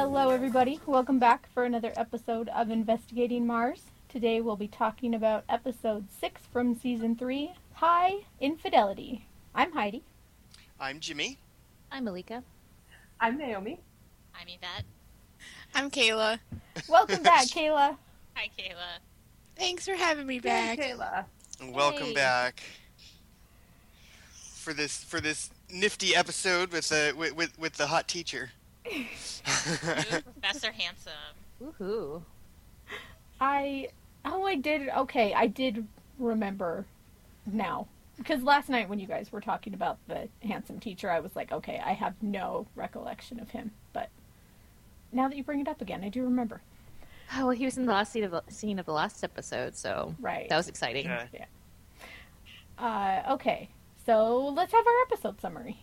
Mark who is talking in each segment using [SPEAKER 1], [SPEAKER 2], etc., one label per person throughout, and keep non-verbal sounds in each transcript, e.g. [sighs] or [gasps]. [SPEAKER 1] everybody. Welcome back for another episode of Investigating Mars. Today we'll be talking about episode 6 from season 3 High Infidelity. I'm
[SPEAKER 2] [laughs]
[SPEAKER 1] Heidi.
[SPEAKER 3] I'm Jimmy.
[SPEAKER 2] I'm Malika.
[SPEAKER 4] I'm Naomi.
[SPEAKER 5] I'm Yvette.
[SPEAKER 6] I'm Kayla.
[SPEAKER 1] Welcome back, Kayla.
[SPEAKER 5] Hi, Kayla.
[SPEAKER 6] Thanks for having me back.
[SPEAKER 4] Hey, Kayla.
[SPEAKER 3] And welcome
[SPEAKER 2] Hey.
[SPEAKER 3] back for this for this nifty episode with the with with, with the hot teacher.
[SPEAKER 5] Ooh, Professor Handsome.
[SPEAKER 2] Woohoo.
[SPEAKER 1] I oh I did okay, I did remember now. Because last night when you guys were talking about the handsome teacher, I was like, okay, I have no recollection of him, but now that you bring it up again, I do remember.
[SPEAKER 2] Oh, well, he was in the last scene of the, scene of the last episode, so
[SPEAKER 1] Right.
[SPEAKER 2] that was exciting.
[SPEAKER 3] Yeah.
[SPEAKER 1] Uh, okay, so let's have our episode summary.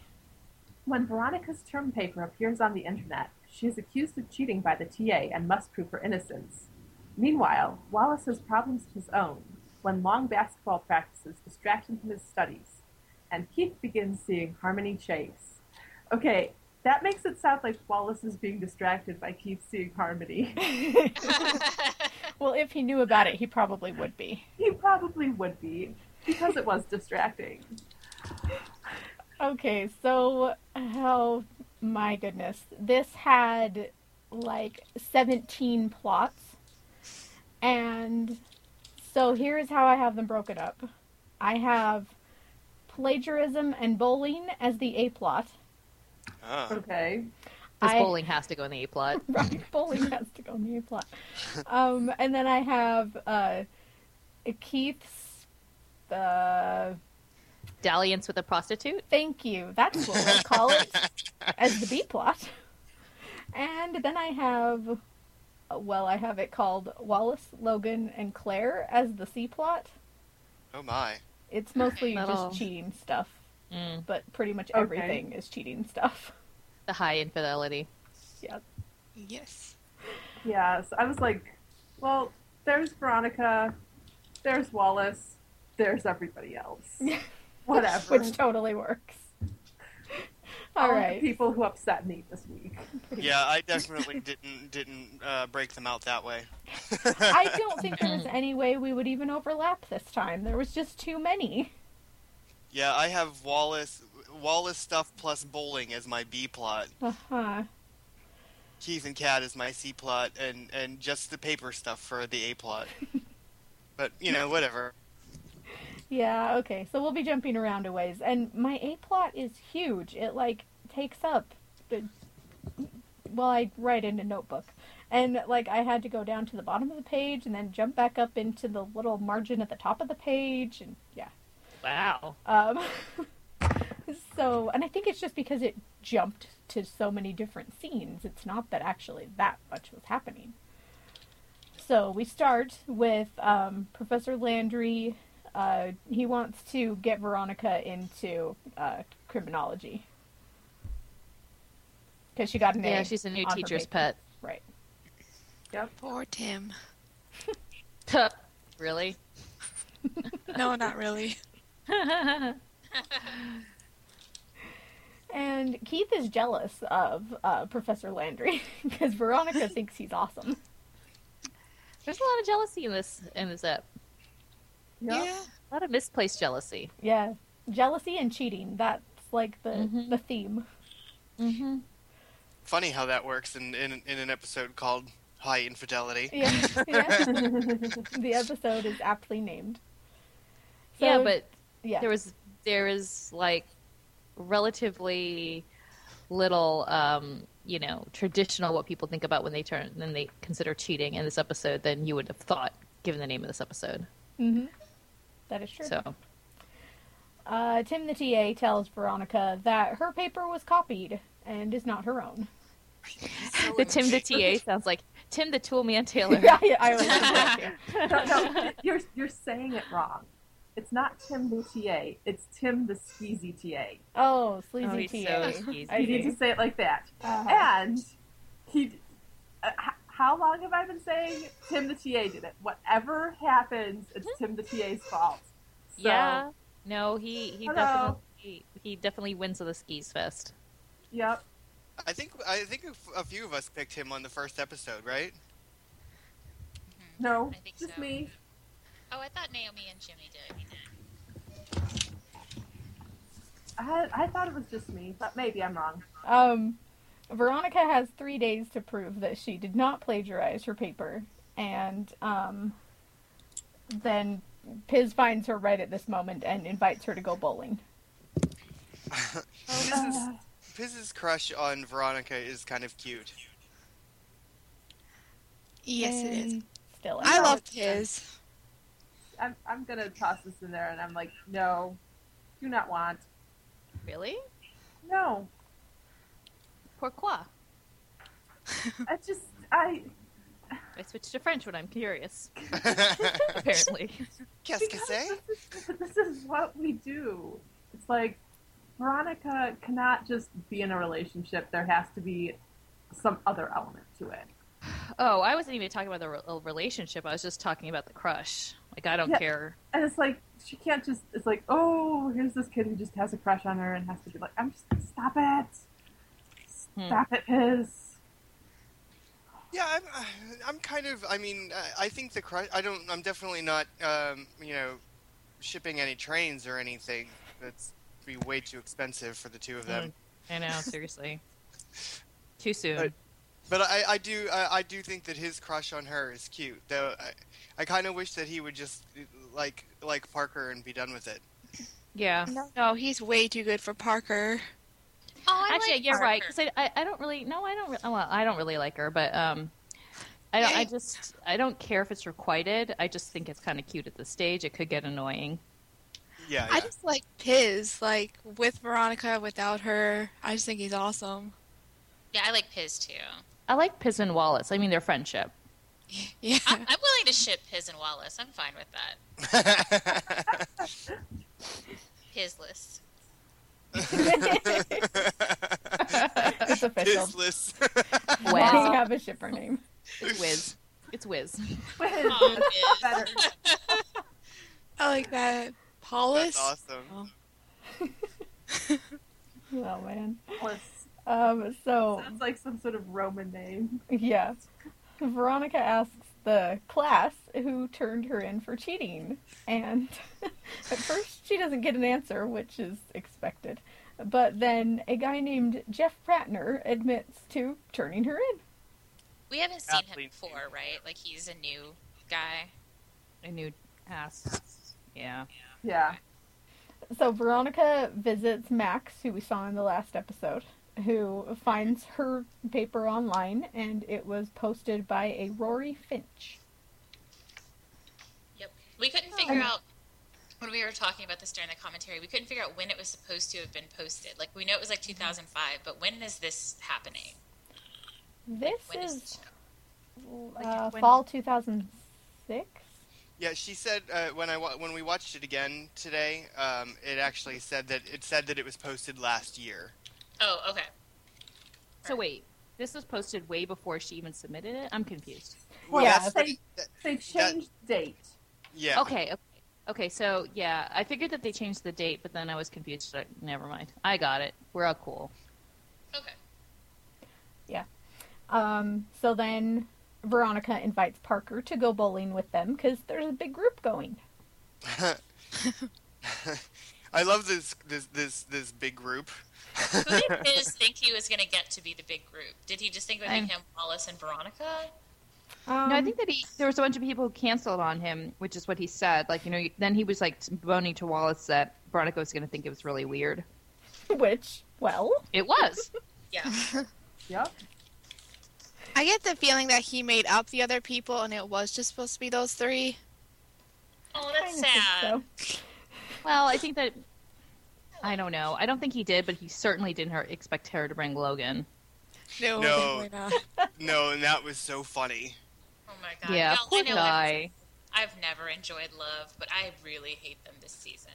[SPEAKER 4] When Veronica's term paper appears on the internet, she is accused of cheating by the TA and must prove her innocence. Meanwhile, Wallace has problems of his own when long basketball practices distract him from his studies, and Keith begins seeing Harmony Chase. Okay, that makes it sound like Wallace is being distracted by Keith seeing Harmony.
[SPEAKER 1] well, if he knew about it, he probably would be.
[SPEAKER 4] he probably would be, because it was distracting.
[SPEAKER 1] Okay, so oh my goodness, this had like 17 plots. And so here's how I have them broken up. I have plagiarism and bowling as the A plot.
[SPEAKER 3] [laughs]
[SPEAKER 1] [laughs]
[SPEAKER 3] Ah.
[SPEAKER 4] Okay.
[SPEAKER 2] Because
[SPEAKER 1] I-
[SPEAKER 2] bowling has to go in the A [laughs] plot.
[SPEAKER 1] Right, bowling has to go in the A plot. Um, and then I have uh, Keith's. Uh,
[SPEAKER 2] Dalliance with a prostitute.
[SPEAKER 1] Thank you. That's what we'll call it as the B plot. And then I have, well, I have it called Wallace, Logan, and Claire as the C plot.
[SPEAKER 3] Oh my.
[SPEAKER 1] It's mostly
[SPEAKER 2] Not
[SPEAKER 1] just
[SPEAKER 2] all.
[SPEAKER 1] cheating stuff,
[SPEAKER 2] Mm,
[SPEAKER 1] but pretty much
[SPEAKER 4] Okay.
[SPEAKER 1] everything is cheating
[SPEAKER 4] [laughs]
[SPEAKER 1] stuff.
[SPEAKER 2] the high infidelity.
[SPEAKER 1] Yeah.
[SPEAKER 6] Yes.
[SPEAKER 4] Yes, I was like, well, there's Veronica, there's Wallace, there's everybody else. Whatever.
[SPEAKER 1] Which totally works. All
[SPEAKER 4] All the
[SPEAKER 1] right.
[SPEAKER 4] people who upset me this week.
[SPEAKER 3] Yeah, I definitely didn't didn't uh, break them out that way.
[SPEAKER 1] I don't think there was any way we would even overlap this time. There was just too
[SPEAKER 4] [laughs]
[SPEAKER 1] many.
[SPEAKER 3] Yeah, I have Wallace Wallace stuff plus bowling as my B plot.
[SPEAKER 1] Uh huh.
[SPEAKER 3] Keith and Cat is my C plot, and and just the paper stuff for the A plot. But you know, whatever.
[SPEAKER 1] Yeah, okay. So we'll be jumping around a ways. And my A plot is huge. It like takes up the well, I write in a notebook. And like I had to go down to the bottom of the page and then jump back up into the little margin at the top of the page and yeah.
[SPEAKER 2] Wow.
[SPEAKER 1] Um [laughs] so and I think it's just because it jumped to so many different scenes. It's not that actually that much was happening. So we start with um, Professor Landry. Uh, he wants to get Veronica into uh, criminology because she got an A.
[SPEAKER 2] Yeah, she's a new
[SPEAKER 1] on her
[SPEAKER 2] teacher's
[SPEAKER 1] paper.
[SPEAKER 2] pet.
[SPEAKER 1] Right.
[SPEAKER 4] Yep.
[SPEAKER 6] Poor Tim.
[SPEAKER 2] Tuh. [laughs] really?
[SPEAKER 6] No, not really.
[SPEAKER 1] And Keith is jealous of uh, Professor Landry [laughs] because Veronica thinks he's awesome.
[SPEAKER 2] There's a lot of jealousy in this in this ep.
[SPEAKER 4] Yep.
[SPEAKER 6] Yeah.
[SPEAKER 2] A lot of misplaced jealousy.
[SPEAKER 1] Yeah, jealousy and cheating—that's like the
[SPEAKER 2] Mhm.
[SPEAKER 1] the theme. [laughs]
[SPEAKER 2] Mm-hmm.
[SPEAKER 3] Funny how that works in in, in an episode called High Infidelity.
[SPEAKER 1] Yeah, yeah. the episode is aptly named. So-
[SPEAKER 2] yeah, but
[SPEAKER 1] yeah,
[SPEAKER 2] there was there is like relatively little um you know traditional what people think about when they turn then they consider cheating in this episode than you would have thought given the name of this episode
[SPEAKER 1] Mhm. That is true.
[SPEAKER 2] so
[SPEAKER 1] Uh, Tim the TA tells Veronica that her paper was copied and is not her own.
[SPEAKER 6] [laughs]
[SPEAKER 3] So
[SPEAKER 2] [laughs] the tim the
[SPEAKER 3] insane.
[SPEAKER 2] ta sounds like tim the tool man taylor [laughs]
[SPEAKER 1] I, [laughs] I was like,
[SPEAKER 4] [laughs] No, no, you're, you're saying it wrong. It's not Tim the TA, it's Tim the skeezy TA.
[SPEAKER 1] oh,
[SPEAKER 2] Oh,
[SPEAKER 1] sleazy
[SPEAKER 2] he's so [laughs]
[SPEAKER 1] TA. [laughs]
[SPEAKER 2] skeezy.
[SPEAKER 1] I
[SPEAKER 4] You need
[SPEAKER 1] see.
[SPEAKER 4] to say it like that.
[SPEAKER 1] Uh-huh.
[SPEAKER 4] And he, uh, h- how long have I been saying Tim the TA did it? Whatever happens, it's
[SPEAKER 1] Hmm?
[SPEAKER 4] Tim the TA's fault. So,
[SPEAKER 2] yeah no he he
[SPEAKER 4] Hello.
[SPEAKER 2] definitely he, he definitely wins of the skis fest
[SPEAKER 4] Yep.
[SPEAKER 3] I think I think a few of us picked him on the first episode, right?
[SPEAKER 4] No,
[SPEAKER 5] I think
[SPEAKER 4] just
[SPEAKER 5] so.
[SPEAKER 4] me.
[SPEAKER 5] Oh, I thought Naomi and Jimmy did.
[SPEAKER 4] I, had, I thought it was just me, but maybe I'm wrong.
[SPEAKER 1] Um, Veronica has three days to prove that she did not plagiarize her paper, and um, then Piz finds her right at this moment and invites her to go bowling.
[SPEAKER 4] Uh,
[SPEAKER 3] Piz's, Piz's crush on Veronica is kind of cute. [laughs]
[SPEAKER 6] Yes, it is.
[SPEAKER 1] And Still,
[SPEAKER 6] I
[SPEAKER 1] out.
[SPEAKER 6] loved his.
[SPEAKER 4] I'm, I'm gonna toss this in there, and I'm like, no, do not want.
[SPEAKER 2] Really?
[SPEAKER 4] No,
[SPEAKER 2] Pourquoi?
[SPEAKER 4] I just I
[SPEAKER 2] I switched to French when I'm curious. Apparently.
[SPEAKER 3] Qu'est-ce que
[SPEAKER 4] because
[SPEAKER 3] c'est?
[SPEAKER 4] this is, this is what we do. It's like Veronica cannot just be in a relationship. There has to be some other element to it.
[SPEAKER 2] oh, I wasn't even talking about the re- oh, relationship. I was just talking about the crush. Like I don't
[SPEAKER 4] Yeah.
[SPEAKER 2] care.
[SPEAKER 4] And it's like she can't just. It's like, oh, here's this kid who just has a crush on her and has to be like, I'm just stop it,
[SPEAKER 2] Hmm.
[SPEAKER 4] stop it, Piz.
[SPEAKER 3] Yeah, I'm, I'm kind of. I mean, I- I think the crush. I don't. I'm definitely not. Um, you know, shipping any trains or anything. That's be way too expensive for the two of them.
[SPEAKER 2] Mm, I know. Seriously. Too soon.
[SPEAKER 3] But- But I, I do. I, I do think that his crush on her is cute. Though, I, I kind of wish that he would just like like Parker and be done with it.
[SPEAKER 2] yeah.
[SPEAKER 6] No, no, he's way too good for Parker.
[SPEAKER 5] Oh, I
[SPEAKER 2] Actually,
[SPEAKER 5] like
[SPEAKER 2] you're right.
[SPEAKER 5] Parker.
[SPEAKER 2] 'cause I, I, I don't really. No, I don't. Re- well, I don't really like her, but um, I don't. I just. I don't care if it's requited. I just think it's kind of cute at this stage. It could get annoying.
[SPEAKER 3] Yeah.
[SPEAKER 6] I
[SPEAKER 3] yeah.
[SPEAKER 6] just like Piz, like with Veronica, without her. I just think he's awesome. [laughs]
[SPEAKER 5] Yeah, I like Piz too.
[SPEAKER 2] I like Piz and Wallace. I mean, their
[SPEAKER 5] [laughs]
[SPEAKER 2] friendship.
[SPEAKER 6] Yeah.
[SPEAKER 5] I- I'm willing to ship Piz and Wallace. I'm fine with that.
[SPEAKER 3] [laughs]
[SPEAKER 5] Pizless.
[SPEAKER 1] it's official.
[SPEAKER 3] [laughs] Pisless.
[SPEAKER 1] Now [laughs]
[SPEAKER 2] Wow.
[SPEAKER 1] we have a shipper
[SPEAKER 6] [laughs]
[SPEAKER 1] name.
[SPEAKER 2] It's Wiz. It's Wiz.
[SPEAKER 4] Piz,
[SPEAKER 5] Oh, Piz.
[SPEAKER 4] better.
[SPEAKER 6] I like that. Paulus.
[SPEAKER 3] That's awesome.
[SPEAKER 1] Oh man.
[SPEAKER 4] Plus,
[SPEAKER 1] Um. So
[SPEAKER 4] Sounds like some sort of Roman name.
[SPEAKER 1] yeah, Veronica asks the class who turned her in for cheating, and [laughs] at first she doesn't get an answer, which is expected. But then a guy named Jeff Prattner admits to turning her in.
[SPEAKER 5] We haven't seen him
[SPEAKER 3] Athlete.
[SPEAKER 5] before, right? Like he's a new guy.
[SPEAKER 2] I knew ass. Yeah.
[SPEAKER 4] Yeah,
[SPEAKER 1] So Veronica visits Max, who we saw in the last episode, who finds her paper online, and it was posted by a Rory Finch.
[SPEAKER 5] Yep. We couldn't figure out when we were talking about this during the commentary. We couldn't figure out when it was supposed to have been posted. Like we know it was like 2005, but when is this happening?
[SPEAKER 1] This
[SPEAKER 5] When is the
[SPEAKER 1] is
[SPEAKER 5] show?
[SPEAKER 1] uh,
[SPEAKER 6] when-
[SPEAKER 1] fall 2006.
[SPEAKER 3] Yeah, she said uh, when I wa- when we watched it again today, um, it actually said that it said that it was posted last year.
[SPEAKER 5] Oh, okay.
[SPEAKER 2] So wait, this was posted way before she even submitted it. I'm confused.
[SPEAKER 3] Well,
[SPEAKER 1] Yeah,
[SPEAKER 3] that's what
[SPEAKER 4] they-
[SPEAKER 3] it- that-
[SPEAKER 4] they changed date.
[SPEAKER 3] yeah.
[SPEAKER 2] Okay. Okay. Okay, so yeah, I figured that they changed the date, but then I was confused. I- Never mind. I got it. We're all cool.
[SPEAKER 5] Okay.
[SPEAKER 1] Um, so then Veronica invites Parker to go bowling with them because there's a big group going.
[SPEAKER 5] Oh.
[SPEAKER 3] [laughs] I love this this this this big group. [laughs]
[SPEAKER 5] Who did Piz think he was going to get to be the big group? Did he just think it would
[SPEAKER 2] I'm-
[SPEAKER 5] be him, Wallace, and Veronica?
[SPEAKER 1] Um,
[SPEAKER 2] no, I think that he there was a bunch of people who canceled on him, which is what he said. Like you know, then he was like moaning to Wallace that Veronica was going to think it was really weird.
[SPEAKER 1] which, well,
[SPEAKER 2] It was.
[SPEAKER 5] Yeah.
[SPEAKER 4] Yep. [laughs]
[SPEAKER 6] I get the feeling that he made up the other people, and it was just supposed to be those three.
[SPEAKER 5] Oh,
[SPEAKER 1] I
[SPEAKER 5] that's
[SPEAKER 1] kinda think
[SPEAKER 5] sad.
[SPEAKER 1] so.
[SPEAKER 2] [laughs] well, I think that I don't know. I don't think he did, but he certainly didn't her- expect her to bring Logan.
[SPEAKER 6] No,
[SPEAKER 3] No.
[SPEAKER 6] definitely not.
[SPEAKER 3] No, and that was so funny.
[SPEAKER 5] Oh my god.
[SPEAKER 2] yeah,
[SPEAKER 5] Y'all, I
[SPEAKER 2] poor
[SPEAKER 5] know I've,
[SPEAKER 2] guy.
[SPEAKER 5] I've never enjoyed Love, but I really hate them this season.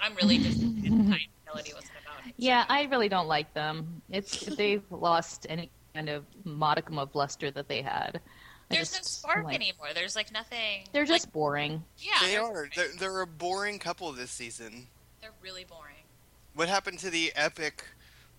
[SPEAKER 5] I'm
[SPEAKER 2] [laughs]
[SPEAKER 5] really disappointed. I Melody wasn't about it.
[SPEAKER 2] Yeah, I really don't like them. It's they've lost any kind of modicum of luster that they had. I
[SPEAKER 5] There's no
[SPEAKER 2] just,
[SPEAKER 5] spark
[SPEAKER 2] like,
[SPEAKER 5] anymore. There's like nothing.
[SPEAKER 2] They're
[SPEAKER 5] like,
[SPEAKER 2] just boring.
[SPEAKER 5] yeah.
[SPEAKER 3] they
[SPEAKER 5] they're
[SPEAKER 3] are.
[SPEAKER 5] boring.
[SPEAKER 3] They're, they're a boring couple this season.
[SPEAKER 5] They're really boring.
[SPEAKER 3] What happened to the epic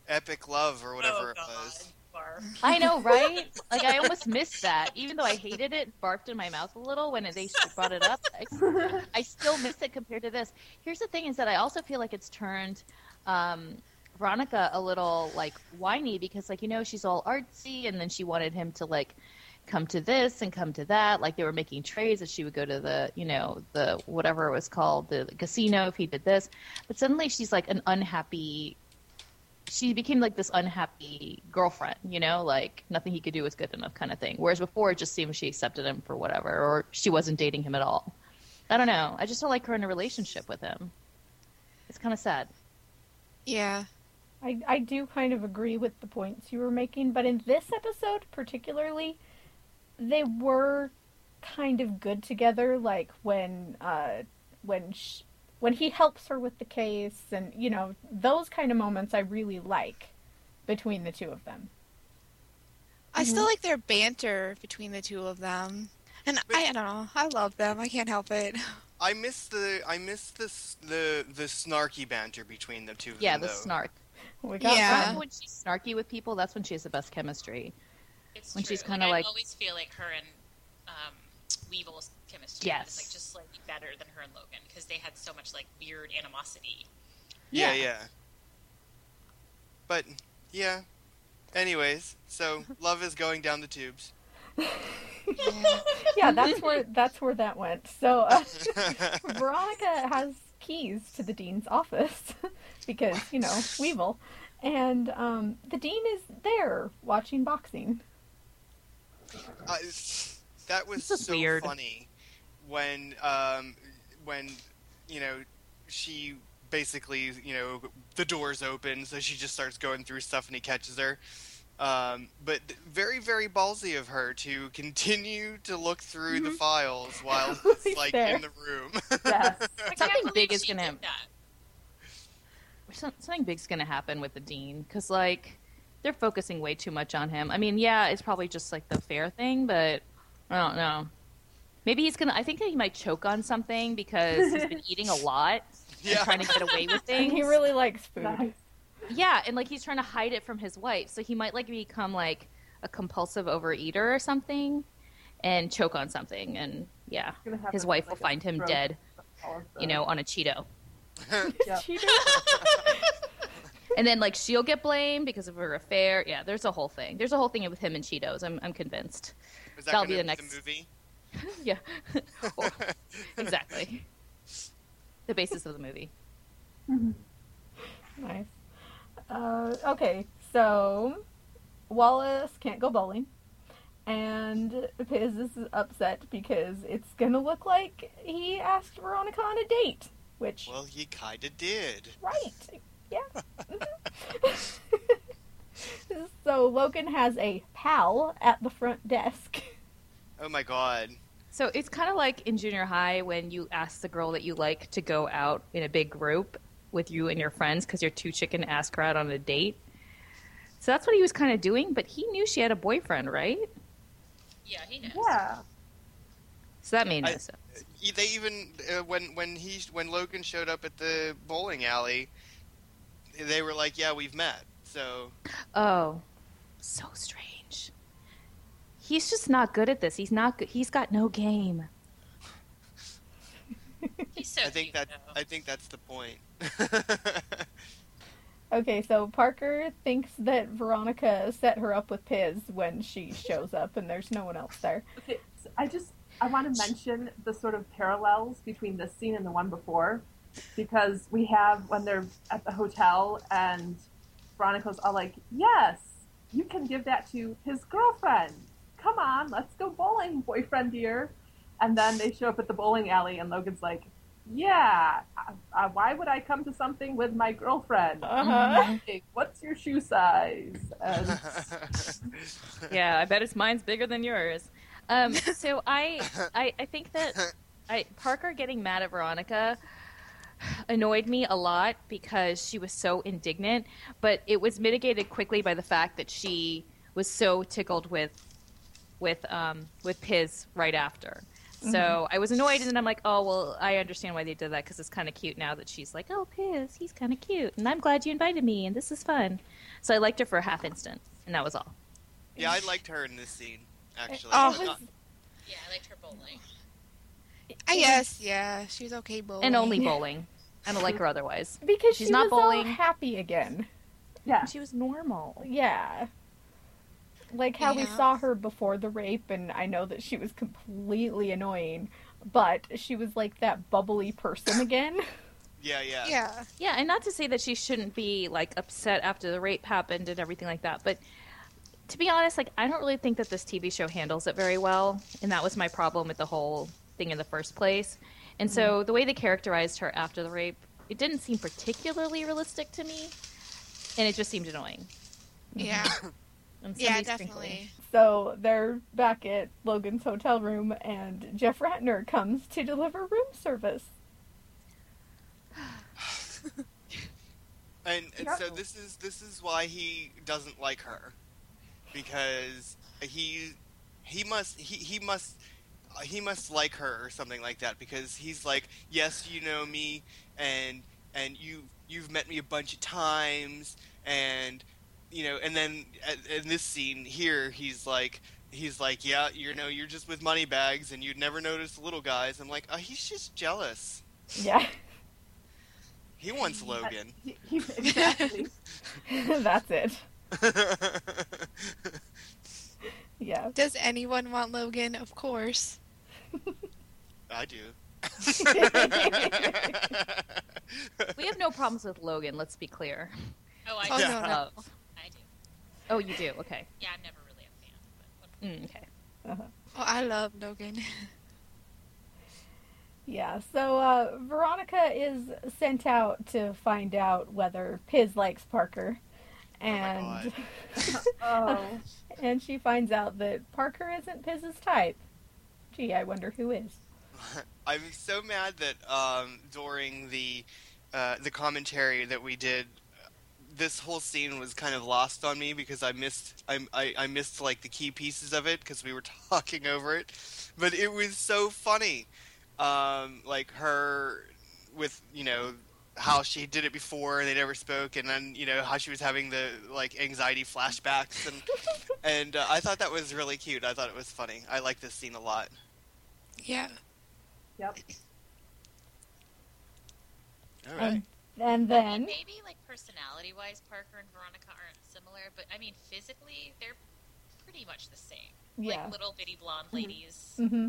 [SPEAKER 3] Epic Love or whatever
[SPEAKER 5] oh,
[SPEAKER 3] it was.
[SPEAKER 5] God. Barf.
[SPEAKER 2] I know, right? Like I almost missed that, even though I hated it, barfed in my mouth a little when they brought it up. I, I still miss it compared to this. Here's the thing: is that I also feel like it's turned um, Veronica a little like whiny because, like you know, she's all artsy, and then she wanted him to like come to this and come to that. Like they were making trades that she would go to the, you know, the whatever it was called, the casino if he did this. But suddenly she's like an unhappy she became like this unhappy girlfriend, you know, like nothing he could do was good enough kind of thing. Whereas before it just seemed she accepted him for whatever or she wasn't dating him at all. I don't know. I just don't like her in a relationship with him. It's kind of sad.
[SPEAKER 6] Yeah.
[SPEAKER 1] I, I do kind of agree with the points you were making, but in this episode particularly, they were kind of good together. Like when uh, when sh when he helps her with the case, and you know those kind of moments I really like between the two of them.
[SPEAKER 6] I still like their banter between the two of them. And I, I don't know. I love them. I can't help it.
[SPEAKER 3] I miss the I miss the s- the the snarky banter between the two. Of
[SPEAKER 2] Yeah,
[SPEAKER 3] them,
[SPEAKER 2] the
[SPEAKER 3] though.
[SPEAKER 2] snark.
[SPEAKER 1] We got
[SPEAKER 6] Yeah.
[SPEAKER 1] them.
[SPEAKER 2] When she's snarky with people, that's when she has the best chemistry.
[SPEAKER 5] It's
[SPEAKER 2] When
[SPEAKER 5] true.
[SPEAKER 2] she's kinda
[SPEAKER 5] I
[SPEAKER 2] like-
[SPEAKER 5] always feel like her and um, Weevil's chemistry
[SPEAKER 2] Yes.
[SPEAKER 5] is like just slightly better than her and Logan because they had so much like weird animosity.
[SPEAKER 3] Yeah,
[SPEAKER 2] Yeah.
[SPEAKER 3] yeah. But yeah. Anyways,
[SPEAKER 2] [laughs]
[SPEAKER 3] so love is going down the tubes. [laughs]
[SPEAKER 6] Yeah.
[SPEAKER 1] yeah, that's where that's where that went. So. Uh, [laughs] Veronica has keys to the dean's office [laughs] because, you know, Weevil. And um, the dean is there watching boxing.
[SPEAKER 3] I, Uh, that was
[SPEAKER 2] This is
[SPEAKER 3] so
[SPEAKER 2] weird.
[SPEAKER 3] funny when um when you know she basically you know the doors open so she just starts going through stuff and he catches her um but th- very very ballsy of her to continue to look through
[SPEAKER 2] Mm-hmm.
[SPEAKER 3] the files
[SPEAKER 2] [laughs]
[SPEAKER 3] while
[SPEAKER 1] He's
[SPEAKER 3] it's like
[SPEAKER 1] there.
[SPEAKER 3] in the room [laughs]
[SPEAKER 4] Yes.
[SPEAKER 5] Like, I
[SPEAKER 2] Something
[SPEAKER 5] can't
[SPEAKER 2] big
[SPEAKER 5] believe
[SPEAKER 2] is
[SPEAKER 5] she
[SPEAKER 2] gonna
[SPEAKER 5] did
[SPEAKER 2] happen.
[SPEAKER 5] that.
[SPEAKER 2] Some- something big's going to happen with the dean because like they're focusing way too much on him i mean yeah it's probably just like the fair thing but i don't know maybe he's going to i think that he might choke on something because he's
[SPEAKER 4] [laughs]
[SPEAKER 2] been eating a lot [laughs] and
[SPEAKER 3] yeah
[SPEAKER 2] trying to get away with
[SPEAKER 1] And [laughs]
[SPEAKER 2] things
[SPEAKER 1] he really likes food.
[SPEAKER 4] Nice.
[SPEAKER 2] yeah and like he's trying to hide it from his wife so he might like become like a compulsive overeater or something and choke on something and yeah
[SPEAKER 4] Gonna have
[SPEAKER 2] his
[SPEAKER 4] a-
[SPEAKER 2] wife will
[SPEAKER 4] like a
[SPEAKER 2] find him
[SPEAKER 4] stroke
[SPEAKER 2] dead
[SPEAKER 4] or
[SPEAKER 2] you know on a cheeto
[SPEAKER 4] Yeah.
[SPEAKER 1] Cheetos?
[SPEAKER 2] And then like she'll get blamed because of her affair. Yeah, there's a whole thing. There's a whole thing with him and Cheetos. I'm I'm convinced.
[SPEAKER 3] is that gonna
[SPEAKER 2] that'll be the
[SPEAKER 3] be
[SPEAKER 2] next-
[SPEAKER 3] the movie
[SPEAKER 2] [laughs] yeah, exactly. The basis of the movie.
[SPEAKER 1] nice. [laughs] Uh, okay, so Wallace can't go bowling. And Piz is upset because it's gonna look like he asked Veronica on a date. Which,
[SPEAKER 3] [laughs] well he kinda did
[SPEAKER 1] right, yeah. Mhm. Mm-hmm. [laughs] so Logan has a pal at the front desk.
[SPEAKER 3] oh my god
[SPEAKER 2] So it's kind of like in junior high when you ask the girl that you like to go out in a big group with you and your friends because you're too chicken to ask her out on a date. So that's what he was kind of doing, but he knew she had a boyfriend, right?
[SPEAKER 5] Yeah, he knows.
[SPEAKER 4] Yeah.
[SPEAKER 2] So that made no
[SPEAKER 3] I-
[SPEAKER 2] sense.
[SPEAKER 3] E- they even uh, when when he when Logan showed up at the bowling alley, they were like, "Yeah, we've met." So
[SPEAKER 2] Oh, so strange. He's just not good at this. He's not good. He's got no game.
[SPEAKER 5] He's so
[SPEAKER 3] I think
[SPEAKER 5] cute,
[SPEAKER 3] that
[SPEAKER 5] though.
[SPEAKER 3] I think that's the point.
[SPEAKER 1] Okay, so Parker thinks that Veronica set her up with Piz when she shows up and there's no one else there.
[SPEAKER 4] Okay, so I just I want to mention the sort of parallels between this scene and the one before, because we have when they're at the hotel and Veronica's all like, "Yes, you can give that to his girlfriend. Come on, let's go bowling, boyfriend dear." And then they show up at the bowling alley, and Logan's like, "Yeah, I, I, why would I come to something with my girlfriend?
[SPEAKER 1] Uh-huh.
[SPEAKER 4] Hey, what's your shoe size?"
[SPEAKER 3] [laughs]
[SPEAKER 4] And
[SPEAKER 2] yeah, I bet his mine's bigger than yours. Um, so I, I, I think that I, Parker getting mad at Veronica annoyed me a lot because she was so indignant, but it was mitigated quickly by the fact that she was so tickled with, with, um, with Piz right after. So I was annoyed, and then I'm like, oh, well, I understand why they did that because it's kind of cute now that she's like, oh, Piz, he's kind of cute, and I'm glad you invited me, and this is fun. So I liked her for a half instant, and that was all.
[SPEAKER 3] Yeah, I liked her in this scene. Actually,
[SPEAKER 6] Oh,
[SPEAKER 3] But not-
[SPEAKER 5] Yeah, I liked her bowling.
[SPEAKER 6] I guess, yeah, she was okay bowling.
[SPEAKER 2] And only bowling. I don't like her otherwise.
[SPEAKER 1] Because
[SPEAKER 2] She's
[SPEAKER 1] she was
[SPEAKER 2] not bowling.
[SPEAKER 1] all happy again.
[SPEAKER 2] [laughs]
[SPEAKER 4] Yeah. [laughs]
[SPEAKER 2] She was normal.
[SPEAKER 1] Yeah. Like how we
[SPEAKER 6] Yeah.
[SPEAKER 1] saw her before the rape, and I know that she was completely annoying, but she was like that bubbly person again.
[SPEAKER 3] yeah, yeah,
[SPEAKER 6] Yeah.
[SPEAKER 2] Yeah, and not to say that she shouldn't be like upset after the rape happened and everything like that, but to be honest, like I don't really think that this TV show handles it very well, and that was my problem with the whole thing in the first place. And so the way they characterized her after the rape, it didn't seem particularly realistic to me, and it just seemed annoying.
[SPEAKER 6] Yeah. [laughs]
[SPEAKER 2] And
[SPEAKER 6] yeah,
[SPEAKER 2] somebody's crinkly.
[SPEAKER 6] definitely.
[SPEAKER 1] So they're back at Logan's hotel room, and Jeff Ratner comes to deliver room service.
[SPEAKER 3] And, and so
[SPEAKER 4] Yeah.
[SPEAKER 3] this is this is why he doesn't like her, because he he must he he must uh, he must like her or something like that because he's like yes you know me and and you you've met me a bunch of times and you know and then at- in this scene here he's like he's like yeah you know you're just with money bags and you'd never notice little guys i'm like oh he's just jealous [laughs]
[SPEAKER 1] Yeah, [laughs]
[SPEAKER 3] he wants logan
[SPEAKER 4] He, he-
[SPEAKER 6] [laughs]
[SPEAKER 4] exactly.
[SPEAKER 1] that's it.
[SPEAKER 3] [laughs]
[SPEAKER 1] Yeah.
[SPEAKER 6] Does anyone want Logan? Of course.
[SPEAKER 3] I do.
[SPEAKER 2] [laughs] We have no problems with Logan. Let's be clear.
[SPEAKER 5] Oh, I
[SPEAKER 6] Oh,
[SPEAKER 5] do.
[SPEAKER 3] Yeah.
[SPEAKER 6] no, no.
[SPEAKER 2] Love.
[SPEAKER 5] I do.
[SPEAKER 2] Oh, you do. Okay.
[SPEAKER 5] Yeah, I'm never really a fan. But what-
[SPEAKER 2] Mm, okay.
[SPEAKER 6] Oh, I love Logan. [laughs]
[SPEAKER 1] Yeah, so uh, Veronica is sent out to find out whether Piz likes Parker, and
[SPEAKER 3] Oh God.
[SPEAKER 4] Oh.
[SPEAKER 1] [laughs] and she finds out that Parker isn't Piz's type. Gee, I wonder who is.
[SPEAKER 3] I'm so mad that um, during the uh, the commentary that we did, this whole scene was kind of lost on me because I missed I I, I missed like the key pieces of it because we were [laughs] talking over it, but it was so funny, um, like her with you know how she did it before and they never spoke and then you know how she was having the like anxiety flashbacks and and uh, I thought that was really cute. I thought it was funny. I like this scene a lot.
[SPEAKER 6] Yeah.
[SPEAKER 4] Yep.
[SPEAKER 3] All
[SPEAKER 1] right. And then,
[SPEAKER 5] maybe like personality wise, Parker and Veronica aren't similar, but I mean physically they're pretty much the same.
[SPEAKER 1] yeah,
[SPEAKER 5] Like little bitty blonde
[SPEAKER 2] Mm-hmm.
[SPEAKER 5] ladies.
[SPEAKER 1] [laughs]
[SPEAKER 2] Mm.
[SPEAKER 1] hmm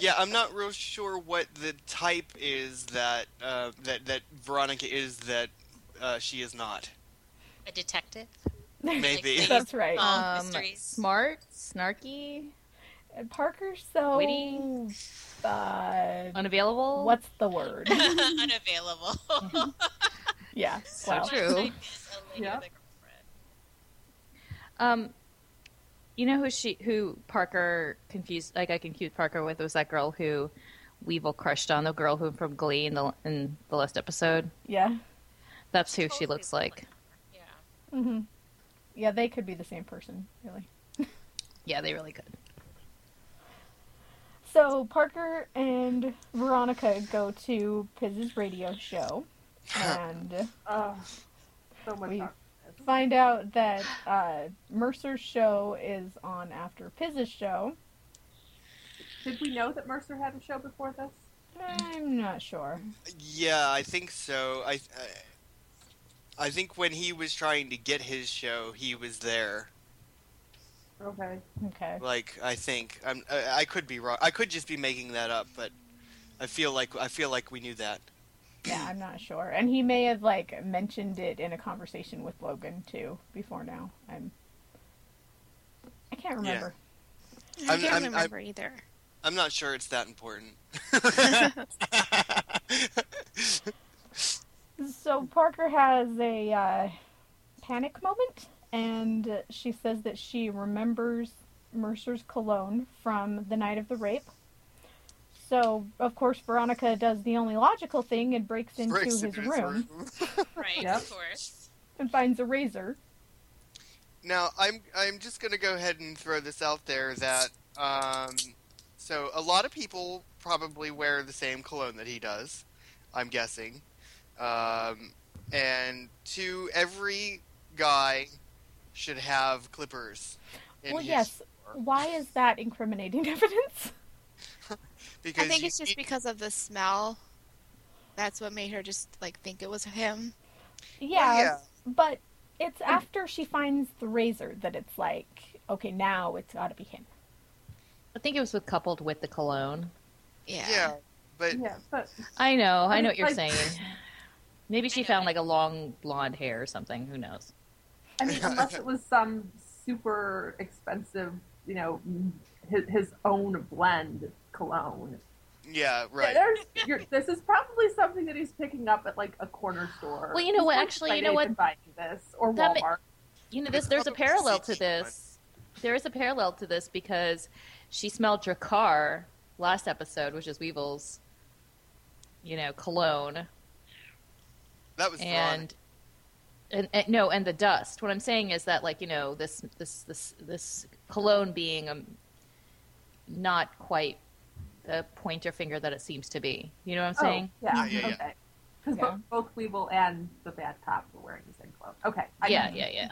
[SPEAKER 3] Yeah, um, I'm not real sure what the type is that uh, that that Veronica is that uh, she is not.
[SPEAKER 5] A detective.
[SPEAKER 3] Maybe. Uh,
[SPEAKER 5] Like,
[SPEAKER 1] that's right.
[SPEAKER 5] Um,
[SPEAKER 2] Um,
[SPEAKER 5] mysteries.
[SPEAKER 2] smart, snarky,
[SPEAKER 1] Parker's so
[SPEAKER 2] Witty.
[SPEAKER 1] Uh,
[SPEAKER 2] unavailable.
[SPEAKER 1] what's the
[SPEAKER 2] [laughs]
[SPEAKER 1] word?
[SPEAKER 5] Unavailable.
[SPEAKER 1] yeah,
[SPEAKER 2] So
[SPEAKER 5] [laughs]
[SPEAKER 1] well,
[SPEAKER 2] true.
[SPEAKER 5] I miss a lady
[SPEAKER 4] Yeah.
[SPEAKER 5] with a girlfriend.
[SPEAKER 2] Um, you know who she who Parker confused like I confused Parker with was that girl who Weevil crushed on the girl who from Glee in the in the last episode.
[SPEAKER 1] yeah,
[SPEAKER 2] That's who she
[SPEAKER 5] Totally
[SPEAKER 2] looks like.
[SPEAKER 5] Yeah.
[SPEAKER 1] hmm yeah, they could be the same person, really.
[SPEAKER 2] Yeah, they really could.
[SPEAKER 1] So Parker and Veronica go to Piz's radio show and
[SPEAKER 4] Oh. So much.
[SPEAKER 1] We-
[SPEAKER 4] harm.
[SPEAKER 1] find out that uh, Mercer's show is on after Piz's show.
[SPEAKER 4] Did we know that Mercer had a show before this?
[SPEAKER 1] I'm not sure.
[SPEAKER 3] [laughs] Yeah, I think so. I, I I think when he was trying to get his show, he was there.
[SPEAKER 4] Okay.
[SPEAKER 1] Okay.
[SPEAKER 3] Like I think I'm, I, I could be wrong. I could just be making that up, but I feel like I feel like we knew that.
[SPEAKER 1] Yeah, I'm not sure. And he may have like mentioned it in a conversation with Logan too before now. I'm I can't
[SPEAKER 3] Yeah.
[SPEAKER 1] remember.
[SPEAKER 6] I
[SPEAKER 3] I'm-
[SPEAKER 6] can't
[SPEAKER 3] I'm- I'm-
[SPEAKER 6] remember either.
[SPEAKER 3] I'm not sure it's that important. [laughs]
[SPEAKER 1] So Parker has a uh, panic moment, and she says that she remembers Mercer's cologne from the night of the rape. So of course Veronica does the only logical thing and breaks into
[SPEAKER 3] Breaks
[SPEAKER 1] his
[SPEAKER 3] into
[SPEAKER 1] room
[SPEAKER 5] Right,
[SPEAKER 4] Yeah.
[SPEAKER 5] of course.
[SPEAKER 1] and finds a razor.
[SPEAKER 3] Now, I'm I'm just gonna go ahead and throw this out there that um, So a lot of people probably wear the same cologne that he does. I'm guessing. Um, and two, every guy should have clippers. in
[SPEAKER 1] well,
[SPEAKER 3] his
[SPEAKER 1] yes.
[SPEAKER 3] drawer.
[SPEAKER 1] Why is that incriminating [laughs] evidence?
[SPEAKER 3] Because
[SPEAKER 6] I think
[SPEAKER 3] you
[SPEAKER 6] it's just
[SPEAKER 3] need-
[SPEAKER 6] because of the smell. That's what made her just like think it was him.
[SPEAKER 1] yeah,
[SPEAKER 3] yeah.
[SPEAKER 1] But it's after she finds the razor that it's like, okay, now it's got to be him.
[SPEAKER 2] I think it was with coupled with the cologne.
[SPEAKER 6] Yeah.
[SPEAKER 3] yeah, but
[SPEAKER 4] Yeah, but
[SPEAKER 2] I know, I know what you're
[SPEAKER 4] Like-
[SPEAKER 2] saying. Maybe she found like a long blonde hair or something. Who knows?
[SPEAKER 3] [laughs]
[SPEAKER 4] I mean, unless it was some super expensive, you know, his, his own blend cologne.
[SPEAKER 3] yeah, right.
[SPEAKER 4] There's, you're, this is probably something that he's picking up at like a corner store.
[SPEAKER 2] Well, you know
[SPEAKER 4] He's
[SPEAKER 2] what,
[SPEAKER 4] not
[SPEAKER 2] actually, you
[SPEAKER 4] excited
[SPEAKER 2] know what?
[SPEAKER 4] to Buying this or
[SPEAKER 2] That ma-
[SPEAKER 4] Walmart.
[SPEAKER 2] You know, this, there's a
[SPEAKER 3] Probably
[SPEAKER 2] parallel to
[SPEAKER 3] CG
[SPEAKER 2] this. There is a parallel to this because she smelled Dracar last episode, which is Weevil's, you know, cologne,
[SPEAKER 3] That was
[SPEAKER 2] and, and and no, and the dust. What I'm saying is that, like, you know, this this this this cologne being um, not quite the pointer finger that it seems to be. You know what I'm saying?
[SPEAKER 4] Oh, yeah,
[SPEAKER 3] Yeah, yeah, yeah.
[SPEAKER 4] okay. Because
[SPEAKER 1] Yeah.
[SPEAKER 4] both Weevil and the Bad Cop were wearing the same clothes. Okay. I
[SPEAKER 2] yeah,
[SPEAKER 4] got you.
[SPEAKER 2] yeah, yeah.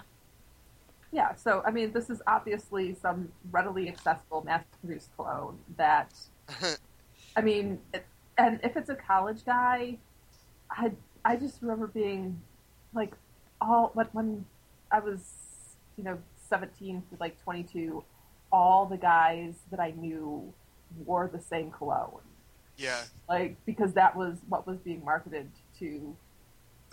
[SPEAKER 4] Yeah, so I mean, this is obviously some readily accessible mass-produced clone that,
[SPEAKER 3] [laughs]
[SPEAKER 4] I mean, it, and if it's a college guy, I I just remember being like all when when I was you know seventeen to like twenty-two, all the guys that I knew wore the same cologne,
[SPEAKER 3] yeah,
[SPEAKER 4] like because that was what was being marketed to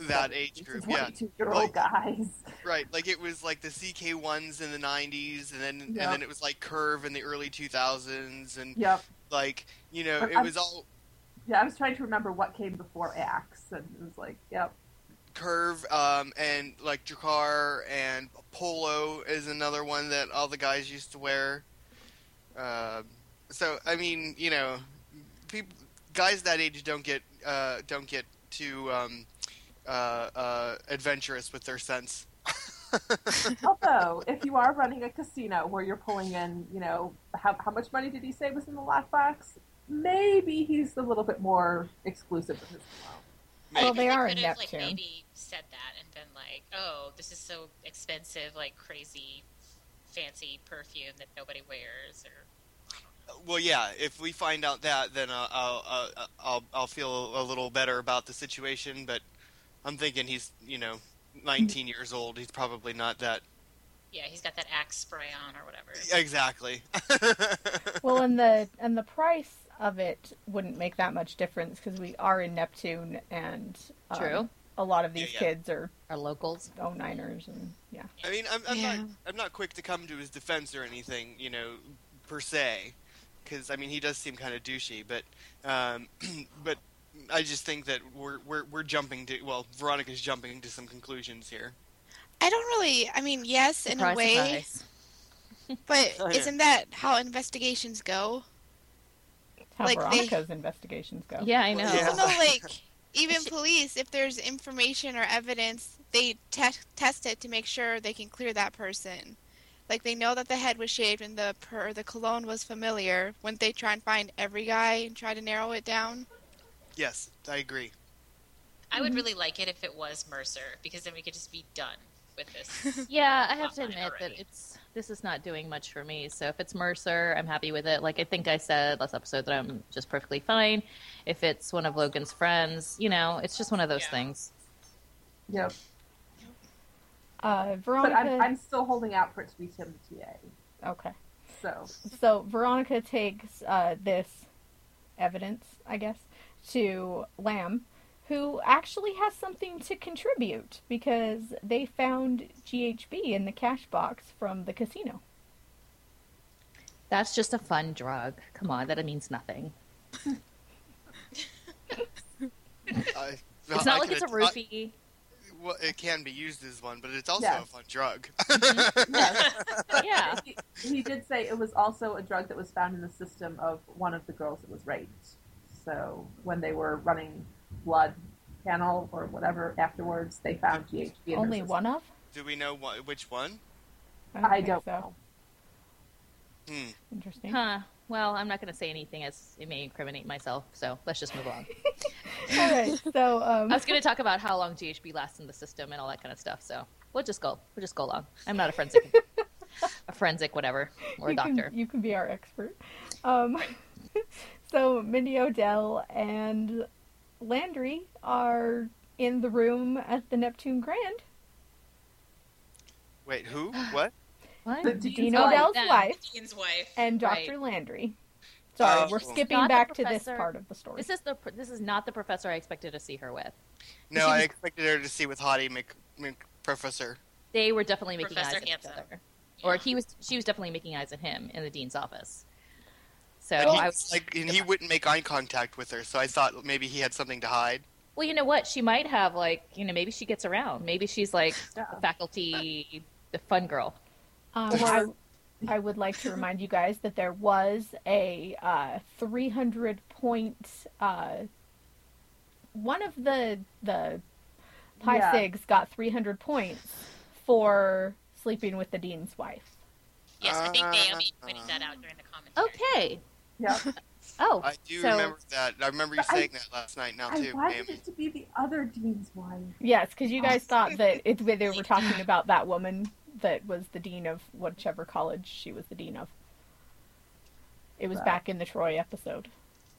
[SPEAKER 3] that age group. Yeah,
[SPEAKER 4] twenty-two-year-old
[SPEAKER 3] Like-
[SPEAKER 4] guys.
[SPEAKER 3] right. Like it was like the CK ones in the '90s, and then
[SPEAKER 4] Yeah.
[SPEAKER 3] and then it was like Curve in the early 2000s, and
[SPEAKER 4] [laughs] Yep.
[SPEAKER 3] like you know,
[SPEAKER 4] But
[SPEAKER 3] it
[SPEAKER 4] I'm-
[SPEAKER 3] was all
[SPEAKER 4] Yeah, I was trying to remember what came before Axe, and it was like, yep,
[SPEAKER 3] Curve um, and like Dracar and Polo is another one that all the guys used to wear. Um so I mean, you know, people, guys that age don't get uh, don't get too um, uh, uh, adventurous with their sense.
[SPEAKER 4] Although, if you are running a casino where you're pulling in, you know, how, how much money did he say was in the lockbox? Maybe he's a little bit more exclusive with his cologne.
[SPEAKER 5] I
[SPEAKER 1] Well,
[SPEAKER 5] think
[SPEAKER 1] they are in
[SPEAKER 5] could have, like,
[SPEAKER 1] Neptune.
[SPEAKER 5] maybe said that and been like, "Oh, this is so expensive, like crazy, fancy perfume that nobody wears." Or
[SPEAKER 3] Well, yeah. If we find out that, then I'll I'll, I'll, I'll, I'll feel a little better about the situation. But I'm thinking he's you know 19 years old. He's probably not that
[SPEAKER 5] yeah, he's got that axe spray on or whatever.
[SPEAKER 3] exactly.
[SPEAKER 1] well, and the and the price of it wouldn't make that much difference because we are in Neptune, and um,
[SPEAKER 2] True.
[SPEAKER 1] a lot of these
[SPEAKER 3] Yeah, yeah.
[SPEAKER 1] kids are
[SPEAKER 2] Our locals.
[SPEAKER 1] 09ers, and yeah,
[SPEAKER 3] I mean, I'm, I'm
[SPEAKER 6] Yeah.
[SPEAKER 3] not I'm not quick to come to his defense or anything, you know, per se, because I mean he does seem kind of douchey, but um, [clears throat] but I just think that we're we're we're jumping to well, Veronica's jumping to some conclusions here.
[SPEAKER 6] I don't really. I mean, yes, in a
[SPEAKER 2] Surprise,
[SPEAKER 6] way,
[SPEAKER 2] surprise.
[SPEAKER 6] but
[SPEAKER 3] Oh, yeah.
[SPEAKER 6] isn't that how investigations go?
[SPEAKER 1] how
[SPEAKER 6] Like they-
[SPEAKER 1] Veronica's investigations go.
[SPEAKER 2] [laughs] Yeah, I know.
[SPEAKER 3] Well, yeah.
[SPEAKER 6] No, like even police, if there's information or evidence, they te- test it to make sure they can clear that person. Like they know that the head was shaved and the per- the cologne was familiar. Wouldn't they try and find every guy and try to narrow it down?
[SPEAKER 3] Yes, I agree.
[SPEAKER 5] I would really like it if it was Mercer because then we could just be done with
[SPEAKER 2] [laughs]
[SPEAKER 5] this.
[SPEAKER 2] Yeah, I have to
[SPEAKER 5] online
[SPEAKER 2] admit that
[SPEAKER 5] already.
[SPEAKER 2] it's this is not doing much for me. So if it's Mercer, I'm happy with it. Like I think I said last episode that I'm just perfectly fine. If it's one of Logan's friends, you know, it's just one of those
[SPEAKER 5] Yeah.
[SPEAKER 2] things.
[SPEAKER 4] Yep.
[SPEAKER 1] Uh,
[SPEAKER 4] But
[SPEAKER 1] Veronica.
[SPEAKER 4] I'm, I'm still holding out for it to be Tim TA.
[SPEAKER 1] Okay.
[SPEAKER 4] So,
[SPEAKER 1] So Veronica takes uh, this evidence, I guess, to Lamb, who actually has something to contribute because they found GHB in the cash box from the casino.
[SPEAKER 2] That's just a fun drug. Come on, that means nothing. [laughs]
[SPEAKER 3] I,
[SPEAKER 2] It's
[SPEAKER 3] I
[SPEAKER 2] not like
[SPEAKER 3] could-
[SPEAKER 2] it's a
[SPEAKER 3] I-
[SPEAKER 2] roofie.
[SPEAKER 3] well, it can be used as one, but it's also
[SPEAKER 4] Yeah.
[SPEAKER 3] a fun drug. [laughs]
[SPEAKER 4] yes.
[SPEAKER 1] [laughs]
[SPEAKER 2] yeah.
[SPEAKER 4] he, he did say it was also a drug that was found in the system of one of the girls that was raped. So, when they were running blood panel or whatever afterwards, they found GHB. in her
[SPEAKER 1] Only
[SPEAKER 4] system.
[SPEAKER 1] one of?
[SPEAKER 3] Do we know wh- which one?
[SPEAKER 4] I
[SPEAKER 1] think
[SPEAKER 4] don't
[SPEAKER 1] so.
[SPEAKER 4] know.
[SPEAKER 3] Hmm.
[SPEAKER 1] Interesting.
[SPEAKER 2] Huh. well, I'm not going to say anything as it may incriminate myself, so let's just
[SPEAKER 1] [laughs]
[SPEAKER 2] move on.
[SPEAKER 1] All right. So um,
[SPEAKER 2] I was going to talk about how long GHB lasts in the system and all that kind of stuff, so we'll just go. We'll just go along. I'm not
[SPEAKER 1] [laughs]
[SPEAKER 2] a forensic, a forensic whatever, or a
[SPEAKER 1] you
[SPEAKER 2] doctor.
[SPEAKER 1] Can, you can be our expert. Um, [laughs] so Mindy Odell and Landry are in the room at the Neptune Grand.
[SPEAKER 3] Wait,
[SPEAKER 2] [gasps]
[SPEAKER 3] who? What?
[SPEAKER 2] What?
[SPEAKER 4] The dean's
[SPEAKER 1] Dean
[SPEAKER 4] wife.
[SPEAKER 1] Odell's
[SPEAKER 5] Then
[SPEAKER 1] wife
[SPEAKER 5] Ian's wife.
[SPEAKER 1] and
[SPEAKER 2] Right.
[SPEAKER 1] Dr. Landry. Sorry,
[SPEAKER 3] Oh.
[SPEAKER 1] we're skipping
[SPEAKER 2] Not the
[SPEAKER 1] back to this
[SPEAKER 2] professor.
[SPEAKER 1] part of the story.
[SPEAKER 2] This is the this is not the professor I expected to see her with.
[SPEAKER 3] No, I expected her to see with Hottie Mc, Mc Professor.
[SPEAKER 2] They were definitely making
[SPEAKER 5] Professor
[SPEAKER 2] eyes at
[SPEAKER 5] Hanson.
[SPEAKER 2] each other, or
[SPEAKER 5] Yeah.
[SPEAKER 2] he was she was definitely making eyes at him in the dean's office. So
[SPEAKER 3] And, he,
[SPEAKER 2] I was
[SPEAKER 3] was like, and he wouldn't make eye contact with her, so I thought maybe he had something to hide.
[SPEAKER 2] Well, you know what? She might have like you know maybe she gets around. Maybe she's like
[SPEAKER 4] Yeah.
[SPEAKER 2] the faculty, the fun girl.
[SPEAKER 4] [laughs]
[SPEAKER 1] Um, I, I would like to remind you guys that there was a uh, 300 point. Uh, one of the the Pi
[SPEAKER 4] Yeah.
[SPEAKER 1] Sigs got 300 points for sleeping with the dean's wife.
[SPEAKER 5] Yes, I think
[SPEAKER 3] Ah.
[SPEAKER 5] Naomi pointed that out during the commentary.
[SPEAKER 2] Okay.
[SPEAKER 4] Yeah.
[SPEAKER 2] Oh,
[SPEAKER 3] I do
[SPEAKER 2] so
[SPEAKER 3] remember that. I remember you
[SPEAKER 4] But I-
[SPEAKER 3] saying that last night now,
[SPEAKER 4] I
[SPEAKER 3] too,
[SPEAKER 4] wanted
[SPEAKER 3] Naomi.
[SPEAKER 4] it to be the other dean's wife.
[SPEAKER 1] Yes, because you guys thought that it, they were talking
[SPEAKER 4] [laughs]
[SPEAKER 1] about that woman that was the dean of whichever college she was the dean of. It was
[SPEAKER 4] Right.
[SPEAKER 1] back in the Troy episode.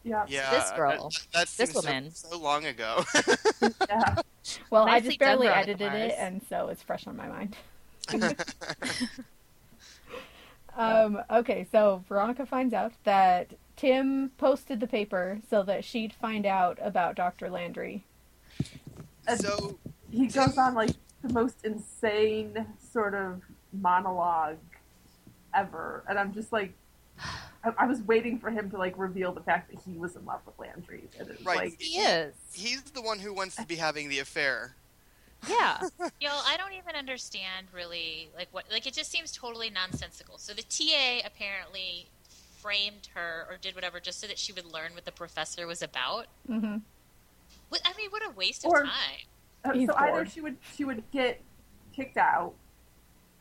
[SPEAKER 4] Yeah.
[SPEAKER 3] Yeah,
[SPEAKER 2] This
[SPEAKER 3] that-
[SPEAKER 2] girl.
[SPEAKER 3] That, that
[SPEAKER 2] This
[SPEAKER 3] seems so-
[SPEAKER 2] woman.
[SPEAKER 3] So, long
[SPEAKER 2] [laughs]
[SPEAKER 3] ago. [laughs]
[SPEAKER 4] yeah.
[SPEAKER 1] Well, I
[SPEAKER 2] Nicely
[SPEAKER 1] just
[SPEAKER 2] done,
[SPEAKER 1] barely
[SPEAKER 2] Veronica
[SPEAKER 1] edited
[SPEAKER 2] Mars.
[SPEAKER 1] it, and so it's fresh on my mind. [laughs] um, okay, so Veronica finds out that Tim posted the paper so that she'd find out about Dr. Landry.
[SPEAKER 4] And
[SPEAKER 3] so
[SPEAKER 4] he goes on like the most insane sort of monologue ever, and I'm just like, I, I was waiting for him to like reveal the fact that he was in love with Landry, and it's
[SPEAKER 3] Right.
[SPEAKER 4] like,
[SPEAKER 2] she is.
[SPEAKER 3] he's the one who wants to be having the affair.
[SPEAKER 2] Yeah.
[SPEAKER 5] Y'all, I don't even understand really like what like it just seems totally nonsensical. So the TA apparently framed her or did whatever just so that she would learn what the professor was about.
[SPEAKER 1] hmm
[SPEAKER 5] What, I mean, what a waste of
[SPEAKER 4] Or-
[SPEAKER 5] time.
[SPEAKER 4] Uh,
[SPEAKER 1] He's
[SPEAKER 4] so either
[SPEAKER 1] bored.
[SPEAKER 4] she would she would get kicked out,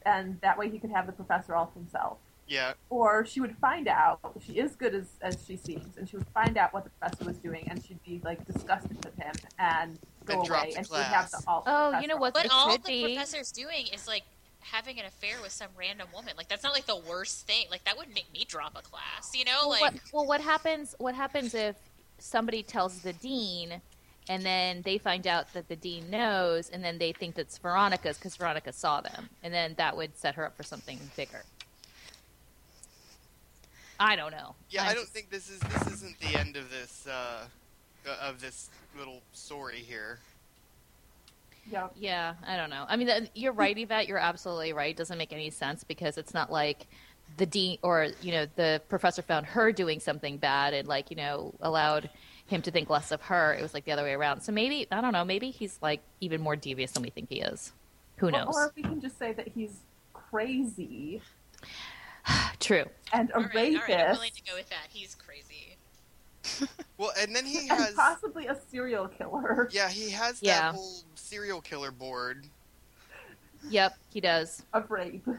[SPEAKER 4] and that way he could have the professor all to himself,
[SPEAKER 3] Yeah.
[SPEAKER 4] or she would find out she is good as, as she seems, and she would find out what the professor was doing, and she'd be like disgusted with him and go
[SPEAKER 3] And drop
[SPEAKER 4] away,
[SPEAKER 3] the
[SPEAKER 4] and she would have the
[SPEAKER 3] class.
[SPEAKER 4] all.
[SPEAKER 2] Oh, you know what?
[SPEAKER 5] But
[SPEAKER 2] it
[SPEAKER 5] all
[SPEAKER 2] could
[SPEAKER 5] the
[SPEAKER 2] be.
[SPEAKER 5] professor's doing is like having an affair with some random woman. Like that's not like the worst thing. Like that would make me drop a class, you know? Like
[SPEAKER 2] what, well, what happens? What happens if somebody tells the dean, and then they find out that the dean knows, and then they think that's Veronica's because Veronica saw them, and then that would set her up for something bigger. I don't know.
[SPEAKER 3] Yeah,
[SPEAKER 2] I'm
[SPEAKER 3] I don't
[SPEAKER 2] just-
[SPEAKER 3] think this is this isn't the end of this uh, uh, of this little story here.
[SPEAKER 4] Yeah.
[SPEAKER 2] Yeah, I don't know. I mean, th- you're right, Yvette. You're absolutely right. It doesn't make any sense because it's not like the dean or you know the professor found her doing something bad and like you know allowed him to think less of her. It was like the other way around. So maybe I don't know. Maybe he's like even more devious than we think he is. Who
[SPEAKER 4] Or-
[SPEAKER 2] knows?
[SPEAKER 4] Or we can just say that he's crazy
[SPEAKER 2] True.
[SPEAKER 4] and a
[SPEAKER 5] all right, all
[SPEAKER 4] rapist
[SPEAKER 5] right, I'm willing to go with that. He's crazy.
[SPEAKER 3] Well, and then [laughs] he
[SPEAKER 4] and
[SPEAKER 3] has
[SPEAKER 4] possibly a serial killer.
[SPEAKER 3] yeah he has that
[SPEAKER 2] Yeah.
[SPEAKER 3] whole serial killer board.
[SPEAKER 2] Yep, he [laughs] does.
[SPEAKER 4] Of rape. [laughs]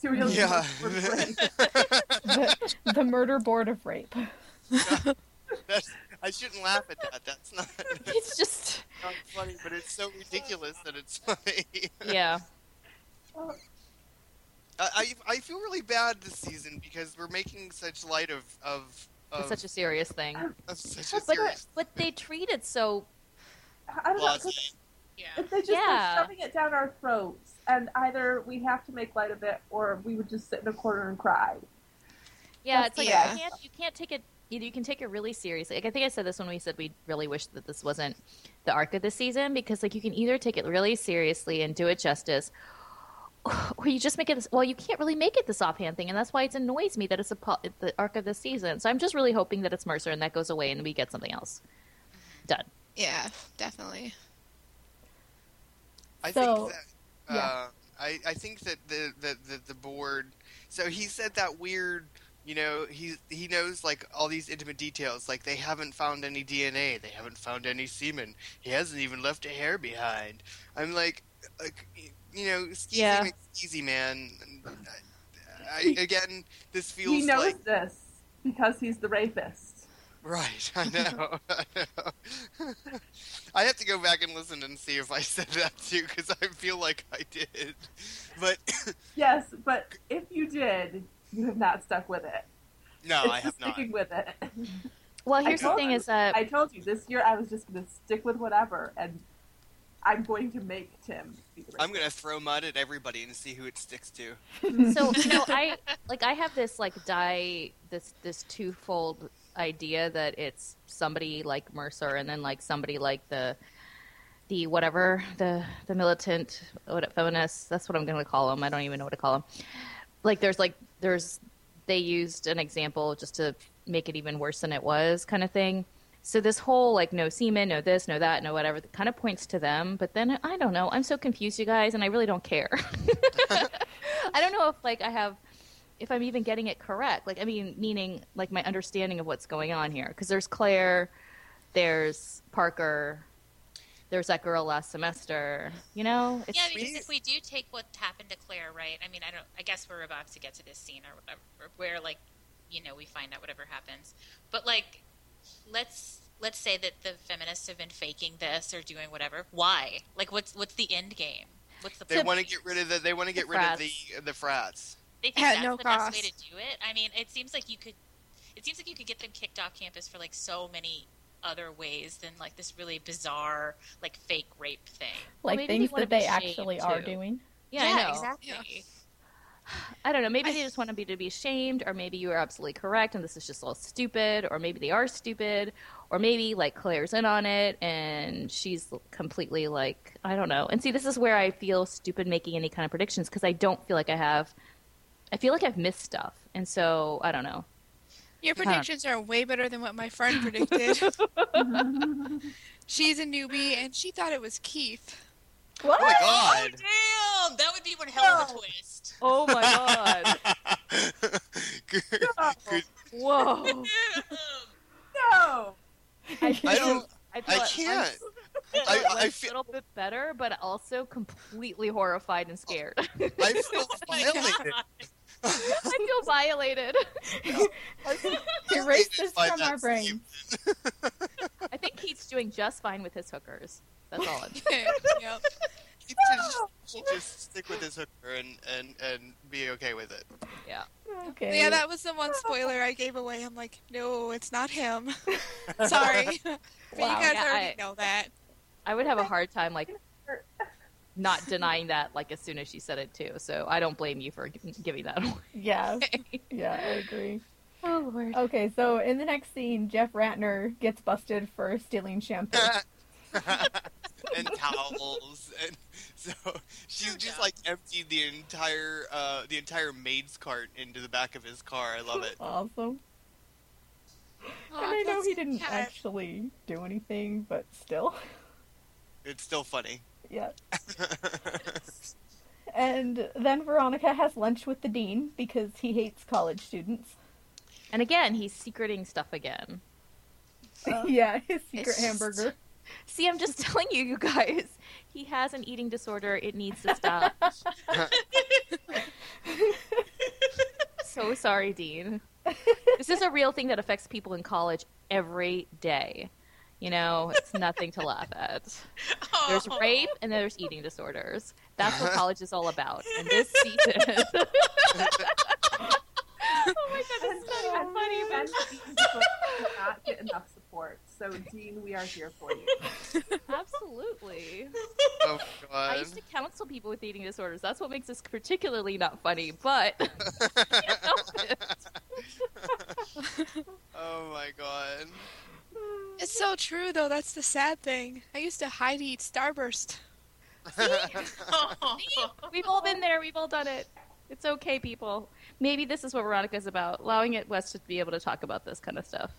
[SPEAKER 4] Serial
[SPEAKER 3] Yeah.
[SPEAKER 4] killer
[SPEAKER 3] [laughs]
[SPEAKER 4] of rape.
[SPEAKER 2] [laughs]
[SPEAKER 1] The, the murder board of rape.
[SPEAKER 3] That's, [laughs] I shouldn't laugh at that. That's not, [laughs] that's
[SPEAKER 2] It's just
[SPEAKER 3] not funny, but it's so ridiculous that it's [laughs] funny.
[SPEAKER 2] yeah.
[SPEAKER 3] I, I I feel really bad this season because we're making such light of of, of
[SPEAKER 2] It's such a serious thing.
[SPEAKER 3] of such Um, a
[SPEAKER 2] But, uh,
[SPEAKER 3] serious
[SPEAKER 2] but they treat it so
[SPEAKER 4] I don't know. 'cause
[SPEAKER 3] plot.
[SPEAKER 5] Yeah.
[SPEAKER 4] If they just
[SPEAKER 2] Yeah.
[SPEAKER 4] were shoving it down our throats, and either we have to make light of it, or we would just sit in a corner and cry.
[SPEAKER 2] Yeah,
[SPEAKER 4] That's
[SPEAKER 2] it's like
[SPEAKER 4] the
[SPEAKER 2] you
[SPEAKER 6] idea.
[SPEAKER 2] can't you can't take it. You you can take it really seriously. Like I think I said this when we said we really wish that this wasn't the arc of the season because like you can either take it really seriously and do it justice, or you just make it. Well, you can't really make it this offhand thing, and that's why it annoys me that it's a po- the arc of the season. So I'm just really hoping that it's Mercer and that goes away and we get something else done.
[SPEAKER 6] Yeah, definitely.
[SPEAKER 3] I
[SPEAKER 1] So,
[SPEAKER 3] think that
[SPEAKER 1] yeah.
[SPEAKER 3] uh, I, I think that the, the, the, the board. So he said that weird. You know, he he knows like all these intimate details. Like they haven't found any DNA. They haven't found any semen. He hasn't even left a hair behind. I'm like, like you know, skeezy
[SPEAKER 2] Yeah.
[SPEAKER 3] makes easy man. uh, I, I, again, this feels
[SPEAKER 4] he knows
[SPEAKER 3] like
[SPEAKER 4] this. because he's the rapist.
[SPEAKER 3] Right, I know. [laughs] I know. I have to go back and listen and see if I said that too, because I feel like I did. But [coughs]
[SPEAKER 4] Yes, but if you did, you have not stuck with it.
[SPEAKER 3] no,
[SPEAKER 4] it's
[SPEAKER 3] I have
[SPEAKER 4] just
[SPEAKER 3] not.
[SPEAKER 4] sticking with it.
[SPEAKER 2] Well,
[SPEAKER 4] I
[SPEAKER 2] here's the
[SPEAKER 4] told
[SPEAKER 2] thing:
[SPEAKER 4] you.
[SPEAKER 2] is that
[SPEAKER 4] I told you this year I was just going to stick with whatever, and I'm going to make Tim. Be the
[SPEAKER 3] I'm
[SPEAKER 4] rapist.
[SPEAKER 3] gonna throw mud at everybody and see who it sticks to.
[SPEAKER 2] so you know i like i have this like die this this twofold idea that it's somebody like mercer and then like somebody like the the whatever the the militant what, feminist that's what i'm going to call them i don't even know what to call them like there's like there's they used an example just to make it even worse than it was kind of thing so this whole like no semen no this no that no whatever kind of points to them but then i don't know i'm so confused you guys and i really don't care I don't know if like I have if I'm even getting it correct. Like I mean, meaning like my understanding of what's going on here because there's Claire, there's Parker, there's that girl last semester. You know, it's,
[SPEAKER 5] yeah, because
[SPEAKER 3] we-
[SPEAKER 5] if we do take what happened to Claire, right? I mean, I don't. I guess we're about to get to this scene or whatever, where like, you know, we find out whatever happens. But like, let's let's say that the feminists have been faking this or doing whatever. Why? Like, what's what's the end game? What's the
[SPEAKER 3] They
[SPEAKER 5] point?
[SPEAKER 3] want to get rid of the. They want to get rid of the the frats.
[SPEAKER 5] They think
[SPEAKER 6] At
[SPEAKER 5] that's
[SPEAKER 6] no
[SPEAKER 5] the best way
[SPEAKER 6] cost.
[SPEAKER 5] to do it. I mean, it seems like you could. It seems like you could get them kicked off campus for like so many other ways than like this really bizarre like fake rape thing.
[SPEAKER 2] Well,
[SPEAKER 1] Like
[SPEAKER 2] maybe they
[SPEAKER 1] things
[SPEAKER 2] wanna
[SPEAKER 1] that they
[SPEAKER 2] be shamed,
[SPEAKER 1] actually are
[SPEAKER 2] too.
[SPEAKER 1] doing.
[SPEAKER 2] yeah, I know.
[SPEAKER 5] exactly.
[SPEAKER 2] I don't know. Maybe
[SPEAKER 6] I-
[SPEAKER 2] they just want to be to be shamed, or maybe you are absolutely correct, and this is just all stupid, or maybe they are stupid, or maybe like Claire's in on it, and she's completely like I don't know. And see, this is where I feel stupid making any kind of predictions because I don't feel like I have. I feel like I've missed stuff, and so I
[SPEAKER 3] [laughs]
[SPEAKER 2] don't know.
[SPEAKER 6] Your
[SPEAKER 2] Huh.
[SPEAKER 6] predictions are way better than what my friend predicted.
[SPEAKER 4] [laughs]
[SPEAKER 6] She's a newbie and she thought it was Keith. [laughs]
[SPEAKER 1] What?
[SPEAKER 3] Oh my
[SPEAKER 5] Oh
[SPEAKER 3] god!
[SPEAKER 5] damn! That would be one hell of a
[SPEAKER 2] [laughs]
[SPEAKER 5] twist.
[SPEAKER 2] Oh my god!
[SPEAKER 3] [laughs] Good- good-
[SPEAKER 2] Whoa! Oh.
[SPEAKER 4] No.
[SPEAKER 1] [laughs]
[SPEAKER 2] I, feel,
[SPEAKER 3] I [laughs] don't. I
[SPEAKER 2] like
[SPEAKER 3] can't.
[SPEAKER 2] I'm
[SPEAKER 3] I- I
[SPEAKER 2] like
[SPEAKER 3] feel-
[SPEAKER 2] a little bit better, but also completely horrified and scared. [laughs]
[SPEAKER 3] I feel violated.
[SPEAKER 5] God.
[SPEAKER 2] I
[SPEAKER 3] [laughs]
[SPEAKER 2] feel violated.
[SPEAKER 1] Erase this
[SPEAKER 3] By
[SPEAKER 1] from
[SPEAKER 3] that
[SPEAKER 1] our brains.
[SPEAKER 3] statement.
[SPEAKER 2] I think he's doing just fine with his hookers. That's all. [laughs] It,
[SPEAKER 6] Yep.
[SPEAKER 3] He should just- should just stick with his hooker and, and, and be okay with it.
[SPEAKER 2] yeah.
[SPEAKER 1] Okay.
[SPEAKER 6] Yeah, that was the one spoiler I gave away. I'm like, no, it's not him. [laughs] Sorry. [laughs] but
[SPEAKER 1] Wow.
[SPEAKER 6] you guys
[SPEAKER 2] Yeah,
[SPEAKER 6] already
[SPEAKER 2] I-
[SPEAKER 6] know that.
[SPEAKER 2] I would have a hard time like not denying that like as soon as she said it too. So I don't blame you for gi- giving that away.
[SPEAKER 1] yeah. Yeah, I agree.
[SPEAKER 2] [laughs] Oh lord.
[SPEAKER 1] Okay, so in the next scene, Jeff Ratner gets busted for stealing shampoo.
[SPEAKER 3] [laughs] and towels, and so she's just like emptied the entire uh, the entire maid's cart into the back of his car. I love it.
[SPEAKER 1] awesome. and
[SPEAKER 6] Aw,
[SPEAKER 1] I know
[SPEAKER 6] that's-
[SPEAKER 1] he
[SPEAKER 6] [laughs]
[SPEAKER 1] didn't
[SPEAKER 6] yeah.
[SPEAKER 1] actually do anything, but still. [laughs]
[SPEAKER 3] It's still funny.
[SPEAKER 1] Yeah.
[SPEAKER 6] [laughs]
[SPEAKER 1] And then Veronica has lunch with the dean because he hates college students.
[SPEAKER 2] And again, he's secreting stuff again.
[SPEAKER 1] [laughs] yeah, his secret
[SPEAKER 6] Oh. it's just- [laughs]
[SPEAKER 1] hamburger. [laughs]
[SPEAKER 2] See, I'm just [laughs] telling you, you guys. He has an eating disorder. It needs to [laughs] stop. so sorry, Dean. This is a real thing that affects people in college every day. You know, it's nothing to laugh at. There's
[SPEAKER 5] [laughs] Oh.
[SPEAKER 2] rape and there's eating disorders. That's what college is all about. And this
[SPEAKER 5] [laughs]
[SPEAKER 2] season. [laughs] oh my god, this is not even funny, but
[SPEAKER 4] And Dean's book did not get enough support. So Dean, we are here for you.
[SPEAKER 2] absolutely.
[SPEAKER 3] Oh
[SPEAKER 2] [laughs]
[SPEAKER 5] Um,
[SPEAKER 2] I
[SPEAKER 3] god.
[SPEAKER 2] used to counsel people with eating disorders. That's what makes this particularly not funny, but
[SPEAKER 5] [laughs]
[SPEAKER 2] you know,
[SPEAKER 3] Oh my god.
[SPEAKER 6] It's so true, though. That's the sad thing. I used to hide eat Starburst.
[SPEAKER 2] we've all been there. We've all done it. It's okay, people. Maybe this is what Veronica's about, allowing it West to be able to talk about this kind of stuff.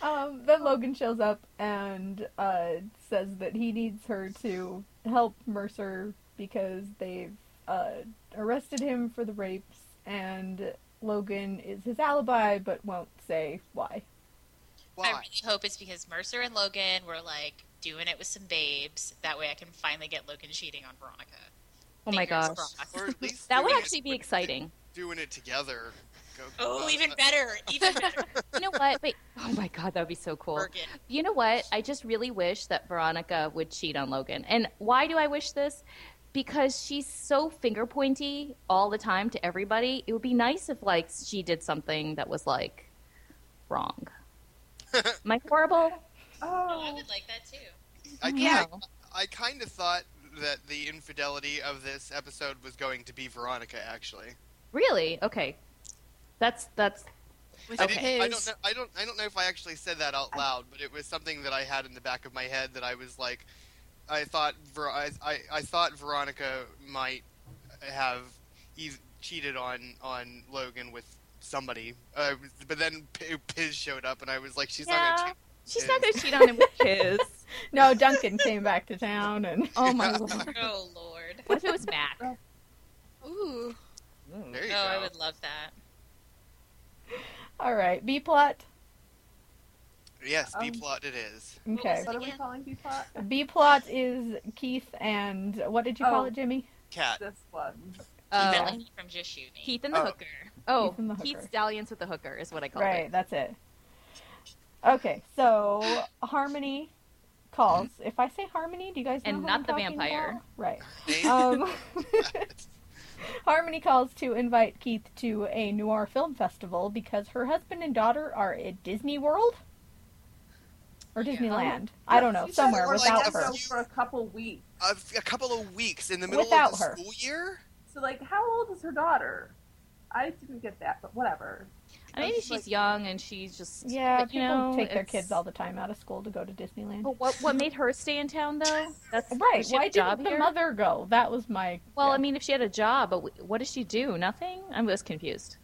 [SPEAKER 1] Um, then Logan shows up and uh, says that he needs her to help Mercer because they've uh, arrested him for the rapes, and Logan is his alibi but won't say why.
[SPEAKER 3] [laughs] Why?
[SPEAKER 5] I really hope it's because Mercer and Logan were like doing it with some babes. That way, I can finally get Logan cheating on Veronica.
[SPEAKER 2] Oh my
[SPEAKER 5] Fingers
[SPEAKER 2] gosh,
[SPEAKER 5] crossed.
[SPEAKER 3] Or at least
[SPEAKER 2] that would
[SPEAKER 3] doing it
[SPEAKER 2] actually be
[SPEAKER 3] with-
[SPEAKER 2] exciting.
[SPEAKER 3] Doing it together.
[SPEAKER 5] [laughs] Oh,
[SPEAKER 3] [laughs]
[SPEAKER 5] even better. Even better.
[SPEAKER 2] You know what? Wait. Oh my god, that would be so cool.
[SPEAKER 5] Bergen.
[SPEAKER 2] You know what? I just really wish that Veronica would cheat on Logan. And why do I wish this? Because she's so finger pointy all the time to everybody. It would be nice if like she did something that was like wrong. Am I horrible?
[SPEAKER 5] Oh, I
[SPEAKER 4] Oh,
[SPEAKER 5] would like that too.
[SPEAKER 3] [laughs] I,
[SPEAKER 6] Yeah.
[SPEAKER 3] I, I kind of thought that the infidelity of this episode was going to be Veronica. Actually,
[SPEAKER 2] Really? Okay. That's that's
[SPEAKER 6] with
[SPEAKER 3] I
[SPEAKER 2] Okay.
[SPEAKER 3] didn't- I
[SPEAKER 6] his-
[SPEAKER 3] don't know. I don't. I don't know if I actually said that out loud, but it was something that I had in the back of my head that I was like, I thought Ver- I, I, I thought Veronica might have e- cheated on on Logan with somebody, uh, but then P- Piz showed up, and I was like, she's not
[SPEAKER 2] Yeah.
[SPEAKER 3] gonna cheat.
[SPEAKER 2] she's not gonna cheat on him with his.
[SPEAKER 1] No, Duncan came back to town and
[SPEAKER 2] Oh my lord.
[SPEAKER 5] Oh lord.
[SPEAKER 2] What if it was Mac?
[SPEAKER 6] Ooh.
[SPEAKER 3] [laughs] There you
[SPEAKER 5] Oh, I
[SPEAKER 3] go.
[SPEAKER 5] would love that.
[SPEAKER 1] all right, B plot.
[SPEAKER 3] Yes, B
[SPEAKER 4] Um,
[SPEAKER 3] plot it is.
[SPEAKER 5] What
[SPEAKER 1] Okay.
[SPEAKER 5] was
[SPEAKER 4] what are we
[SPEAKER 5] Yeah.
[SPEAKER 4] calling B plot?
[SPEAKER 1] B plot is Keith and what did you call
[SPEAKER 4] Oh.
[SPEAKER 1] it, Jimmy?
[SPEAKER 3] Cat.
[SPEAKER 4] This one.
[SPEAKER 2] Oh,
[SPEAKER 5] Even from Just Shoot Me.
[SPEAKER 2] Keith and the
[SPEAKER 3] Oh.
[SPEAKER 2] hooker. Oh,
[SPEAKER 1] Keith and the hooker.
[SPEAKER 2] Keith's dalliance with the hooker is what I call
[SPEAKER 1] right,
[SPEAKER 2] it.
[SPEAKER 1] that's it. Okay, so Harmony calls.
[SPEAKER 4] Mm-hmm.
[SPEAKER 1] If I say Harmony, do you guys know
[SPEAKER 2] And
[SPEAKER 1] who
[SPEAKER 2] not
[SPEAKER 1] I'm
[SPEAKER 2] the
[SPEAKER 1] talking
[SPEAKER 2] vampire.
[SPEAKER 1] about?
[SPEAKER 4] [laughs]
[SPEAKER 1] Right.
[SPEAKER 3] Name-
[SPEAKER 1] Um, Harmony calls to invite Keith to a noir film festival because her husband and daughter are at Disney World or
[SPEAKER 5] Yeah.
[SPEAKER 1] Disneyland. I don't know,
[SPEAKER 4] She Oh, said
[SPEAKER 1] somewhere
[SPEAKER 4] it was
[SPEAKER 1] without
[SPEAKER 4] like
[SPEAKER 1] her.
[SPEAKER 4] so for a couple weeks.
[SPEAKER 3] [laughs] a, a couple of weeks in the middle
[SPEAKER 1] Without
[SPEAKER 3] of the
[SPEAKER 1] her.
[SPEAKER 3] school year.
[SPEAKER 4] So, like, how old is her daughter? I didn't get that, but whatever.
[SPEAKER 2] I mean,
[SPEAKER 4] It's
[SPEAKER 2] she's
[SPEAKER 4] like-
[SPEAKER 2] young and she's just
[SPEAKER 1] Yeah,
[SPEAKER 2] but, you
[SPEAKER 1] people
[SPEAKER 2] know,
[SPEAKER 1] take their
[SPEAKER 2] it's-
[SPEAKER 1] kids all the time out of school to go to Disneyland.
[SPEAKER 2] But what what made her stay in town though? That's
[SPEAKER 1] Oh, right.
[SPEAKER 2] does she have
[SPEAKER 1] Why
[SPEAKER 2] a
[SPEAKER 1] didn't
[SPEAKER 2] job
[SPEAKER 1] the
[SPEAKER 2] here?
[SPEAKER 1] mother go? That was my
[SPEAKER 2] Well,
[SPEAKER 1] yeah.
[SPEAKER 2] I mean, if she had a job, but w- what does she do? Nothing. I was confused.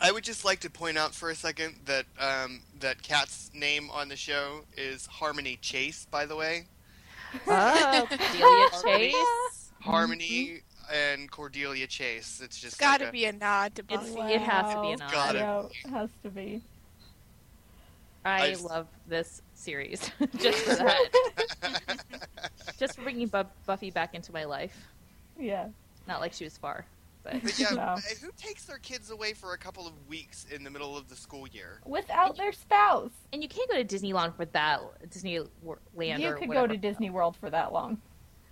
[SPEAKER 3] I would just like to point out for a second that um, that Cat's name on the show is Harmony Chase, by the way.
[SPEAKER 2] [laughs] Oh, [laughs] Delia Chase.
[SPEAKER 3] Harmony and Cordelia Chase. It's just
[SPEAKER 6] It's got to
[SPEAKER 3] like a-
[SPEAKER 6] be a nod to
[SPEAKER 2] It's,
[SPEAKER 6] Buffy.
[SPEAKER 2] It has to be
[SPEAKER 1] Wow.
[SPEAKER 2] an
[SPEAKER 3] Got
[SPEAKER 2] odd.
[SPEAKER 3] it.
[SPEAKER 1] Yeah, it has to be.
[SPEAKER 2] I
[SPEAKER 3] I've-
[SPEAKER 2] love this series [laughs] just for that.
[SPEAKER 3] [laughs]
[SPEAKER 2] just for bringing Bu- Buffy back into my life.
[SPEAKER 1] Yeah.
[SPEAKER 2] Not like she was far, but
[SPEAKER 3] But
[SPEAKER 2] [laughs]
[SPEAKER 3] yeah, uh,
[SPEAKER 1] No.
[SPEAKER 3] who takes their kids away for a couple of weeks in the middle of the school year?
[SPEAKER 1] Without their spouse,
[SPEAKER 2] and you can't go to Disneyland for that Disneyland
[SPEAKER 1] you
[SPEAKER 2] or
[SPEAKER 1] could
[SPEAKER 2] whatever.
[SPEAKER 1] go to Disney World for that long.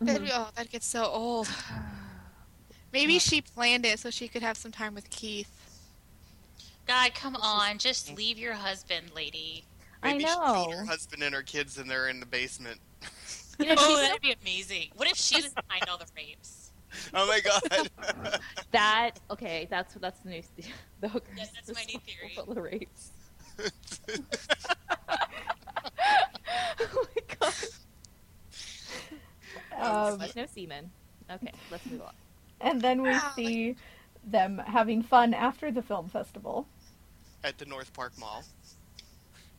[SPEAKER 6] That'd be, oh, that'd get
[SPEAKER 1] [sighs]
[SPEAKER 6] so old. Maybe she planned it so she could have some time with Keith.
[SPEAKER 5] God, come on. Just leave your husband, lady.
[SPEAKER 2] I
[SPEAKER 3] Maybe she told her
[SPEAKER 2] know.
[SPEAKER 3] husband and her kids, and they're in the basement. [laughs]
[SPEAKER 2] You know, she's
[SPEAKER 5] oh,
[SPEAKER 2] so
[SPEAKER 5] that'd be amazing. What if she was behind all the rapes?
[SPEAKER 3] Oh my god!
[SPEAKER 2] [laughs]
[SPEAKER 3] [laughs]
[SPEAKER 2] That okay? That's that's the new [laughs] the hooker.
[SPEAKER 5] Yes, that's my new theory.
[SPEAKER 2] [laughs] The rapes. oh my god!
[SPEAKER 1] Um,
[SPEAKER 2] There's no semen. Okay, let's move on.
[SPEAKER 1] and then we
[SPEAKER 6] Wow.
[SPEAKER 1] see them having fun after the film festival.
[SPEAKER 3] At the North Park Mall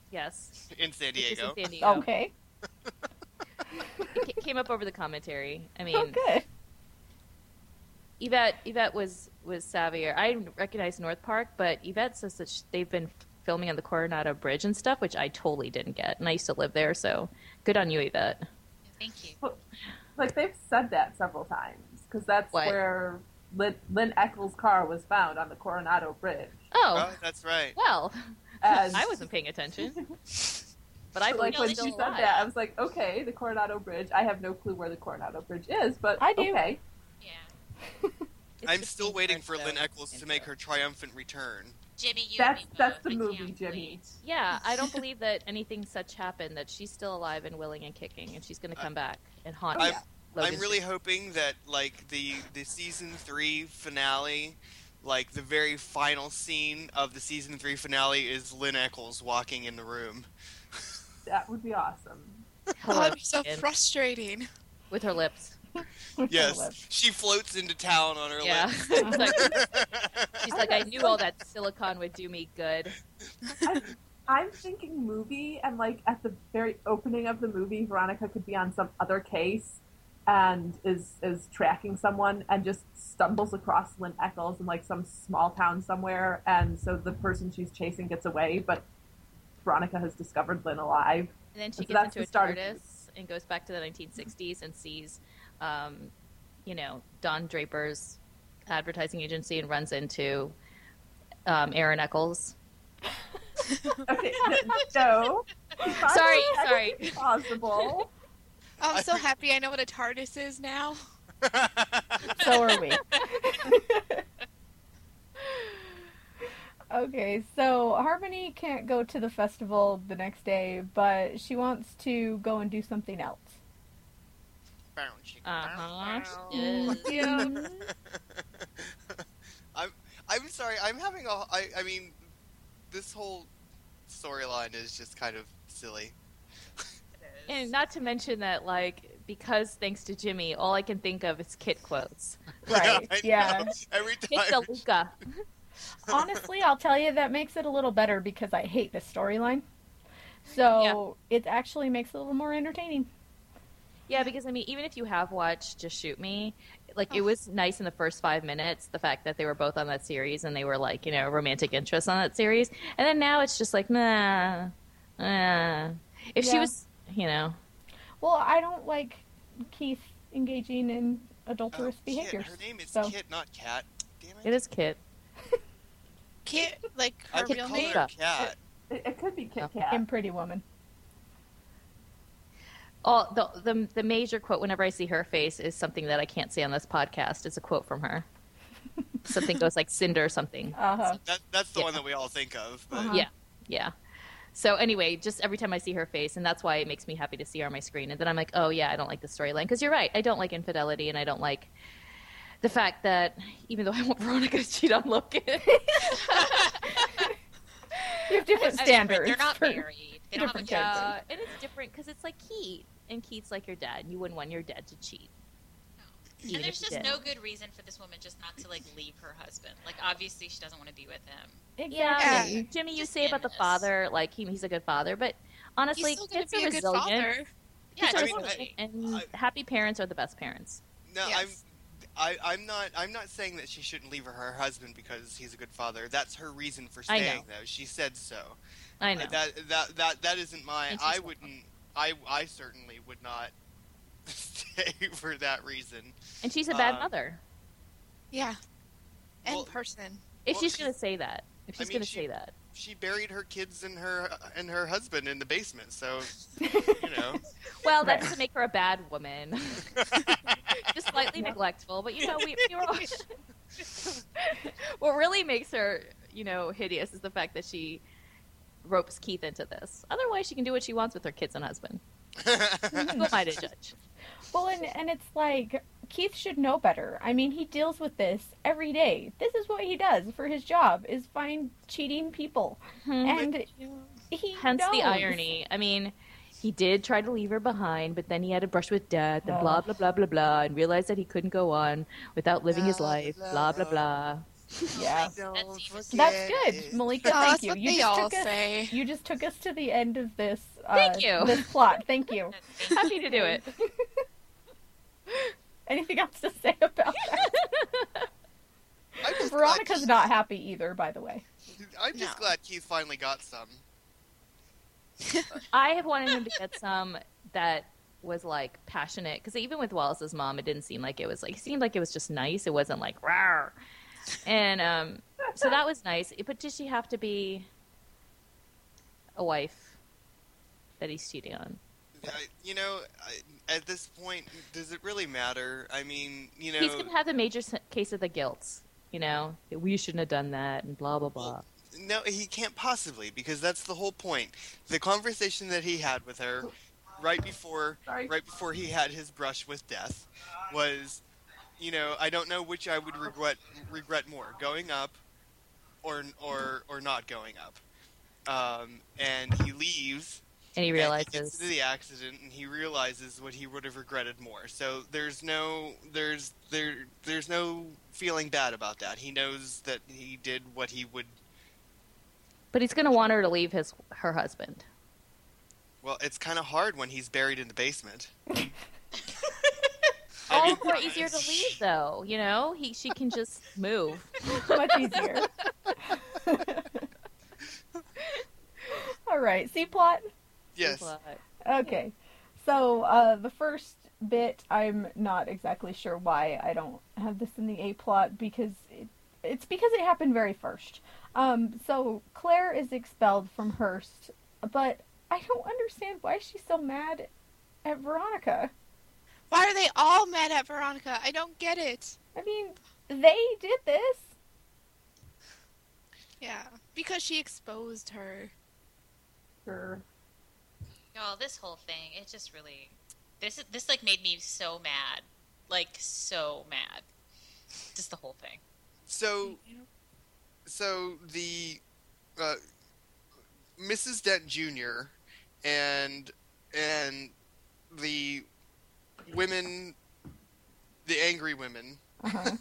[SPEAKER 2] Yes,
[SPEAKER 3] in San
[SPEAKER 2] which is in
[SPEAKER 3] Diego.
[SPEAKER 2] San
[SPEAKER 4] [laughs]
[SPEAKER 2] Diego.
[SPEAKER 1] Okay.
[SPEAKER 2] It ca- came up over the commentary. I mean,
[SPEAKER 1] Oh, good.
[SPEAKER 2] Yvette Yvette was was savvier. I recognize North Park, but Yvette says that sh they've been filming on the Coronado Bridge and stuff, which I totally didn't get. And I used to live there, so good on you, Yvette.
[SPEAKER 5] Thank you.
[SPEAKER 4] [laughs] Like, they've said that several times because that's
[SPEAKER 2] What?
[SPEAKER 4] where Lynn, Lynn Eccles' car was found on the Coronado Bridge.
[SPEAKER 2] Oh,
[SPEAKER 3] Oh, that's right.
[SPEAKER 2] well, [laughs]
[SPEAKER 4] And
[SPEAKER 2] I wasn't paying
[SPEAKER 4] [laughs]
[SPEAKER 2] attention, but I
[SPEAKER 4] So, [laughs] like
[SPEAKER 2] believe
[SPEAKER 4] when
[SPEAKER 2] it's
[SPEAKER 4] she
[SPEAKER 2] still
[SPEAKER 4] said
[SPEAKER 2] alive.
[SPEAKER 4] that, I was like, okay, the Coronado Bridge. I have no clue where the Coronado Bridge is, but
[SPEAKER 1] I do.
[SPEAKER 4] okay.
[SPEAKER 5] Yeah.
[SPEAKER 2] It's
[SPEAKER 3] I'm
[SPEAKER 2] just
[SPEAKER 3] still
[SPEAKER 2] in
[SPEAKER 3] waiting
[SPEAKER 2] French,
[SPEAKER 3] for
[SPEAKER 2] though.
[SPEAKER 3] Lynn Eccles to make her triumphant return.
[SPEAKER 5] Jimmy, you
[SPEAKER 4] That's-
[SPEAKER 5] and me
[SPEAKER 4] that's
[SPEAKER 5] both.
[SPEAKER 4] the
[SPEAKER 5] I
[SPEAKER 4] movie,
[SPEAKER 5] can't
[SPEAKER 4] Jimmy.
[SPEAKER 5] wait.
[SPEAKER 2] Yeah, I
[SPEAKER 4] [laughs]
[SPEAKER 2] don't believe that anything such happened. That she's still alive and willing and kicking, and she's going to come back and haunt.
[SPEAKER 3] I'm-
[SPEAKER 2] Logan.
[SPEAKER 3] I'm really hoping that like the the season three finale, like the very final scene of the season three finale is Lynn Eccles walking in the room.
[SPEAKER 4] That would be awesome.
[SPEAKER 6] Oh,
[SPEAKER 2] Hello,
[SPEAKER 6] that'd be so
[SPEAKER 2] Logan,
[SPEAKER 6] frustrating.
[SPEAKER 2] with her lips.
[SPEAKER 3] Yes, she floats into town on her
[SPEAKER 2] Yeah,
[SPEAKER 3] lips.
[SPEAKER 2] [laughs] It's like- she's
[SPEAKER 4] I
[SPEAKER 2] like, I
[SPEAKER 4] know.
[SPEAKER 2] knew all that silicone would do me good.
[SPEAKER 4] I'm thinking movie, and like at the very opening of the movie, Veronica could be on some other case and is is tracking someone and just stumbles across Lynn Eccles in like some small town somewhere, and so the person she's chasing gets away, but Veronica has discovered Lynn alive.
[SPEAKER 2] And then she
[SPEAKER 4] So
[SPEAKER 2] gets
[SPEAKER 4] that's
[SPEAKER 2] into
[SPEAKER 4] the
[SPEAKER 2] a
[SPEAKER 4] start of
[SPEAKER 2] TARDIS and goes back to the 1960s and sees, um, you know, Don Draper's advertising agency and runs into um, Aaron Eccles.
[SPEAKER 4] Okay, no. no. If I
[SPEAKER 2] Sorry,
[SPEAKER 4] was
[SPEAKER 2] sorry.
[SPEAKER 4] technically Possible.
[SPEAKER 6] Oh,
[SPEAKER 3] I
[SPEAKER 6] I'm so
[SPEAKER 3] pre-
[SPEAKER 6] happy I know what a TARDIS is now.
[SPEAKER 1] so are we. [laughs] okay, so Harmony can't go to the festival the next day, but she wants to go and do something else.
[SPEAKER 2] Uh-huh.
[SPEAKER 1] [laughs]
[SPEAKER 3] I'm [laughs] I'm sorry. I'm having a. I I mean, this whole storyline is just kind of silly.
[SPEAKER 2] And
[SPEAKER 5] [laughs]
[SPEAKER 2] not to mention that, like, because thanks to Jimmy, all I can think of is kit quotes.
[SPEAKER 1] Right,
[SPEAKER 3] I
[SPEAKER 1] yeah.
[SPEAKER 3] know. Every [laughs]
[SPEAKER 2] Kit
[SPEAKER 3] time.
[SPEAKER 2] DeLuca.
[SPEAKER 1] Honestly, I'll tell you that makes it a little better because I hate this storyline. So it actually makes it a little more entertaining.
[SPEAKER 2] Yeah, because I mean, even if you have watched Just Shoot Me, like it was nice in the first five minutes, the fact that they were both on that series and they were like, you know, romantic interests on that series. And then now it's just like, nah, nah. If she
[SPEAKER 1] Yeah.
[SPEAKER 2] was, you know,
[SPEAKER 1] Well, I don't like Keith engaging in
[SPEAKER 3] Oh,
[SPEAKER 1] adulterous
[SPEAKER 3] Kit.
[SPEAKER 1] behaviors.
[SPEAKER 3] Her name is
[SPEAKER 1] so.
[SPEAKER 3] Kit, not Cat. Damn it!
[SPEAKER 2] it is Kit.
[SPEAKER 6] Kit, like
[SPEAKER 3] I
[SPEAKER 6] her
[SPEAKER 3] could
[SPEAKER 6] real
[SPEAKER 3] call
[SPEAKER 6] name.
[SPEAKER 3] her Cat.
[SPEAKER 4] It, it could be Kit Kat.
[SPEAKER 1] in Pretty Woman.
[SPEAKER 2] All the, the the major quote whenever I see her face is something that I can't say on this podcast. It's a quote from her. something goes like Cinder or something.
[SPEAKER 1] Uh-huh.
[SPEAKER 3] That, that's the
[SPEAKER 2] Yeah.
[SPEAKER 3] one that we all think of. But
[SPEAKER 1] Uh-huh.
[SPEAKER 2] Yeah, yeah. So anyway, just every time I see her face, and that's why it makes me happy to see her on my screen. And then I'm like, oh yeah, I don't like the storyline because you're right. I don't like infidelity, and I don't like the fact that even though I want [laughs] Veronica to cheat on [laughs] Logan,
[SPEAKER 1] You have different standards.
[SPEAKER 5] They're not
[SPEAKER 1] for-
[SPEAKER 5] married.
[SPEAKER 2] [laughs]
[SPEAKER 5] They don't have a
[SPEAKER 1] different characters.
[SPEAKER 5] job.
[SPEAKER 2] uh, and it's different because it's like Keith, and Keith's like your dad. You wouldn't want your dad to cheat. Even
[SPEAKER 5] And there's
[SPEAKER 2] if
[SPEAKER 5] just
[SPEAKER 2] he did.
[SPEAKER 5] no good reason for this woman just not to like leave her husband. Like obviously she doesn't want to be with him.
[SPEAKER 2] Yeah,
[SPEAKER 1] Exactly.
[SPEAKER 6] Yeah.
[SPEAKER 2] Jimmy, you
[SPEAKER 5] Just
[SPEAKER 2] say about the
[SPEAKER 5] goodness.
[SPEAKER 2] father, like he, he's a good father, but honestly,
[SPEAKER 6] He's still gonna
[SPEAKER 2] kids
[SPEAKER 6] be
[SPEAKER 2] are
[SPEAKER 6] a good
[SPEAKER 2] resilient.
[SPEAKER 6] father.
[SPEAKER 5] Yeah,
[SPEAKER 2] Kids are
[SPEAKER 3] I mean,
[SPEAKER 2] resilient,
[SPEAKER 5] totally.
[SPEAKER 2] and
[SPEAKER 3] I-
[SPEAKER 2] happy parents are the best parents.
[SPEAKER 3] no,
[SPEAKER 5] Yes.
[SPEAKER 3] I'm. I, I'm not. I'm not saying that she shouldn't leave her, her husband because he's a good father. That's her reason for
[SPEAKER 2] I know.
[SPEAKER 3] staying, though. She said so.
[SPEAKER 2] I know.
[SPEAKER 3] That that that that isn't my.
[SPEAKER 2] And she's
[SPEAKER 3] I
[SPEAKER 2] not.
[SPEAKER 3] wouldn't. I I certainly would not [laughs] stay for that reason.
[SPEAKER 2] And she's a bad
[SPEAKER 3] Uh,
[SPEAKER 2] mother.
[SPEAKER 6] Yeah. And
[SPEAKER 3] Well-
[SPEAKER 6] person.
[SPEAKER 2] If
[SPEAKER 3] well,
[SPEAKER 2] she's
[SPEAKER 3] she-
[SPEAKER 2] going to say that, if
[SPEAKER 3] I
[SPEAKER 2] she's
[SPEAKER 3] mean,
[SPEAKER 2] going to
[SPEAKER 3] she- [laughs]
[SPEAKER 2] say that,
[SPEAKER 3] She buried her kids and her and her husband in the basement. So you know. [laughs]
[SPEAKER 2] well, that
[SPEAKER 1] Right.
[SPEAKER 2] doesn't make her a bad woman. [laughs] Just slightly neglectful, but you know, we,
[SPEAKER 3] [laughs]
[SPEAKER 2] we were all. [laughs] what really makes her, you know, hideous is the fact that she ropes Keith into this. Otherwise, she can do what she wants with her kids
[SPEAKER 3] [laughs]
[SPEAKER 2] and husband. Who am I to judge?
[SPEAKER 1] Well, and, and it's like Keith should know better. I mean, he deals with this every day. This is what he does for his job is find cheating people.
[SPEAKER 2] Mm-hmm.
[SPEAKER 1] And he
[SPEAKER 2] Hmm. Hence the
[SPEAKER 1] knows.
[SPEAKER 2] irony. I mean, he did try to leave her behind, but then he had a brush with death and
[SPEAKER 1] Oh.
[SPEAKER 2] blah, blah, blah, blah, blah, and realized that he couldn't go on without living his
[SPEAKER 3] Blah,
[SPEAKER 2] life,
[SPEAKER 3] blah,
[SPEAKER 2] blah, blah,
[SPEAKER 3] blah.
[SPEAKER 2] blah.
[SPEAKER 1] Yeah.
[SPEAKER 5] That seems-
[SPEAKER 1] That's good, Malika.
[SPEAKER 6] Oh,
[SPEAKER 1] [laughs] thank
[SPEAKER 6] that's
[SPEAKER 1] you.
[SPEAKER 6] what
[SPEAKER 1] You
[SPEAKER 6] they
[SPEAKER 1] just
[SPEAKER 6] all
[SPEAKER 1] took us,
[SPEAKER 6] say.
[SPEAKER 1] you just took us to the end of this. Uh,
[SPEAKER 2] Thank you.
[SPEAKER 1] This plot. Thank you.
[SPEAKER 2] Happy to do it.
[SPEAKER 1] Anything else to say about that?
[SPEAKER 3] I'm just,
[SPEAKER 1] Veronica's
[SPEAKER 3] glad,
[SPEAKER 1] not happy either, by the way.
[SPEAKER 3] [laughs] I'm just
[SPEAKER 6] No.
[SPEAKER 3] glad Keith finally got some.
[SPEAKER 2] I have wanted him to get some that was like passionate because even with Wallace's mom, it didn't seem like it was like it seemed like it was just nice. It wasn't like rawr, and um, so that was nice. But did she have to be a wife that he's cheating on?
[SPEAKER 3] I- you know, I, at this point, does it really matter? I mean, you know,
[SPEAKER 2] He's gonna have the major s- case of the guilt, you know, that we shouldn't have done that and blah blah blah.
[SPEAKER 3] no, he can't possibly because that's the whole point. The conversation that he had with her right before,
[SPEAKER 4] Sorry.
[SPEAKER 3] right before he had his brush with death, was, you know, I don't know which I would regret regret more, going up, or or or not going up. Um, and he leaves,
[SPEAKER 2] And he
[SPEAKER 3] and he gets
[SPEAKER 2] realizes
[SPEAKER 3] into the accident and he realizes what he would have regretted more so there's no there's there there's no feeling bad about that he knows that he did what he would
[SPEAKER 2] but he's gonna want her to leave his her husband.
[SPEAKER 3] well it's kind of hard when he's buried in the basement [laughs] I
[SPEAKER 2] All
[SPEAKER 3] mean,
[SPEAKER 2] the more
[SPEAKER 3] [laughs]
[SPEAKER 2] easier to leave though, you know? He she can just move.
[SPEAKER 1] Much easier. [laughs] All right. C plot.
[SPEAKER 3] yes
[SPEAKER 2] But-
[SPEAKER 1] Okay. So uh, the first bit, I'm not exactly sure why I don't have this in the A plot because it, it's because it happened very first. Um, so Claire is expelled from Hearst, but I don't understand why she's so mad at Veronica.
[SPEAKER 6] Why are they all mad at Veronica? I don't get it.
[SPEAKER 1] I mean, they did this.
[SPEAKER 6] Yeah, because she exposed her.
[SPEAKER 4] Sure.
[SPEAKER 5] Y'all, this whole thing, it just really this is this like made me so mad. Like so mad. Just the whole thing.
[SPEAKER 3] So, so the uh, Mrs. Dent Jr. and and the women, the angry women,
[SPEAKER 1] Uh-huh.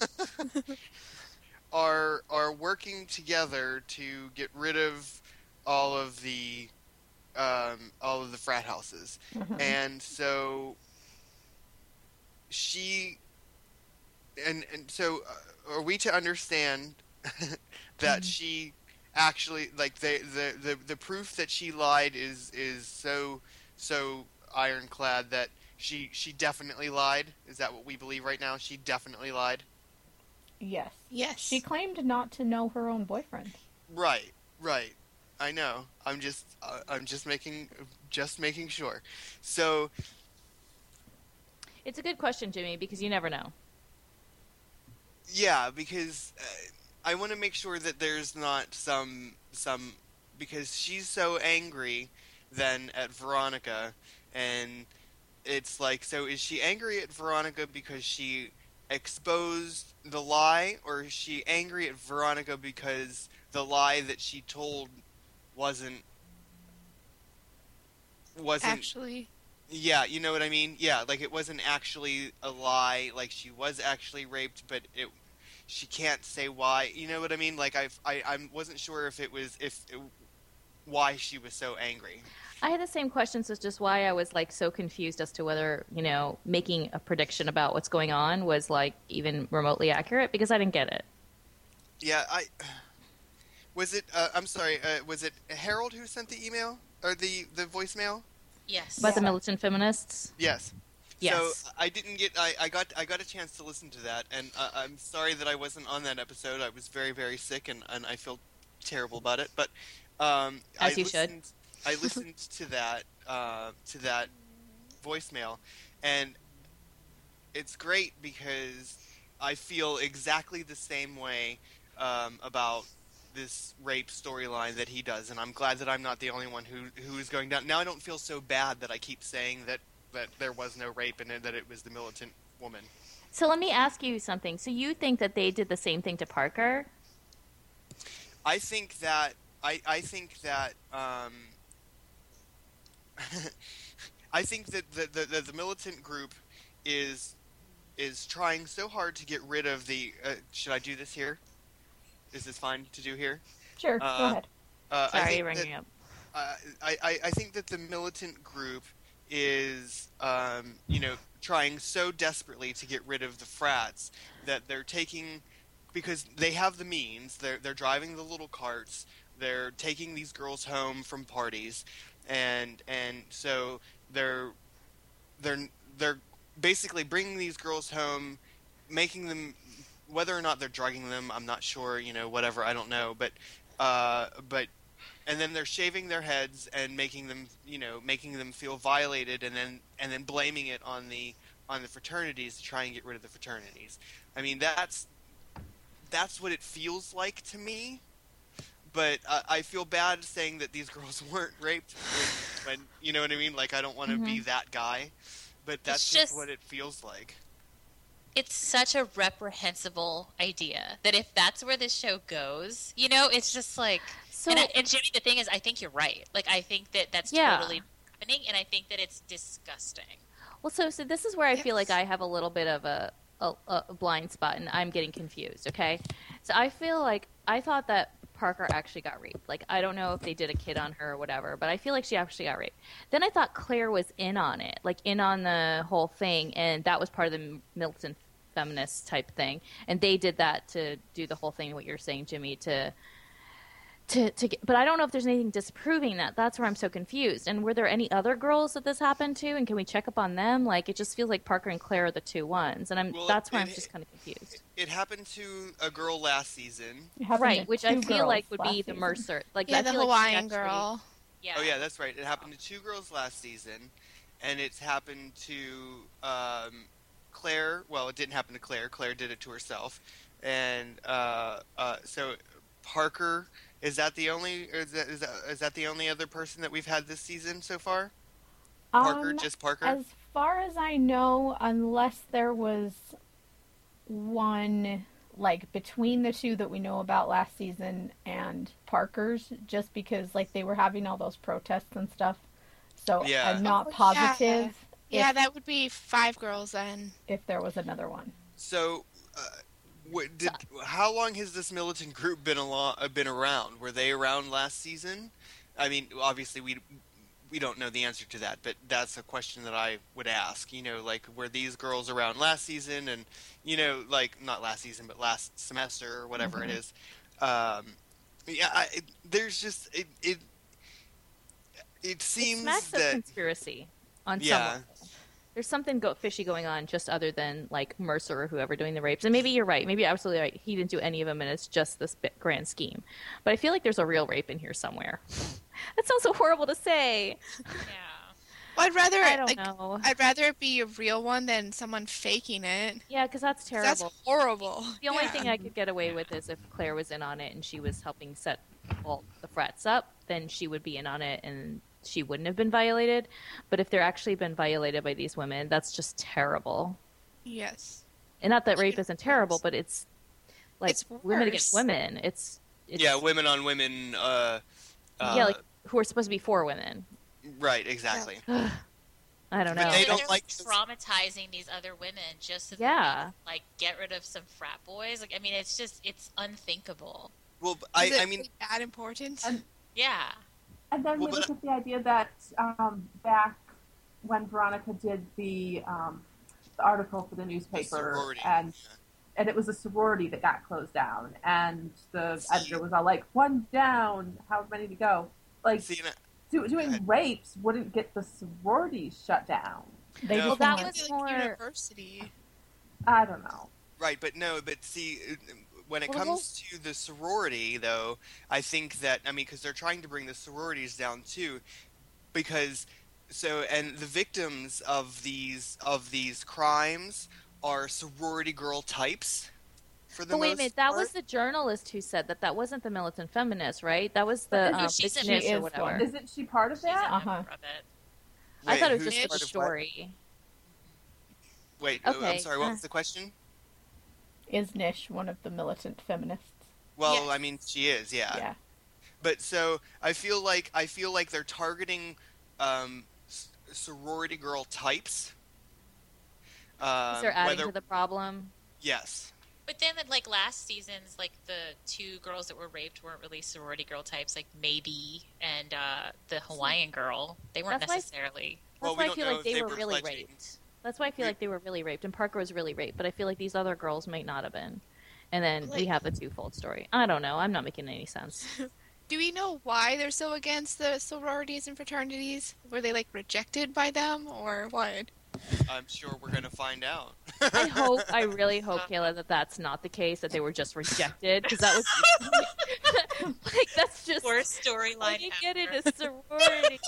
[SPEAKER 3] are are working together to get rid of all of the um, all of the frat houses,
[SPEAKER 1] Uh-huh.
[SPEAKER 3] and so she and and so uh, are we to understand [laughs] that she actually like the, the the the proof that she lied is is so so ironclad that she she definitely lied is that what we believe right now she definitely lied
[SPEAKER 1] [laughs] Yes.
[SPEAKER 6] Yes.
[SPEAKER 1] She claimed not to know her own boyfriend.
[SPEAKER 3] Right, right. I know. I'm just, uh, I'm just making, just making sure. So,
[SPEAKER 2] It's a good question, Jimmy, because you never know.
[SPEAKER 3] yeah, because uh, I want to make sure that there's not some, some, because she's so angry then at Veronica, and it's like, so is she angry at Veronica because she exposed the lie, or is she angry at Veronica because the lie that she told wasn't wasn't
[SPEAKER 6] actually.
[SPEAKER 3] Yeah, you know what I mean? Yeah, like it wasn't actually a lie, like she was actually raped, but it she can't say why. You know what I mean? Like I've, I I wasn't sure if it was if it, why she was so angry.
[SPEAKER 2] I had the same questions, so it's just why I was like so confused as to whether you know making a prediction about what's going on was like even remotely accurate because I didn't get it.
[SPEAKER 3] Yeah, I [sighs] was it uh, I'm sorry, uh, was it Harold who sent the email or the the voicemail?
[SPEAKER 5] Yes.
[SPEAKER 2] About the militant feminists,
[SPEAKER 3] Yes.
[SPEAKER 2] yes,
[SPEAKER 3] So I didn't get I, I got I got a chance to listen to that and uh, I'm sorry that I wasn't on that episode. I was very very sick and, and I feel terrible about it, but um
[SPEAKER 2] As
[SPEAKER 3] I
[SPEAKER 2] you should.
[SPEAKER 3] listened,
[SPEAKER 2] [laughs]
[SPEAKER 3] I listened to that uh, to that voicemail and it's great because I feel exactly the same way um, about this rape storyline that he does, and I'm glad that I'm not the only one who who is going down. Now I don't feel so bad that I keep saying that that there was no rape and that it was the militant woman.
[SPEAKER 2] So let me ask you something. So you think that they did the same thing to Parker?
[SPEAKER 3] I think that I I think that um, [laughs] I think that the, the the the militant group is is trying so hard to get rid of the. Uh, should I do this here? Is this fine to do here?
[SPEAKER 1] Sure, go
[SPEAKER 3] Uh,
[SPEAKER 1] ahead.
[SPEAKER 3] Uh, I
[SPEAKER 2] Sorry,
[SPEAKER 3] think that-
[SPEAKER 2] ringing up.
[SPEAKER 3] I, Uh, I, I think that the militant group is, um, you know, trying so desperately to get rid of the frats that they're taking, because they have the means, they're, they're driving the little carts, they're taking these girls home from parties, and, and so they're, they're, they're basically bringing these girls home, making them, whether or not they're drugging them, I'm not sure, you know, whatever, I don't know, but, uh, but and then they're shaving their heads and making them you know making them feel violated and then and then blaming it on the on the fraternities to try and get rid of the fraternities i mean that's that's what it feels like to me but uh, i feel bad saying that these [laughs] girls weren't raped when, when you know what i mean like i don't want to be that guy but that's just,
[SPEAKER 5] just-
[SPEAKER 3] what it feels like
[SPEAKER 5] It's such a reprehensible idea that if that's where this show goes, you know, it's just like
[SPEAKER 2] So
[SPEAKER 5] and, I, and Jimmy, the thing is, I think you're right. Like, I think that that's
[SPEAKER 2] Yeah.
[SPEAKER 5] totally happening, and I think that it's disgusting.
[SPEAKER 2] Well, so so this is where I feel like
[SPEAKER 6] Yes.
[SPEAKER 2] I have a little bit of a, a a blind spot, and I'm getting confused. Okay, so I feel like I thought that Parker actually got raped. Like I don't know if they did a kid on her or whatever, but I feel like she actually got raped. Then I thought Claire was in on it, like in on the whole thing, and that was part of the Milton feminist type thing, and they did that to do the whole thing. What you're saying, Jimmy, to to, to get, but I don't know if there's anything disproving that. That's where I'm so confused. And were there any other girls that this happened to? And can we check up on them? Like it just feels like Parker and Claire are the two ones, and I'm
[SPEAKER 3] Well,
[SPEAKER 2] that's where
[SPEAKER 3] it-
[SPEAKER 2] I'm just kind of confused.
[SPEAKER 3] It happened to a girl last season.
[SPEAKER 1] It happened
[SPEAKER 2] right,
[SPEAKER 1] to
[SPEAKER 2] which I
[SPEAKER 1] two
[SPEAKER 2] feel like
[SPEAKER 1] girls
[SPEAKER 2] would be
[SPEAKER 1] last
[SPEAKER 2] the
[SPEAKER 1] season.
[SPEAKER 2] Mercer, like
[SPEAKER 6] yeah,
[SPEAKER 2] I
[SPEAKER 6] the
[SPEAKER 2] feel like she
[SPEAKER 6] Hawaiian
[SPEAKER 2] actually-
[SPEAKER 6] girl.
[SPEAKER 5] Yeah.
[SPEAKER 3] Oh yeah, that's right. It happened to two girls last season, and it's happened to um, Claire. Well, it didn't happen to Claire. Claire did it to herself, and uh, uh, so Parker is that the only or is that, is that is that the only other person that we've had this season so far? Parker,
[SPEAKER 1] Um,
[SPEAKER 3] just Parker.
[SPEAKER 1] As far as I know, unless there was one like between the two that we know about last season and Parker's, just because like they were having all those protests and stuff. So
[SPEAKER 3] Yeah.
[SPEAKER 1] I'm not
[SPEAKER 6] Oh, yeah.
[SPEAKER 1] positive
[SPEAKER 6] Yeah,
[SPEAKER 1] if,
[SPEAKER 6] that would be five girls then.
[SPEAKER 1] if there was another one.
[SPEAKER 3] So, uh, wha- did how long has this militant group been along, uh, been around? Were they around last season? I mean, obviously we we don't know the answer to that, but that's a question that I would ask. You know, like were these girls around last season, and you know, like not last season, but last semester or whatever
[SPEAKER 2] Mm-hmm.
[SPEAKER 3] it is. Um, yeah, I, it- there's just it it it
[SPEAKER 2] It
[SPEAKER 3] seems
[SPEAKER 2] smacks of
[SPEAKER 3] that
[SPEAKER 2] conspiracy on
[SPEAKER 3] Yeah.
[SPEAKER 2] some level. There's something go- fishy going on, just other than like Mercer or whoever doing the rapes. And maybe you're right. Maybe you're absolutely right. He didn't do any of them, and it's just this bit grand scheme. But I feel like there's a real rape in here somewhere. [laughs] that sounds so horrible to say.
[SPEAKER 5] Yeah.
[SPEAKER 6] Well, I'd rather
[SPEAKER 2] I don't
[SPEAKER 6] like
[SPEAKER 2] know.
[SPEAKER 6] I'd rather it be a real one than someone faking it.
[SPEAKER 2] Yeah, because that's
[SPEAKER 6] 'Cause
[SPEAKER 2] terrible.
[SPEAKER 6] That's horrible.
[SPEAKER 2] The only
[SPEAKER 6] Yeah.
[SPEAKER 2] thing I could get away with is if Claire was in on it and she was helping set all the frats up, then she would be in on it and she wouldn't have been violated. But if they're actually been violated by these women, that's just terrible.
[SPEAKER 6] [laughs] Yes.
[SPEAKER 2] And not that rape
[SPEAKER 6] It's
[SPEAKER 2] isn't terrible, but it's like
[SPEAKER 6] It's
[SPEAKER 2] women against
[SPEAKER 6] worse.
[SPEAKER 2] women. It's, it's
[SPEAKER 3] yeah, women on women. Uh, uh,
[SPEAKER 2] yeah, like who are supposed to be for women.
[SPEAKER 3] right, exactly.
[SPEAKER 2] I don't
[SPEAKER 3] But
[SPEAKER 2] know.
[SPEAKER 3] they
[SPEAKER 5] They're
[SPEAKER 3] don't
[SPEAKER 5] just
[SPEAKER 3] like-
[SPEAKER 5] traumatizing these other women just so that they
[SPEAKER 2] Yeah.
[SPEAKER 5] can, like get rid of some frat boys. Like I mean, it's just it's unthinkable.
[SPEAKER 3] Well,
[SPEAKER 6] Is
[SPEAKER 3] I,
[SPEAKER 6] it
[SPEAKER 3] I mean,
[SPEAKER 6] that important.
[SPEAKER 4] And-
[SPEAKER 5] Yeah.
[SPEAKER 4] And then
[SPEAKER 3] Well,
[SPEAKER 4] we
[SPEAKER 3] but-
[SPEAKER 4] look at the idea that um, back when Veronica did the um, the article for the
[SPEAKER 3] the
[SPEAKER 4] newspaper,
[SPEAKER 3] sorority.
[SPEAKER 4] and
[SPEAKER 3] yeah.
[SPEAKER 4] and it was a sorority that got closed down, and the
[SPEAKER 3] See.
[SPEAKER 4] editor was all like, "One down, how many to go?" Like
[SPEAKER 3] See, and I-
[SPEAKER 4] do, doing
[SPEAKER 3] ahead.
[SPEAKER 4] rapes wouldn't get the sorority shut down.
[SPEAKER 1] They just
[SPEAKER 3] No.
[SPEAKER 2] Well, that
[SPEAKER 1] wanted-
[SPEAKER 6] It'd
[SPEAKER 2] was
[SPEAKER 6] be like
[SPEAKER 2] more-
[SPEAKER 6] university.
[SPEAKER 4] I don't know.
[SPEAKER 3] right, but no, but see, it- when it
[SPEAKER 2] Well, the whole-
[SPEAKER 3] comes to the sorority, though, I think that I mean, because they're trying to bring the sororities down too, because so and the victims of these of these crimes are sorority girl types. For the
[SPEAKER 2] But wait a
[SPEAKER 3] most
[SPEAKER 2] minute, that
[SPEAKER 3] part.
[SPEAKER 2] was the journalist who said that that wasn't the militant feminist, right? That was the
[SPEAKER 4] No,
[SPEAKER 2] um,
[SPEAKER 5] she said
[SPEAKER 2] bitchiness
[SPEAKER 1] she
[SPEAKER 2] or
[SPEAKER 1] is
[SPEAKER 2] whatever.
[SPEAKER 1] one.
[SPEAKER 4] Isn't she part of
[SPEAKER 5] She's
[SPEAKER 4] that?
[SPEAKER 5] a member
[SPEAKER 1] Uh-huh.
[SPEAKER 5] of it.
[SPEAKER 2] I
[SPEAKER 3] Wait,
[SPEAKER 2] thought it was
[SPEAKER 3] who's
[SPEAKER 2] just
[SPEAKER 6] part
[SPEAKER 2] for
[SPEAKER 3] of
[SPEAKER 2] the
[SPEAKER 3] what?
[SPEAKER 2] story.
[SPEAKER 3] Wait, oh, I'm
[SPEAKER 2] Okay,
[SPEAKER 3] sorry. What
[SPEAKER 2] uh.
[SPEAKER 3] was the question?
[SPEAKER 1] is Nish one of the militant feminists?
[SPEAKER 3] Well,
[SPEAKER 6] Yes.
[SPEAKER 3] I mean, she is,
[SPEAKER 1] Yeah.
[SPEAKER 3] but so I feel like I feel like they're targeting um, s- sorority girl types. Um,
[SPEAKER 2] Is there adding
[SPEAKER 3] whether-
[SPEAKER 2] to the problem?
[SPEAKER 3] yes,
[SPEAKER 5] But then, like last season's, like the two girls that were raped weren't really sorority girl types, like maybe and uh, the Hawaiian girl. They weren't
[SPEAKER 2] That's why-
[SPEAKER 5] necessarily.
[SPEAKER 3] Well,
[SPEAKER 2] That's
[SPEAKER 3] we
[SPEAKER 2] why I
[SPEAKER 3] don't
[SPEAKER 2] feel
[SPEAKER 3] know
[SPEAKER 2] like
[SPEAKER 3] if
[SPEAKER 2] they,
[SPEAKER 3] they
[SPEAKER 2] were
[SPEAKER 3] were
[SPEAKER 2] really
[SPEAKER 3] fledgling.
[SPEAKER 2] raped. That's why I feel
[SPEAKER 3] We-
[SPEAKER 2] like they were really raped, and Parker was really raped. But I feel like these other girls might not have been. And then we
[SPEAKER 6] Like-
[SPEAKER 2] have the twofold story. I don't know. I'm not making any sense.
[SPEAKER 6] Do we know why they're so against the sororities and fraternities? Were they like rejected by them or what?
[SPEAKER 3] I'm sure we're gonna find out. [laughs]
[SPEAKER 2] I hope, I really hope, Kayla, that that's not the case. That they were just rejected because that was
[SPEAKER 3] [laughs]
[SPEAKER 2] [laughs] like that's just
[SPEAKER 5] [laughs] Worst
[SPEAKER 2] when
[SPEAKER 5] storyline
[SPEAKER 2] you
[SPEAKER 5] ever.
[SPEAKER 2] get in a sorority.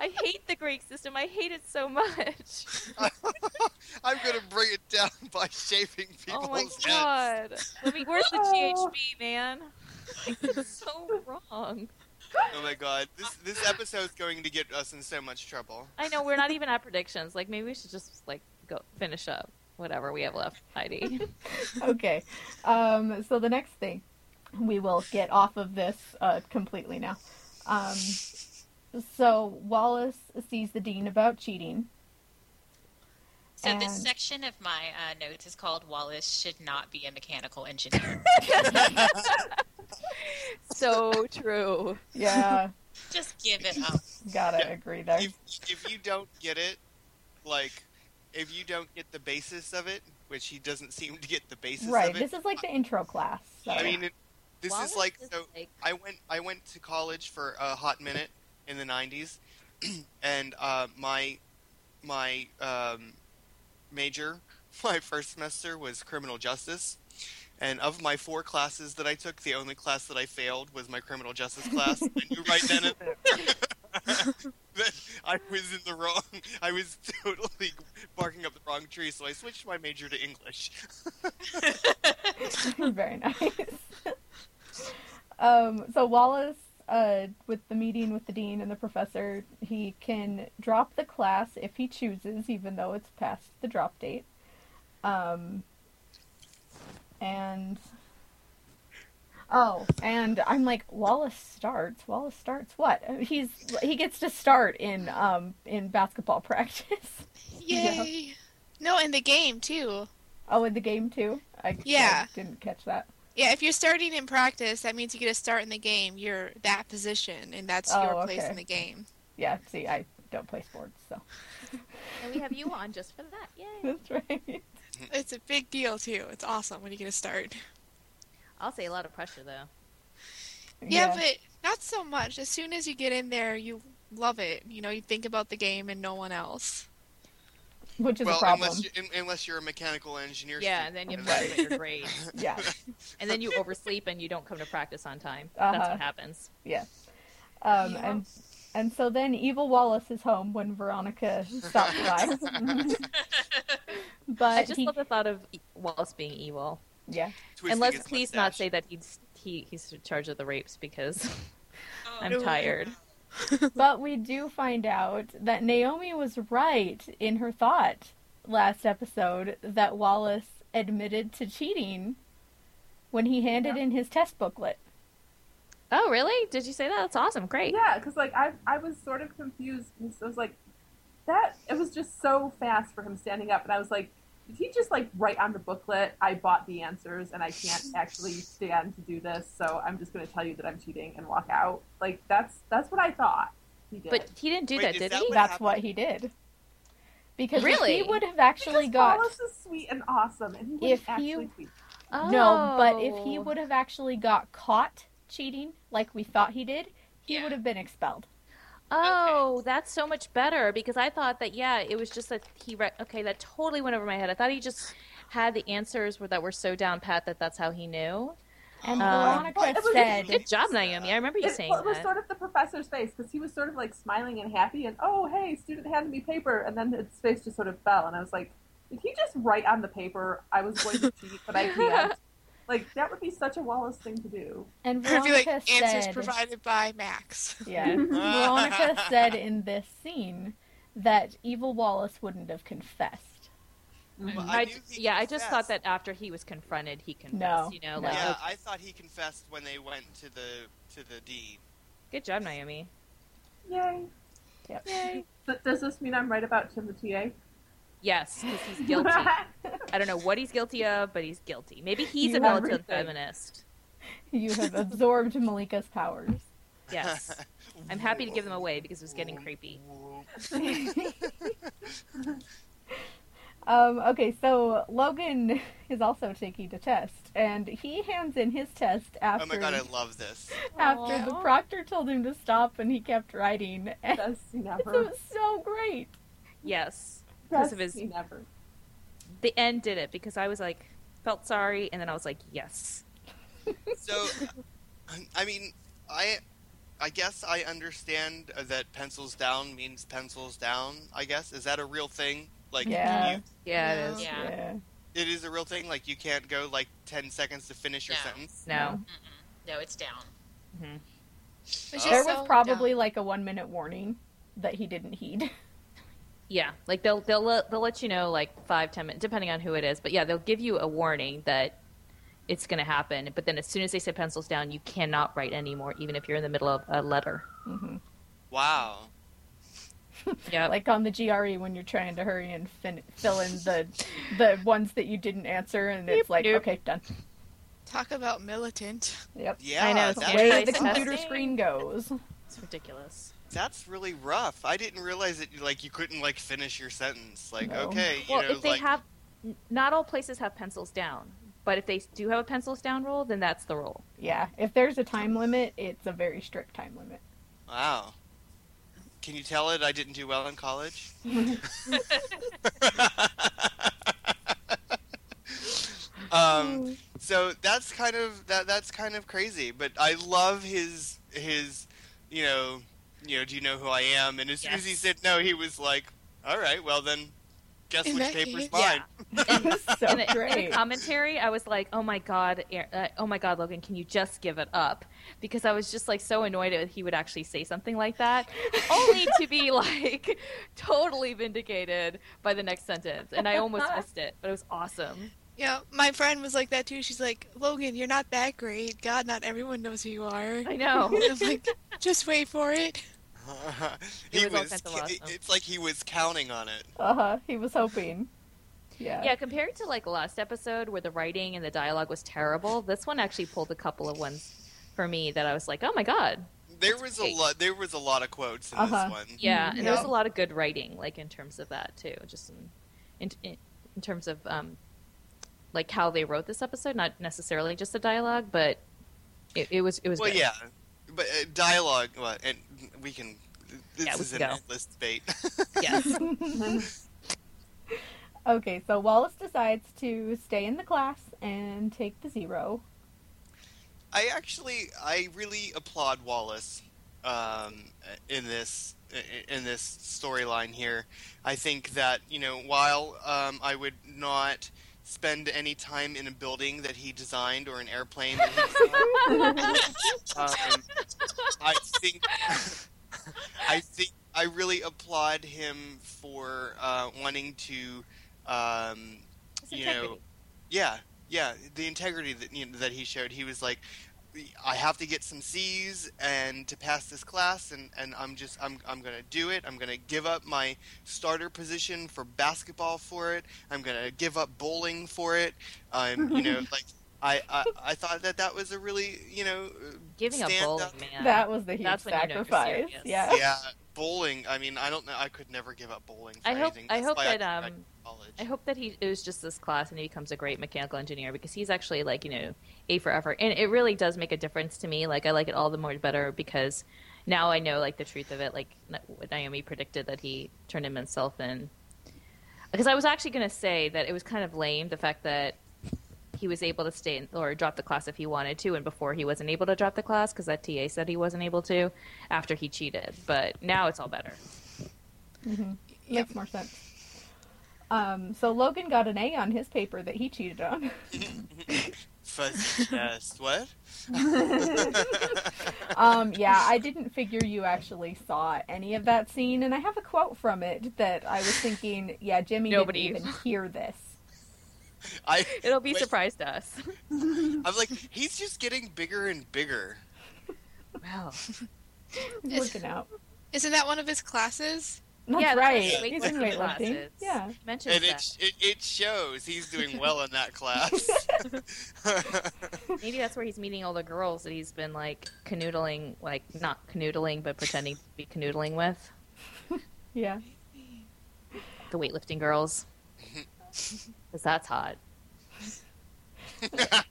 [SPEAKER 2] I hate the Greek system. I hate it so much.
[SPEAKER 3] I'm gonna bring it down [laughs] by shaving people's
[SPEAKER 2] Oh my
[SPEAKER 3] heads.
[SPEAKER 2] god. Let me, where's the
[SPEAKER 4] Oh.
[SPEAKER 3] [laughs]
[SPEAKER 2] GHB, man? It's so wrong.
[SPEAKER 3] Oh my god, this this episode's going to get us in so much trouble.
[SPEAKER 2] I know we're not even at predictions. Like maybe we should just like go finish up whatever we have left, Heidi.
[SPEAKER 1] okay. Um, so the next thing, we will get off of this uh, completely now. Um, so Wallace sees the dean about
[SPEAKER 3] [laughs]
[SPEAKER 1] cheating.
[SPEAKER 5] So this
[SPEAKER 1] And-
[SPEAKER 5] section of my uh, notes is called Wallace should not be a mechanical engineer.
[SPEAKER 2] [laughs] [laughs] so true.
[SPEAKER 1] Yeah,
[SPEAKER 5] Just give it
[SPEAKER 2] [laughs]
[SPEAKER 5] up.
[SPEAKER 1] gotta
[SPEAKER 3] Yeah.
[SPEAKER 1] agree there.
[SPEAKER 3] If if you don't get it, like if you don't get the basis of it, which he doesn't seem to get the basis
[SPEAKER 1] Right.
[SPEAKER 3] of it,
[SPEAKER 1] This is like the intro class. So.
[SPEAKER 3] I mean, it, This
[SPEAKER 2] Wallace
[SPEAKER 3] is like
[SPEAKER 2] is
[SPEAKER 3] so.
[SPEAKER 2] like-
[SPEAKER 3] I went I went to college for a hot minute in the '90s, [clears throat] and uh, my my um, major [laughs] my first semester was criminal justice, and of my four classes that I took, the only class that I failed was my criminal justice class. I knew right then
[SPEAKER 2] [laughs]
[SPEAKER 3] and there that I was in the wrong. [laughs] I was totally barking up the wrong tree, so I switched my major to English.
[SPEAKER 1] [laughs] Very nice. um, so Wallace, uh, with the meeting with the dean and the professor, he can drop the class if he chooses, even though it's past the drop date. Um, and oh, and I'm like Wallace starts. Wallace starts what? He's he gets to start in um in basketball [laughs] practice.
[SPEAKER 6] Yay! No, in the game too.
[SPEAKER 1] oh, in the game too. I,
[SPEAKER 6] Yeah.
[SPEAKER 1] I didn't catch that.
[SPEAKER 6] Yeah, if you're starting in practice, that means you get a start in the game. You're that position, and that's
[SPEAKER 1] Oh,
[SPEAKER 6] your place
[SPEAKER 1] okay.
[SPEAKER 6] in the game.
[SPEAKER 1] Yeah. See, I don't play sports, so.
[SPEAKER 2] and we have you on just for that. Yay!
[SPEAKER 1] [laughs]
[SPEAKER 2] [laughs]
[SPEAKER 1] That's right.
[SPEAKER 6] It's a big deal too. It's awesome when you get a start.
[SPEAKER 2] I'll say a lot of pressure though.
[SPEAKER 6] [laughs] Yeah, but not so much. As soon as you get in there, you love it. You know, you think about the game and no one else. [laughs]
[SPEAKER 1] which is a
[SPEAKER 3] well,
[SPEAKER 1] problem.
[SPEAKER 3] unless you, un- unless you're a mechanical engineer.
[SPEAKER 2] Yeah, and
[SPEAKER 3] student,
[SPEAKER 2] then you
[SPEAKER 3] that-
[SPEAKER 2] mess with
[SPEAKER 3] [laughs]
[SPEAKER 2] your grades,
[SPEAKER 1] Yeah,
[SPEAKER 2] and then you oversleep and you don't come to practice on time. That's
[SPEAKER 1] Uh-huh.
[SPEAKER 2] what happens.
[SPEAKER 1] yeah. Um,
[SPEAKER 6] Yeah.
[SPEAKER 1] And and so then evil Wallace is home when Veronica stops by.
[SPEAKER 3] [laughs]
[SPEAKER 1] but
[SPEAKER 2] I just
[SPEAKER 1] he,
[SPEAKER 2] love the thought of E- Wallace being evil.
[SPEAKER 1] yeah,
[SPEAKER 3] twisting
[SPEAKER 2] and let's
[SPEAKER 3] his
[SPEAKER 2] please not
[SPEAKER 3] mustache.
[SPEAKER 2] say that he's he, he's in charge of the rapes because
[SPEAKER 5] Oh,
[SPEAKER 2] [laughs] I'm tired.
[SPEAKER 1] but we do find out that Naomi was right in her thought last episode that Wallace admitted to cheating when he handed in his test booklet.
[SPEAKER 2] Oh, really? Did you say that? That's awesome. Great.
[SPEAKER 4] Yeah, because like I, I was sort of confused. 'cause I was like, that it was just so fast for him standing up, and I was like, did he just like write on the booklet? I bought the answers, and I can't actually stand to do this, so I'm just going to tell you that I'm cheating and walk out. Like that's that's what I thought he did.
[SPEAKER 2] But he didn't do
[SPEAKER 3] Wait,
[SPEAKER 2] that,
[SPEAKER 3] is
[SPEAKER 2] did
[SPEAKER 3] that
[SPEAKER 2] he?
[SPEAKER 3] What
[SPEAKER 1] That's
[SPEAKER 3] happened?
[SPEAKER 1] what he did. Because if
[SPEAKER 2] Really?
[SPEAKER 1] he would have actually
[SPEAKER 4] Because
[SPEAKER 1] got
[SPEAKER 4] Wallace is sweet and awesome, and he wouldn't
[SPEAKER 1] If
[SPEAKER 4] actually
[SPEAKER 1] you-
[SPEAKER 4] tweet.
[SPEAKER 1] No, but if he
[SPEAKER 2] Oh.
[SPEAKER 1] would have actually got caught cheating like we thought he did, he
[SPEAKER 5] Yeah.
[SPEAKER 1] would have been expelled.
[SPEAKER 2] Oh, that's so much better because I thought that yeah, it was just that he re- okay, that totally went over my head. I thought he just had the answers were that were so down pat that that's how he knew.
[SPEAKER 1] And
[SPEAKER 2] Um,
[SPEAKER 4] well, it
[SPEAKER 1] Veronica
[SPEAKER 4] was-
[SPEAKER 1] said,
[SPEAKER 2] Good job, Naomi. I remember you
[SPEAKER 4] It,
[SPEAKER 2] saying
[SPEAKER 4] well, it was
[SPEAKER 2] that.
[SPEAKER 4] sort of the professor's face because he was sort of like smiling and happy, and oh hey, student handed me paper, and then his face just sort of fell, and I was like, did he just write on the paper I was going to cheat,
[SPEAKER 2] [laughs]
[SPEAKER 4] but I can't? Like that would be such a Wallace thing to do.
[SPEAKER 1] and
[SPEAKER 6] It would be like
[SPEAKER 1] Veronica
[SPEAKER 6] answers
[SPEAKER 1] said,
[SPEAKER 6] provided by Max.
[SPEAKER 1] [laughs]
[SPEAKER 4] [laughs]
[SPEAKER 1] yeah,
[SPEAKER 3] [laughs]
[SPEAKER 2] [laughs]
[SPEAKER 1] Veronica said in this scene that evil Wallace wouldn't have confessed.
[SPEAKER 4] Mm-hmm.
[SPEAKER 3] Well,
[SPEAKER 2] I-
[SPEAKER 3] knew he
[SPEAKER 2] yeah, I just thought
[SPEAKER 3] confessed.
[SPEAKER 2] that after he was confronted, he confessed.
[SPEAKER 1] No,
[SPEAKER 2] you know,
[SPEAKER 1] no.
[SPEAKER 2] like
[SPEAKER 3] Yeah,
[SPEAKER 2] oh,
[SPEAKER 3] I thought he confessed when they went to the to the dean.
[SPEAKER 2] good job, Naomi.
[SPEAKER 4] Yay!
[SPEAKER 1] Yep.
[SPEAKER 4] But does this mean I'm right about Tim the TA?
[SPEAKER 2] Yes, because
[SPEAKER 1] [laughs]
[SPEAKER 2] he's
[SPEAKER 4] [laughs]
[SPEAKER 2] guilty. I don't know what he's guilty of, but he's guilty. Maybe
[SPEAKER 1] You
[SPEAKER 2] he's a
[SPEAKER 1] have
[SPEAKER 2] militant
[SPEAKER 4] everything.
[SPEAKER 2] feminist.
[SPEAKER 1] [laughs] You have absorbed Malika's powers.
[SPEAKER 3] [laughs]
[SPEAKER 2] Yes, I'm happy to give them away because it was getting creepy.
[SPEAKER 1] Um, okay, so Logan is also taking a test, and he hands in his test after
[SPEAKER 3] Oh my god, I love this.
[SPEAKER 1] after the
[SPEAKER 6] Aw.
[SPEAKER 1] proctor told him to stop, and he kept writing. [laughs] And
[SPEAKER 4] Best scene
[SPEAKER 1] it
[SPEAKER 4] ever.
[SPEAKER 1] was so great.
[SPEAKER 2] Yes, because
[SPEAKER 4] Best
[SPEAKER 2] of his
[SPEAKER 4] scene ever.
[SPEAKER 2] the end did it because I was like felt sorry and then I was like yes.
[SPEAKER 3] So, I mean, I, I guess I understand that pencils down means pencils down. I guess is that a real thing? Like,
[SPEAKER 1] Yeah.
[SPEAKER 3] you,
[SPEAKER 2] Yeah,
[SPEAKER 6] it is.
[SPEAKER 5] Yeah.
[SPEAKER 3] it is a real thing. Like, you can't go like ten seconds to finish your
[SPEAKER 5] No.
[SPEAKER 3] sentence.
[SPEAKER 2] No.
[SPEAKER 5] Mm-mm. No, it's down.
[SPEAKER 6] It's
[SPEAKER 3] Oh.
[SPEAKER 1] There
[SPEAKER 6] just
[SPEAKER 1] was
[SPEAKER 6] so
[SPEAKER 1] probably like a one minute warning that he didn't heed.
[SPEAKER 2] Yeah, like they'll they'll let, they'll let you know like five ten minutes depending on who it is, but yeah, they'll give you a warning that it's going to happen. But then as soon as they say pencils down, you cannot write anymore, even if you're in the middle of a letter.
[SPEAKER 1] hmm
[SPEAKER 3] Wow.
[SPEAKER 2] Yeah, like
[SPEAKER 1] Like on the GRE when you're trying to hurry and fin- fill in the
[SPEAKER 2] [laughs]
[SPEAKER 1] the ones that you didn't answer, and it's like,
[SPEAKER 2] nope.
[SPEAKER 1] okay, done.
[SPEAKER 6] talk about militant.
[SPEAKER 1] Yep.
[SPEAKER 3] Yeah,
[SPEAKER 2] I know, it's
[SPEAKER 3] that-
[SPEAKER 2] very-
[SPEAKER 1] Away
[SPEAKER 2] Yeah,
[SPEAKER 1] the
[SPEAKER 2] it's
[SPEAKER 1] computer
[SPEAKER 2] testing.
[SPEAKER 1] screen goes.
[SPEAKER 2] it's ridiculous.
[SPEAKER 3] that's really rough. I didn't realize that like you couldn't like finish your sentence. Like,
[SPEAKER 1] No.
[SPEAKER 3] okay, you
[SPEAKER 2] well,
[SPEAKER 3] know,
[SPEAKER 2] if they
[SPEAKER 3] like
[SPEAKER 2] have, n- not all places have pencils down. But if they do have a pencils down rule, then that's the
[SPEAKER 3] [laughs]
[SPEAKER 2] rule.
[SPEAKER 1] Yeah, if there's a time limit, it's a very strict time
[SPEAKER 2] [laughs]
[SPEAKER 1] limit. [laughs]
[SPEAKER 3] Wow. Can you tell it I didn't do well in
[SPEAKER 2] [laughs]
[SPEAKER 3] college? um, so that's kind of that that's kind of crazy, but I love his his you know, you know, do you know who I am? And as soon as he
[SPEAKER 5] Yes.
[SPEAKER 3] said no, he was like, "All right, well then, guess
[SPEAKER 6] In
[SPEAKER 3] which
[SPEAKER 6] that
[SPEAKER 3] paper's
[SPEAKER 6] case-
[SPEAKER 3] mine."
[SPEAKER 1] It's so
[SPEAKER 2] in, the, in the
[SPEAKER 1] great.
[SPEAKER 2] commentary, I was like, "Oh my god, Aaron- uh, oh my god, Logan, can you just give it up?" Because I was just like so annoyed that he would actually say something like that, only to be [laughs] like totally vindicated by the next sentence. And I
[SPEAKER 1] [laughs]
[SPEAKER 2] almost missed it, but it was awesome.
[SPEAKER 6] Yeah, my friend was like that too. She's like, Logan, you're not that great. God, not everyone knows who you are.
[SPEAKER 2] I
[SPEAKER 1] [laughs]
[SPEAKER 6] [laughs]
[SPEAKER 2] know.
[SPEAKER 6] I'm like, just wait for it.
[SPEAKER 3] [laughs] he
[SPEAKER 2] It was all
[SPEAKER 3] was.
[SPEAKER 2] kinds of
[SPEAKER 3] ca-
[SPEAKER 2] awesome.
[SPEAKER 3] It's like he was counting on it.
[SPEAKER 1] Uh huh. He was hoping. Yeah.
[SPEAKER 2] Yeah, compared to like last episode where the writing and the dialogue was terrible, this one actually pulled a couple of ones for me that I was like, "Oh my god."
[SPEAKER 3] There was a
[SPEAKER 2] great.
[SPEAKER 3] lot. There was a lot of quotes in
[SPEAKER 1] Uh-huh.
[SPEAKER 3] this one.
[SPEAKER 2] Yeah, and there was
[SPEAKER 6] Yeah.
[SPEAKER 2] a lot of good writing, like in terms of that too, just in in, in, in terms of um, like how they wrote this episode, not necessarily just the dialogue, but it, it was it was.
[SPEAKER 3] Well,
[SPEAKER 2] good.
[SPEAKER 3] yeah, but uh, dialogue. Well, and we can. This
[SPEAKER 2] Yeah, we
[SPEAKER 3] is
[SPEAKER 2] can
[SPEAKER 3] an
[SPEAKER 2] go.
[SPEAKER 3] endless debate.
[SPEAKER 2] [laughs]
[SPEAKER 3] [laughs]
[SPEAKER 2] yes.
[SPEAKER 1] Okay, so Wallace decides to stay in the class and take the
[SPEAKER 2] [laughs]
[SPEAKER 1] zero. [laughs]
[SPEAKER 3] I actually, I really applaud Wallace um, in this in this storyline here. I think that you know, while um, I would not spend any time in a building that he designed or an airplane that
[SPEAKER 2] [laughs]
[SPEAKER 3] he designed, um, I think [laughs] I think I really applaud him for uh, wanting to, um,
[SPEAKER 2] It's
[SPEAKER 3] you know,
[SPEAKER 2] integrity.
[SPEAKER 3] yeah, yeah, the integrity that you know, that he showed. He was like, I have to get some C's and to pass this class, and, and I'm just I'm I'm gonna do it. I'm gonna give up my starter position for basketball for it. I'm gonna give up bowling for it. I'm you know like. I, I, I thought that that was a really you know
[SPEAKER 2] Giving up
[SPEAKER 3] Stand
[SPEAKER 2] bowling,
[SPEAKER 3] up.
[SPEAKER 2] man.
[SPEAKER 1] That was the huge
[SPEAKER 2] That's when you know you're
[SPEAKER 1] sacrifice.
[SPEAKER 2] serious. [laughs]
[SPEAKER 1] yeah.
[SPEAKER 3] yeah bowling i mean i don't know i could never give up bowling for
[SPEAKER 2] I hope-
[SPEAKER 3] anything
[SPEAKER 2] I
[SPEAKER 3] That's
[SPEAKER 2] hope
[SPEAKER 3] why
[SPEAKER 2] that,
[SPEAKER 3] came back
[SPEAKER 2] um,
[SPEAKER 3] to college.
[SPEAKER 2] I hope that he it was just this class and he becomes a great mechanical engineer because he's actually like you know a for effort and it really does make a difference to me. Like I like it all the more better because now I know like the truth of it. Like Na- what Naomi predicted that he turned him himself in because I was actually going to say that it was kind of lame the fact that he was able to stay in, or drop the class if he wanted to and before he wasn't able to drop the class because that TA said he wasn't able to after he cheated. But now it's all better.
[SPEAKER 1] Makes more sense. Um, so Logan got an A on his paper that he cheated
[SPEAKER 2] [laughs]
[SPEAKER 1] on.
[SPEAKER 3] Fuzz chest. What? [laughs]
[SPEAKER 1] Um, yeah, I didn't figure you actually saw any of that scene, and I have a quote from it that I was thinking, yeah, Jimmy
[SPEAKER 2] Nobody-
[SPEAKER 1] didn't
[SPEAKER 2] [laughs]
[SPEAKER 1] even hear this.
[SPEAKER 3] I,
[SPEAKER 2] It'll be a
[SPEAKER 3] Wait.
[SPEAKER 2] surprise to us.
[SPEAKER 3] I'm like, he's just getting bigger and bigger.
[SPEAKER 2] [laughs] Wow.
[SPEAKER 1] Looking out.
[SPEAKER 6] Isn't that one of his classes?
[SPEAKER 1] That's
[SPEAKER 2] yeah,
[SPEAKER 1] right.
[SPEAKER 2] That's
[SPEAKER 1] He's in weightlifting. Yeah.
[SPEAKER 2] Mentions
[SPEAKER 3] And it,
[SPEAKER 2] that.
[SPEAKER 3] sh- it it shows he's doing well in that
[SPEAKER 2] [laughs]
[SPEAKER 3] class. [laughs]
[SPEAKER 2] Maybe that's where he's meeting all the girls that he's been like canoodling, like not canoodling, but pretending to be canoodling with
[SPEAKER 1] Yeah.
[SPEAKER 2] the weightlifting girls. Because that's hot.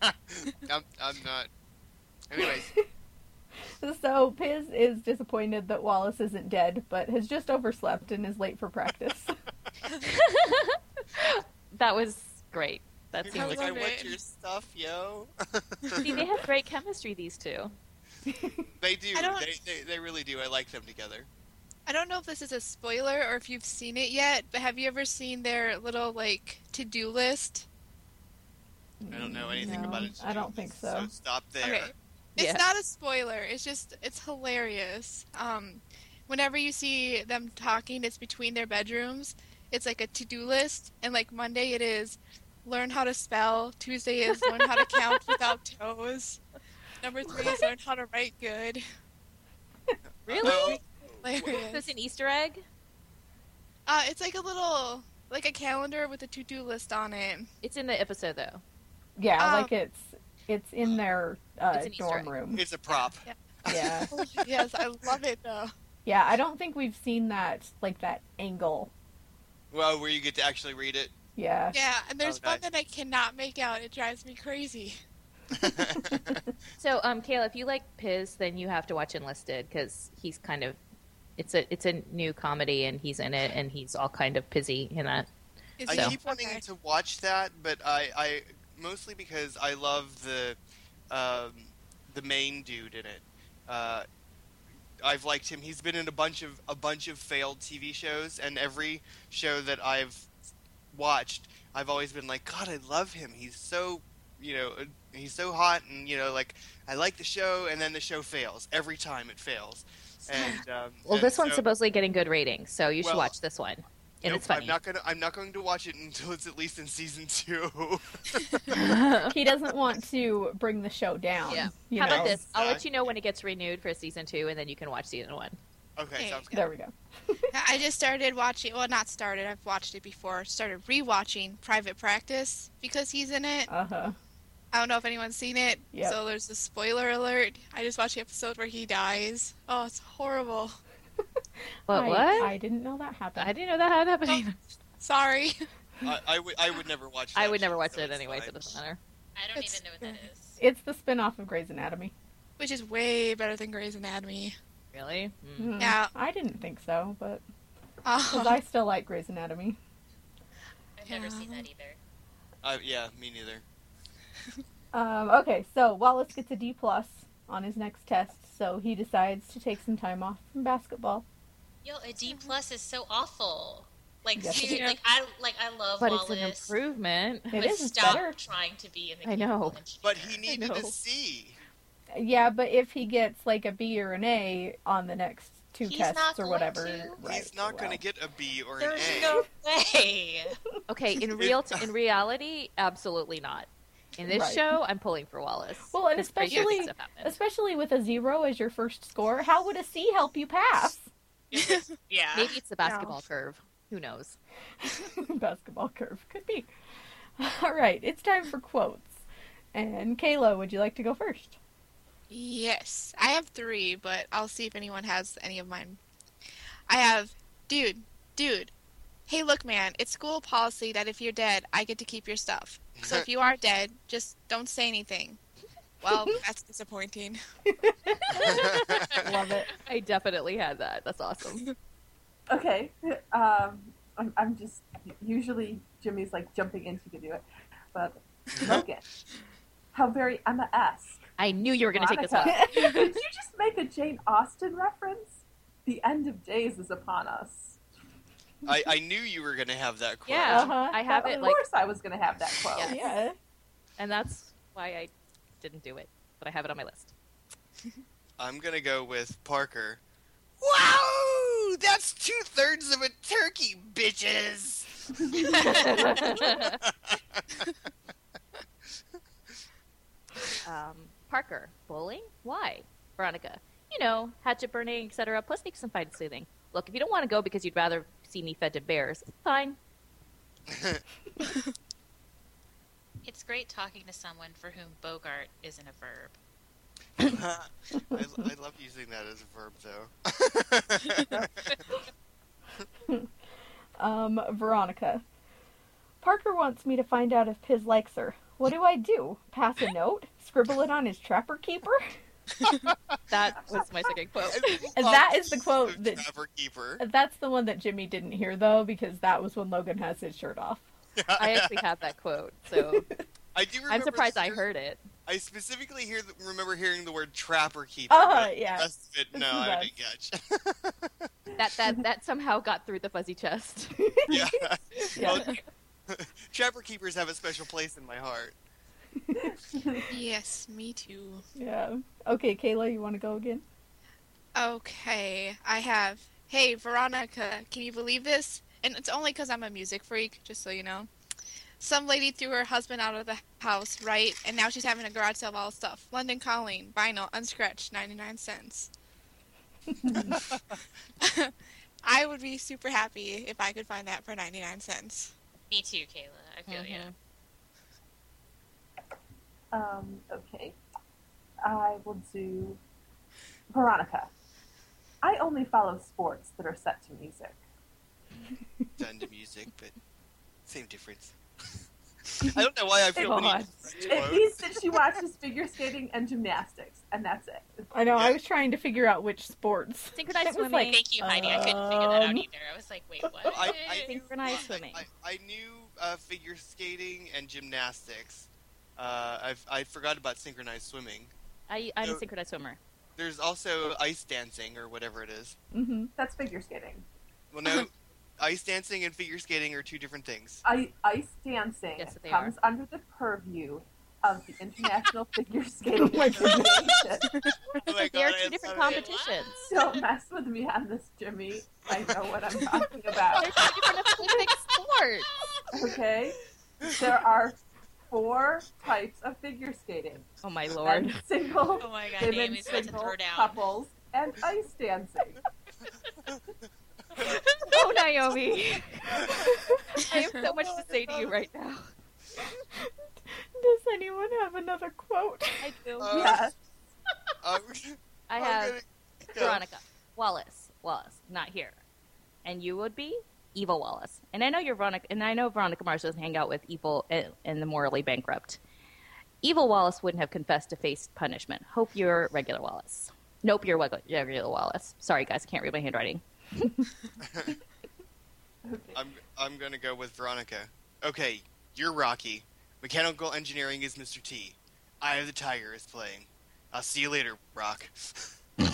[SPEAKER 3] I'm, I'm not.
[SPEAKER 2] [laughs]
[SPEAKER 3] Anyways,
[SPEAKER 1] So Piz is disappointed that Wallace isn't dead, but has just overslept and is late for practice.
[SPEAKER 2] That was great. That
[SPEAKER 3] he was
[SPEAKER 2] seemed
[SPEAKER 3] like,
[SPEAKER 2] like
[SPEAKER 3] I
[SPEAKER 6] love
[SPEAKER 3] want
[SPEAKER 6] it.
[SPEAKER 3] your stuff, yo. [laughs]
[SPEAKER 2] See, they have great chemistry. These two.
[SPEAKER 3] They do.
[SPEAKER 6] I don't-
[SPEAKER 3] They, they, they really do. I like them together.
[SPEAKER 6] I don't know if this is a spoiler or if you've seen it yet, but have you ever seen their little like to-do list?
[SPEAKER 3] [laughs] I don't
[SPEAKER 2] Mm,
[SPEAKER 3] know anything
[SPEAKER 1] No,
[SPEAKER 3] about it.
[SPEAKER 1] I don't think so.
[SPEAKER 3] So stop there.
[SPEAKER 6] Okay. It's
[SPEAKER 2] Yeah.
[SPEAKER 6] not a spoiler. It's just it's hilarious. Um, whenever you see them talking, it's between their bedrooms. It's like a to-do list, and like Monday it is learn how to spell. Tuesday is learn how to count without toes. Number three is learn how to write good.
[SPEAKER 2] Really?
[SPEAKER 3] Oh,
[SPEAKER 6] Hilarious.
[SPEAKER 2] That's an Easter egg.
[SPEAKER 6] Uh, it's like a little like a calendar with a to-do list on it.
[SPEAKER 2] It's in the episode though.
[SPEAKER 1] Yeah,
[SPEAKER 6] Um,
[SPEAKER 1] like it's it's in their uh,
[SPEAKER 2] Oh. It's an Easter
[SPEAKER 1] dorm
[SPEAKER 3] [laughs]
[SPEAKER 2] egg.
[SPEAKER 1] room.
[SPEAKER 3] It's a prop.
[SPEAKER 1] Yeah,
[SPEAKER 6] yes, I love it though.
[SPEAKER 1] yeah. I don't think we've seen that like that angle.
[SPEAKER 3] Well, where you get to actually read it.
[SPEAKER 1] Yeah.
[SPEAKER 6] Yeah, and there's
[SPEAKER 3] Okay.
[SPEAKER 6] one that I cannot make out. It drives me crazy.
[SPEAKER 2] So, um, Kayla, if you like Piz, then you have to watch Enlisted because he's kind of it's a it's a new comedy and he's in it and he's all kind of pizzy in that.
[SPEAKER 6] Is
[SPEAKER 3] I
[SPEAKER 6] it-
[SPEAKER 3] keep wanting
[SPEAKER 6] okay.
[SPEAKER 3] to watch that, but I, I mostly because I love the um, the main dude in it. Uh, I've liked him. He's been in a bunch of a bunch of failed TV shows, and every show that I've watched, I've always been like, God, I love him. He's so you know uh, he's so hot, and you know like I like the show, and then the show fails every time. It fails. And um,
[SPEAKER 2] Well,
[SPEAKER 3] and
[SPEAKER 2] this one's
[SPEAKER 3] so-
[SPEAKER 2] supposedly getting good ratings, so you should
[SPEAKER 3] Well,
[SPEAKER 2] watch this one. And
[SPEAKER 3] Nope,
[SPEAKER 2] it's funny.
[SPEAKER 3] I'm not gonna. I'm not going to watch it [laughs] until it's at least in season two. [laughs]
[SPEAKER 1] He doesn't want to bring the show down.
[SPEAKER 2] Uh-huh. Yeah.
[SPEAKER 1] you
[SPEAKER 2] How
[SPEAKER 1] know?
[SPEAKER 2] about this? I'll let
[SPEAKER 3] Exactly.
[SPEAKER 2] you know when it gets renewed for season two, and then you can watch season one.
[SPEAKER 3] Okay,
[SPEAKER 6] Okay.
[SPEAKER 3] sounds good.
[SPEAKER 1] There we go.
[SPEAKER 6] I just started watching. Well, not started. I've watched it before. Started rewatching Private Practice because he's in it.
[SPEAKER 1] Uh huh.
[SPEAKER 6] I don't know if anyone's seen it.
[SPEAKER 1] Yep.
[SPEAKER 6] So there's a spoiler alert. I just watched the episode where he dies. Oh, it's horrible.
[SPEAKER 2] But
[SPEAKER 1] I,
[SPEAKER 2] what? I,
[SPEAKER 1] I didn't know that happened.
[SPEAKER 2] didn't know that had happened. [laughs]
[SPEAKER 6] Oh, Sorry. [laughs]
[SPEAKER 3] I, I would. I would never watch.
[SPEAKER 2] I
[SPEAKER 3] that
[SPEAKER 2] would never
[SPEAKER 3] show,
[SPEAKER 2] watch
[SPEAKER 3] so
[SPEAKER 2] it
[SPEAKER 3] it's
[SPEAKER 2] anyway, so
[SPEAKER 3] fine.
[SPEAKER 2] it doesn't matter.
[SPEAKER 5] I don't
[SPEAKER 6] It's-
[SPEAKER 5] even know what that is.
[SPEAKER 1] It's the spin off of Grey's Anatomy.
[SPEAKER 6] Which is way better than Grey's Anatomy.
[SPEAKER 2] Really? Mm.
[SPEAKER 1] Hmm.
[SPEAKER 6] Yeah.
[SPEAKER 1] I didn't think so, but
[SPEAKER 2] Uh-huh.
[SPEAKER 1] because
[SPEAKER 6] Oh,
[SPEAKER 1] I still like Grey's Anatomy.
[SPEAKER 5] I've never seen
[SPEAKER 6] Yeah.
[SPEAKER 5] that either.
[SPEAKER 3] Uh, yeah, me neither.
[SPEAKER 1] Um, okay, so Wallace gets a D plus on his next test, so he decides to take some time off from basketball.
[SPEAKER 5] Yo, a D plus is so awful. Like,
[SPEAKER 1] Yes, it
[SPEAKER 5] seriously,
[SPEAKER 6] is.
[SPEAKER 5] like I like I love
[SPEAKER 2] But
[SPEAKER 5] Wallace.
[SPEAKER 2] it's an improvement.
[SPEAKER 1] It
[SPEAKER 5] but
[SPEAKER 1] is it's
[SPEAKER 5] stop
[SPEAKER 1] better.
[SPEAKER 5] trying to be in the
[SPEAKER 2] I know.
[SPEAKER 5] chemical engineer.
[SPEAKER 3] But
[SPEAKER 2] [laughs]
[SPEAKER 3] he needed
[SPEAKER 2] know.
[SPEAKER 3] a C.
[SPEAKER 1] Yeah, but if he gets like a B or an A on the next two
[SPEAKER 5] He's not
[SPEAKER 1] tests or
[SPEAKER 5] going
[SPEAKER 1] whatever,
[SPEAKER 5] to.
[SPEAKER 1] right, oh
[SPEAKER 3] He's not
[SPEAKER 1] well,
[SPEAKER 3] going to get a B or an
[SPEAKER 5] There's
[SPEAKER 3] A.
[SPEAKER 2] [laughs]
[SPEAKER 5] no way.
[SPEAKER 2] Okay, in real t- in reality, absolutely not. In this
[SPEAKER 1] Right.
[SPEAKER 2] show, I'm pulling for Wallace.
[SPEAKER 1] Well, and
[SPEAKER 2] It's pretty good
[SPEAKER 1] especially-
[SPEAKER 2] stuff happens.
[SPEAKER 1] Especially with a zero as your first score, how would a C help you pass? [laughs]
[SPEAKER 5] Yeah.
[SPEAKER 2] maybe it's the basketball curve. Who knows?
[SPEAKER 1] Basketball curve could be. [laughs] All right, it's time for quotes. And Kayla, would you like to go first?
[SPEAKER 6] yes. I have three, but I'll see if anyone has any of mine. I have, dude, dude. Hey, look, man. It's school policy that if you're dead, I get to keep your stuff. So if you are dead, just don't say anything. Well, that's disappointing.
[SPEAKER 1] Love it.
[SPEAKER 2] I definitely had that. That's [laughs] awesome.
[SPEAKER 4] Okay. [laughs] Um, I'm, I'm just usually Jimmy's like jumping in to do it, but Logan, how very Emma esque.
[SPEAKER 2] [laughs] I knew you were going to take this up. [laughs]
[SPEAKER 4] Did you just make a Jane Austen reference? The end of days is upon us.
[SPEAKER 3] [laughs] I, I knew you were going to have that quote.
[SPEAKER 5] Um,
[SPEAKER 2] Yeah,
[SPEAKER 1] Uh-huh.
[SPEAKER 2] I have
[SPEAKER 4] of
[SPEAKER 2] it like,
[SPEAKER 4] course, I was going to have that quote.
[SPEAKER 2] Yeah.
[SPEAKER 1] Yeah.
[SPEAKER 2] and that's why I didn't do it, but I have it on my list.
[SPEAKER 3] I'm going to go with Parker. Wow! That's two thirds of a turkey, bitches!
[SPEAKER 2] um, Parker, bowling? Why? Veronica, you know, hatchet burning, etc. Plus, make some fine soothing. Look, if you don't want to go because you'd rather see me fed to bears, fine.
[SPEAKER 5] It's great talking to someone for whom Bogart isn't a verb.
[SPEAKER 3] [laughs] I, I love using that as a verb, though.
[SPEAKER 1] Um, Veronica. Parker wants me to find out if Piz likes her. What do I do? Pass a note? Scribble it on his trapper keeper?
[SPEAKER 2] That was my
[SPEAKER 3] [laughs]
[SPEAKER 2] second quote.
[SPEAKER 1] And that is the quote that-
[SPEAKER 3] Trapper Keeper.
[SPEAKER 1] That's the one that Jimmy didn't hear though, because that was when Logan has his shirt off.
[SPEAKER 2] [laughs] I actually have that quote, [laughs] so
[SPEAKER 3] I do remember
[SPEAKER 2] I'm surprised I
[SPEAKER 3] hearing-
[SPEAKER 2] heard it.
[SPEAKER 3] I specifically hear the, remember hearing the word trapper keeper.
[SPEAKER 1] Uh,
[SPEAKER 3] but
[SPEAKER 1] yeah.
[SPEAKER 3] the rest of it, no,
[SPEAKER 1] It's the
[SPEAKER 3] I
[SPEAKER 1] best.
[SPEAKER 3] didn't catch.
[SPEAKER 2] That that that somehow got through the fuzzy chest.
[SPEAKER 3] [laughs] yeah.
[SPEAKER 1] [laughs] Yeah.
[SPEAKER 3] Well, [laughs] trapper keepers have a special place in my heart.
[SPEAKER 6] yes, me too.
[SPEAKER 1] Yeah. Okay, Kayla, you want to go again?
[SPEAKER 6] Okay, I have. Hey, Veronica, can you believe this? And it's only because I'm a music freak, just so you know. Some lady threw her husband out of the house, right? And now she's having a garage sale of all stuff. London Calling, vinyl, unscratched, 99 cents. [laughs] I would be super happy if I could find that for 99 cents.
[SPEAKER 5] Me too, Kayla. I feel ya.
[SPEAKER 2] Mhm.
[SPEAKER 4] Um, okay. I will do Veronica. I only follow sports that are set to music.
[SPEAKER 3] Done to music, but Same difference. [laughs] I don't know why I feel.
[SPEAKER 2] Come
[SPEAKER 3] the
[SPEAKER 2] on.
[SPEAKER 3] need to stretch
[SPEAKER 1] [laughs]
[SPEAKER 4] It
[SPEAKER 3] quote.
[SPEAKER 4] means that she watches figure skating and gymnastics, and that's it.
[SPEAKER 1] I know. I was trying to figure out which sports.
[SPEAKER 2] [laughs]
[SPEAKER 1] That
[SPEAKER 2] Synchronized
[SPEAKER 1] was
[SPEAKER 2] swimming.
[SPEAKER 1] like-
[SPEAKER 5] Thank you, Heidi. I couldn't figure that out
[SPEAKER 1] Um,
[SPEAKER 5] either. I was like, wait, what?
[SPEAKER 3] I, I knew-
[SPEAKER 2] Synchronized
[SPEAKER 3] I-
[SPEAKER 2] swimming.
[SPEAKER 3] I, I knew uh, figure skating and gymnastics. Uh, I've, I forgot about synchronized swimming.
[SPEAKER 2] I, I'm
[SPEAKER 3] No.
[SPEAKER 2] a synchronized swimmer.
[SPEAKER 3] There's also ice dancing or whatever it is.
[SPEAKER 1] Mm-hmm.
[SPEAKER 4] That's figure skating.
[SPEAKER 1] [laughs]
[SPEAKER 3] Well, no, ice dancing and figure skating are two different things.
[SPEAKER 4] I, ice dancing
[SPEAKER 2] Yes, they
[SPEAKER 4] comes under the purview of the
[SPEAKER 5] [laughs]
[SPEAKER 4] International Figure Skating
[SPEAKER 1] Oh my goodness.
[SPEAKER 4] Association.
[SPEAKER 3] [laughs] Oh my
[SPEAKER 2] There are
[SPEAKER 3] God, I
[SPEAKER 2] two
[SPEAKER 3] am
[SPEAKER 2] different
[SPEAKER 3] sorry. [laughs]
[SPEAKER 2] competitions.
[SPEAKER 4] Don't mess with me on this, Jimmy. I know what I'm talking about.
[SPEAKER 2] They're two different [laughs] Olympic sports.
[SPEAKER 4] Okay?
[SPEAKER 3] Uh,
[SPEAKER 4] There are four types of figure skating.
[SPEAKER 2] Oh my
[SPEAKER 4] And
[SPEAKER 2] lord.
[SPEAKER 4] single,
[SPEAKER 5] Oh my god,
[SPEAKER 4] women,
[SPEAKER 5] Amy's about to
[SPEAKER 4] single,
[SPEAKER 5] throw down.
[SPEAKER 4] couples, and ice dancing.
[SPEAKER 2] Oh [laughs] Naomi. I have so much to say to you right now.
[SPEAKER 1] Does anyone have another quote?
[SPEAKER 2] I do.
[SPEAKER 3] Uh,
[SPEAKER 4] Yes.
[SPEAKER 3] [laughs] I'm-
[SPEAKER 2] I
[SPEAKER 3] I'm
[SPEAKER 2] have
[SPEAKER 3] gonna go.
[SPEAKER 2] Veronica. Wallace. Wallace. Not here. And you would be Evil Wallace. And I know you're Veronica and I know Veronica Mars doesn't hang out with evil and, and the morally bankrupt. Evil Wallace wouldn't have confessed to face punishment. Hope you're regular Wallace. Nope, you're wegu- regular Wallace. Sorry guys, I can't read my handwriting.
[SPEAKER 4] Okay.
[SPEAKER 3] I'm I'm gonna go with Veronica. Okay, you're Rocky. Mechanical engineering is Mr. T. Eye of the Tiger is playing. I'll see you later, Rock. [laughs]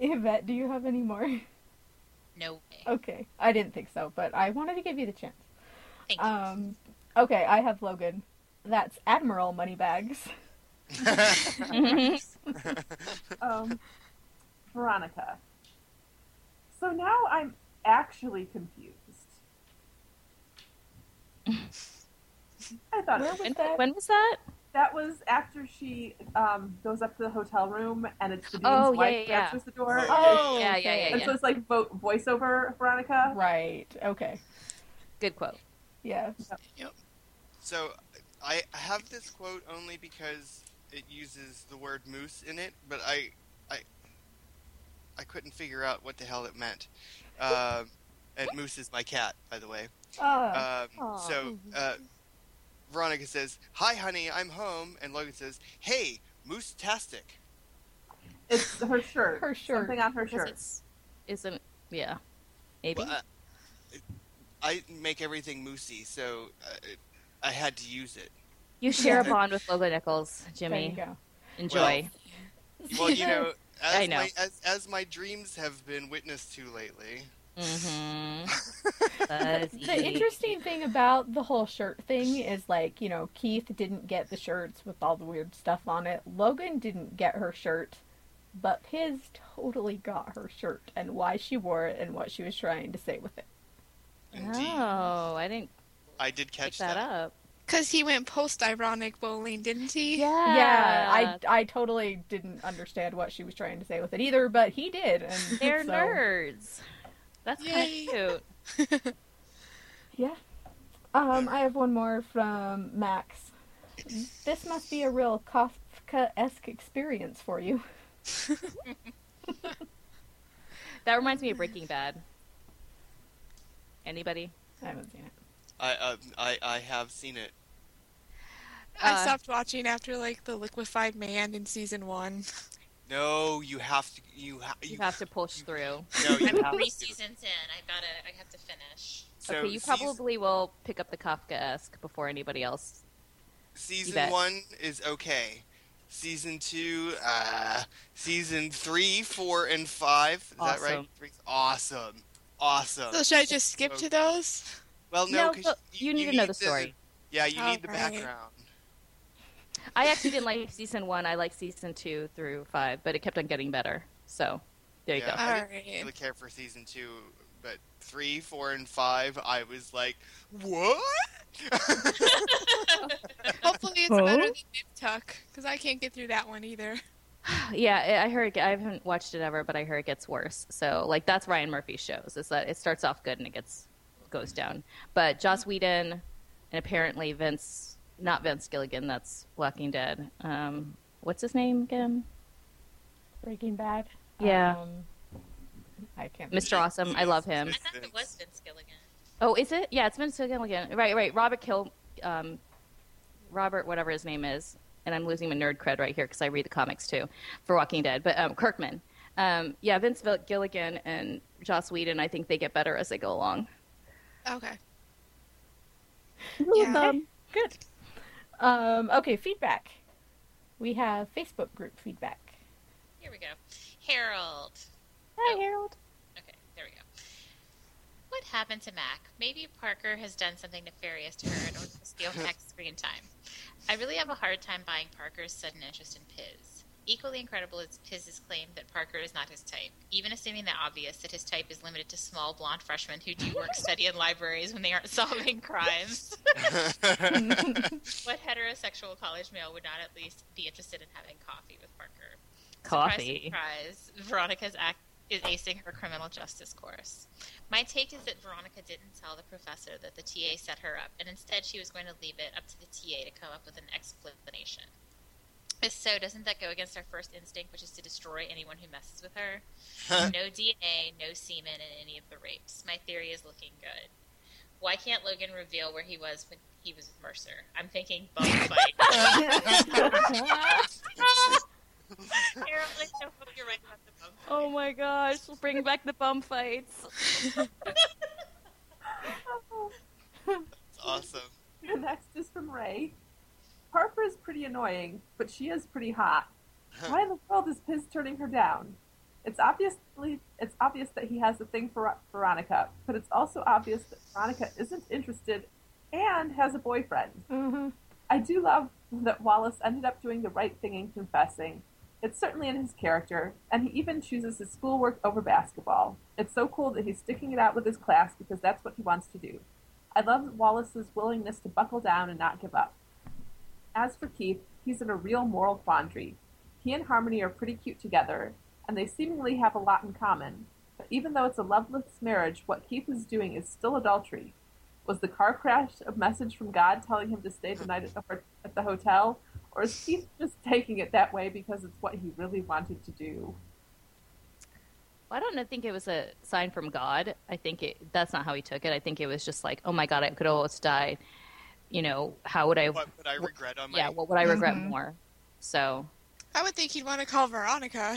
[SPEAKER 1] Yvette, do you have any more? [laughs]
[SPEAKER 5] No way.
[SPEAKER 2] Oh,
[SPEAKER 1] Okay, I didn't think so, but I wanted to give you the chance.
[SPEAKER 5] Thank you.
[SPEAKER 1] Um, okay, I have Logan. That's Admiral Moneybags.
[SPEAKER 4] Um, Veronica. So now I'm actually confused. I thought it
[SPEAKER 1] Where
[SPEAKER 4] was,
[SPEAKER 1] was
[SPEAKER 2] And
[SPEAKER 1] that?
[SPEAKER 2] when was that?
[SPEAKER 4] that was after she um, goes up to the hotel room and it's the dean's
[SPEAKER 2] Oh, yeah,
[SPEAKER 4] wife
[SPEAKER 2] yeah, yeah.
[SPEAKER 4] answers the door.
[SPEAKER 1] oh,
[SPEAKER 2] Yeah, yeah,
[SPEAKER 1] okay.
[SPEAKER 2] yeah,
[SPEAKER 4] and so it's like vo- voiceover, Veronica.
[SPEAKER 1] Right. Okay.
[SPEAKER 2] Good quote.
[SPEAKER 1] Yeah.
[SPEAKER 3] so, I have this quote only because it uses the word moose in it, but I I I couldn't figure out what the hell it meant. Um, and moose is my cat, by the way.
[SPEAKER 1] Uh,
[SPEAKER 3] Um,
[SPEAKER 2] Aw.
[SPEAKER 3] so uh, Veronica says, "Hi, honey, I'm home," and Logan says, "Hey, moose tastic."
[SPEAKER 4] It's her shirt.
[SPEAKER 1] Her shirt.
[SPEAKER 4] Something on her
[SPEAKER 2] Because
[SPEAKER 4] shirt.
[SPEAKER 2] it's isn't yeah. Maybe.
[SPEAKER 3] Well, uh, I- I make everything moosey, so uh, it- I had to use
[SPEAKER 2] [laughs]
[SPEAKER 3] it.
[SPEAKER 2] you
[SPEAKER 3] [laughs]
[SPEAKER 2] share a
[SPEAKER 3] Yeah.
[SPEAKER 2] bond with Logan Nichols,
[SPEAKER 1] there you
[SPEAKER 2] Jimmy. [laughs]
[SPEAKER 1] go.
[SPEAKER 2] Enjoy.
[SPEAKER 3] Well, you know, as,
[SPEAKER 2] I know.
[SPEAKER 3] My, as, as my dreams have been witnessed to lately. [laughs]
[SPEAKER 2] mm-hmm. E.
[SPEAKER 1] The interesting thing about the whole shirt thing is like, you know, Keith didn't get the shirts with all the weird stuff on it. Logan didn't get her shirt, but Piz totally got her shirt and why she wore it and what she was trying to say with it.
[SPEAKER 3] Indeed,
[SPEAKER 2] Oh, I didn't
[SPEAKER 3] I did
[SPEAKER 2] pick
[SPEAKER 3] catch
[SPEAKER 2] that up.
[SPEAKER 6] Because he went post ironic bowling, didn't he?
[SPEAKER 2] Yeah.
[SPEAKER 1] Yeah, I, I totally didn't understand what she was trying to say with it either, but he did. And [laughs]
[SPEAKER 2] they're
[SPEAKER 1] so,
[SPEAKER 2] nerds. That's kind
[SPEAKER 6] Yay.
[SPEAKER 2] of cute.
[SPEAKER 1] Yeah. Um, I have one more from Max. This must be a real Kafka esque experience for you.
[SPEAKER 2] That reminds me of Breaking Bad. Anybody?
[SPEAKER 1] I haven't seen it.
[SPEAKER 3] I, um, I I have seen it.
[SPEAKER 6] I
[SPEAKER 2] Uh,
[SPEAKER 6] stopped watching after like the liquefied man in season one.
[SPEAKER 3] No, you have to. You, ha-
[SPEAKER 2] You have to push through.
[SPEAKER 3] [laughs] No,
[SPEAKER 2] [laughs]
[SPEAKER 3] you
[SPEAKER 5] I'm
[SPEAKER 3] have
[SPEAKER 5] three
[SPEAKER 3] to.
[SPEAKER 5] seasons in. I gotta. I have to finish.
[SPEAKER 3] So
[SPEAKER 2] okay, you
[SPEAKER 3] season-
[SPEAKER 2] probably will pick up the Kafka esque before anybody else.
[SPEAKER 3] Season
[SPEAKER 2] bet.
[SPEAKER 3] one is okay. Season two, uh, season three, four, and five. Is that right?
[SPEAKER 2] Awesome.
[SPEAKER 3] Three- Awesome. Awesome.
[SPEAKER 6] So should I just skip to those?
[SPEAKER 3] well, no, 'cause
[SPEAKER 2] so you, need to know the
[SPEAKER 3] the-
[SPEAKER 2] story.
[SPEAKER 3] yeah, you need the
[SPEAKER 6] Alright.
[SPEAKER 3] background.
[SPEAKER 2] I actually didn't like season one. I liked season two through five, but it kept on getting better. So there you
[SPEAKER 3] Yeah.
[SPEAKER 2] go.
[SPEAKER 3] I
[SPEAKER 6] All
[SPEAKER 3] didn't
[SPEAKER 6] right.
[SPEAKER 3] Really care for season two, but three, four, and five, I was like, what? [laughs]
[SPEAKER 6] Hopefully it's better than Nip Tuck because I can't get through that one either.
[SPEAKER 2] Yeah, I I heard. I haven't watched it ever, but I heard it gets worse. So, like, that's Ryan Murphy's shows. Is that it starts off good and it gets goes down. But Joss Whedon and apparently Vince, not Vince Gilligan, that's Walking Dead. Um, what's his name again?
[SPEAKER 1] Breaking Bad.
[SPEAKER 2] Yeah.
[SPEAKER 1] Um, I can't.
[SPEAKER 2] Mr. Awesome. I love him.
[SPEAKER 5] I thought it was Vince Gilligan.
[SPEAKER 2] Oh, is it? Yeah, it's Vince Gilligan. Right, right. Robert Kill, um, Robert, whatever his name is, and I'm losing my nerd cred right here because I read the comics too for Walking Dead. But um, Kirkman, um, yeah, Vince Vil- Gilligan and Joss Whedon. I think they get better as they go along.
[SPEAKER 6] Okay.
[SPEAKER 2] Love
[SPEAKER 6] Yeah.
[SPEAKER 2] them.
[SPEAKER 1] Good. Um, okay, feedback. We have Facebook group feedback.
[SPEAKER 5] Here we go. Harold.
[SPEAKER 1] Hi,
[SPEAKER 5] Oh.
[SPEAKER 1] Harold.
[SPEAKER 5] Okay, there we go. What happened to Mac? Maybe Parker has done something nefarious to her in order to steal Mac's screen time. I really have a hard time buying Parker's sudden interest in Piz. Equally incredible is Piz's claim that Parker is not his type, even assuming the obvious that his type is limited to small blonde freshmen who do work study in libraries when they aren't solving crimes. what heterosexual college male would not at least be interested in having coffee with Parker?
[SPEAKER 2] Coffee.
[SPEAKER 5] Surprise, surprise. Veronica's act is acing her criminal justice course. My take is that Veronica didn't tell the professor that the TA set her up, and instead she was going to leave it up to the TA to come up with an explanation. If so, doesn't that go against her first instinct, which is to destroy anyone who messes with her? no DNA, no semen in any of the rapes. My theory is looking good. Why can't Logan reveal where he was when he was with Mercer? I'm thinking bum fight. Carol, I so hope you're right about the bum fight.
[SPEAKER 2] [laughs] Oh my gosh! Bring back the bum fights.
[SPEAKER 4] [laughs]
[SPEAKER 3] awesome.
[SPEAKER 4] The next is from Ray. Harper is pretty annoying, but she is pretty hot. Why in the world is Piz turning her down? It's obviously it's obvious that he has a thing for Veronica, but it's also obvious that Veronica isn't interested and has a boyfriend.
[SPEAKER 1] [laughs] Mhm.
[SPEAKER 4] I do love that Wallace ended up doing the right thing in confessing. It's certainly in his character, and he even chooses his schoolwork over basketball. It's so cool that he's sticking it out with his class because that's what he wants to do. I love Wallace's willingness to buckle down and not give up. As for Keith, he's in a real moral quandary. He and Harmony are pretty cute together, and they seemingly have a lot in common. But even though it's a loveless marriage, what Keith is doing is still adultery. Was the car crash a message from God telling him to stay the night at the, ho- at the hotel? Or is Keith just taking it that way because it's what he really wanted to do?
[SPEAKER 2] Well, I don't know- think it was a sign from God. I think it, that's not how he took it. I think it was just like, oh my God, I could almost die. You know, how would I?
[SPEAKER 3] What would I regret on my?
[SPEAKER 2] yeah, what would I regret
[SPEAKER 1] Mhm.
[SPEAKER 2] more? So,
[SPEAKER 6] I would think he'd want to call Veronica.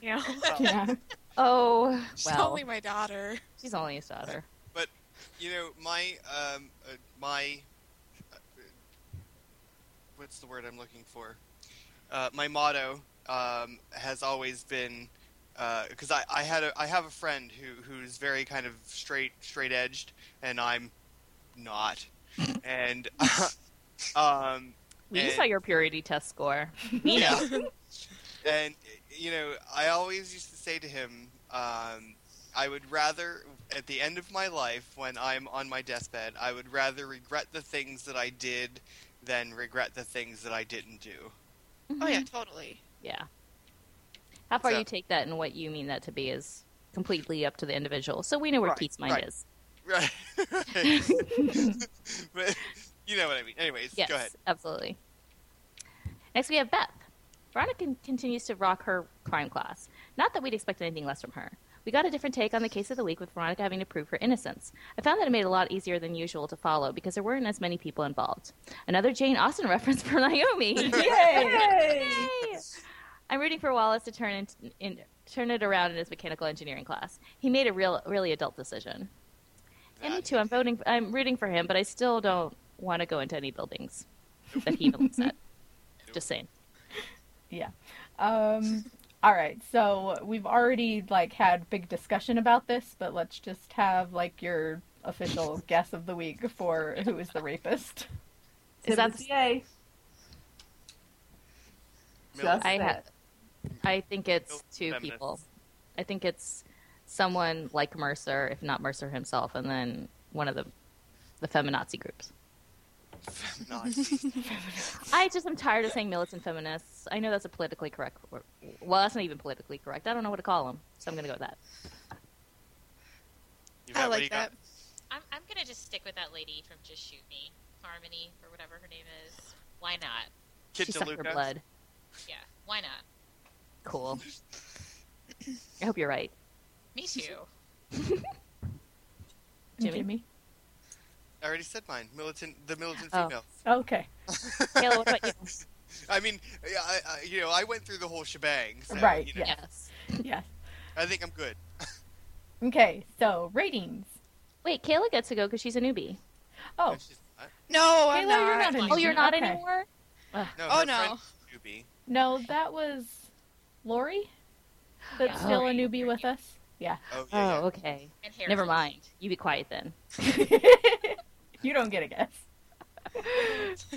[SPEAKER 5] Yeah.
[SPEAKER 2] [laughs]
[SPEAKER 1] Yeah.
[SPEAKER 2] oh
[SPEAKER 6] She's
[SPEAKER 2] well,
[SPEAKER 6] only my daughter.
[SPEAKER 2] she's only his
[SPEAKER 3] [laughs]
[SPEAKER 2] daughter.
[SPEAKER 3] you know, my um, uh, my uh, what's the word I'm looking for? Uh, my motto um, has always been because I, I had a, I have a friend who who's very kind of straight straight edged, and I'm not, and [laughs] um,
[SPEAKER 2] We
[SPEAKER 3] And-
[SPEAKER 2] saw your purity
[SPEAKER 3] [laughs]
[SPEAKER 2] test score.
[SPEAKER 3] yeah. and you know, I always used to say to him, um, I would rather, at the end of my life, when I'm on my deathbed, I would rather regret the things that I did than regret the things that I didn't do.
[SPEAKER 6] Oh yeah, totally.
[SPEAKER 2] [laughs] Yeah. How far
[SPEAKER 3] So-
[SPEAKER 2] you take that and what you mean that to be is completely up to the individual. So we know where
[SPEAKER 3] Right,
[SPEAKER 2] Keith's mind
[SPEAKER 3] right.
[SPEAKER 2] is.
[SPEAKER 3] [laughs] Right. but you know what I mean. Anyways,
[SPEAKER 2] Yes,
[SPEAKER 3] go ahead.
[SPEAKER 2] absolutely. Next, we have Beth. Veronica con- continues to rock her crime class. Not that we'd expect anything less from her. We got a different take on the case of the week with Veronica having to prove her innocence. I found that it made it a lot easier than usual to follow because there weren't as many people involved. Another Jane Austen [laughs] reference for Naomi.
[SPEAKER 3] [laughs]
[SPEAKER 4] Yay!
[SPEAKER 2] Yay! I'm rooting for Wallace to turn in, in, turn it around in his mechanical engineering class. He made a real, really adult decision. And me
[SPEAKER 3] That-
[SPEAKER 2] too. I'm voting. I'm rooting for him, but I still don't want to go into any buildings that he even looks at. Just saying.
[SPEAKER 1] Yeah. Um, all right. So we've already like had big discussion about this, but let's just have like your official guess of the week for who is the rapist.
[SPEAKER 4] Tim
[SPEAKER 2] that
[SPEAKER 4] is
[SPEAKER 2] the-
[SPEAKER 4] yay.
[SPEAKER 3] Millie-
[SPEAKER 4] Just
[SPEAKER 2] I
[SPEAKER 4] it.
[SPEAKER 2] ha- I think it's two
[SPEAKER 3] Feminists.
[SPEAKER 2] people. I think it's someone like Mercer, if not Mercer himself, and then one of the the feminazi groups.
[SPEAKER 3] [laughs] Nice.
[SPEAKER 2] I just am tired of saying militant feminists. I know that's a politically correct. word. Well, that's not even politically correct. I don't know what to call them, so I'm going to go with that.
[SPEAKER 3] Yvette,
[SPEAKER 6] I
[SPEAKER 3] what do
[SPEAKER 6] like
[SPEAKER 3] you got?
[SPEAKER 6] that.
[SPEAKER 5] I'm, I'm gonna just stick with that lady from Just Shoot Me, Harmony or whatever her name is. Why not?
[SPEAKER 3] Kid
[SPEAKER 2] she sucked her
[SPEAKER 3] DeLuca?
[SPEAKER 2] blood.
[SPEAKER 5] Yeah, why not?
[SPEAKER 2] [laughs] Cool. I hope you're right.
[SPEAKER 5] Me [laughs] too.
[SPEAKER 1] Jimmy.
[SPEAKER 2] Jimmy?
[SPEAKER 3] I already said mine. Militant, the militant
[SPEAKER 2] Oh.
[SPEAKER 3] female.
[SPEAKER 1] Okay.
[SPEAKER 2] Kayla, what about you?
[SPEAKER 3] I mean, I, I, you know, I went through the whole shebang. So,
[SPEAKER 1] Right,
[SPEAKER 3] You know,
[SPEAKER 1] yeah.
[SPEAKER 2] Yes.
[SPEAKER 1] Yes.
[SPEAKER 3] I think I'm good.
[SPEAKER 1] Okay. So ratings.
[SPEAKER 2] Wait, Kayla gets to go because she's a newbie.
[SPEAKER 1] Oh,
[SPEAKER 3] No, she's not.
[SPEAKER 6] No,
[SPEAKER 1] Kayla,
[SPEAKER 6] I'm
[SPEAKER 1] you're
[SPEAKER 6] not.
[SPEAKER 1] not a
[SPEAKER 2] Oh, you're not
[SPEAKER 1] Okay.
[SPEAKER 2] anymore.
[SPEAKER 3] No,
[SPEAKER 6] Oh,
[SPEAKER 3] her
[SPEAKER 6] no.
[SPEAKER 3] friend's a newbie.
[SPEAKER 1] no, that was Lori. That's
[SPEAKER 2] Yeah.
[SPEAKER 1] still a newbie with us.
[SPEAKER 3] [laughs]
[SPEAKER 1] Yeah. [laughs]
[SPEAKER 3] Oh, yeah, yeah.
[SPEAKER 2] Oh, okay.
[SPEAKER 5] And Harry.
[SPEAKER 2] Never mind. You be quiet then.
[SPEAKER 1] you don't get a guess.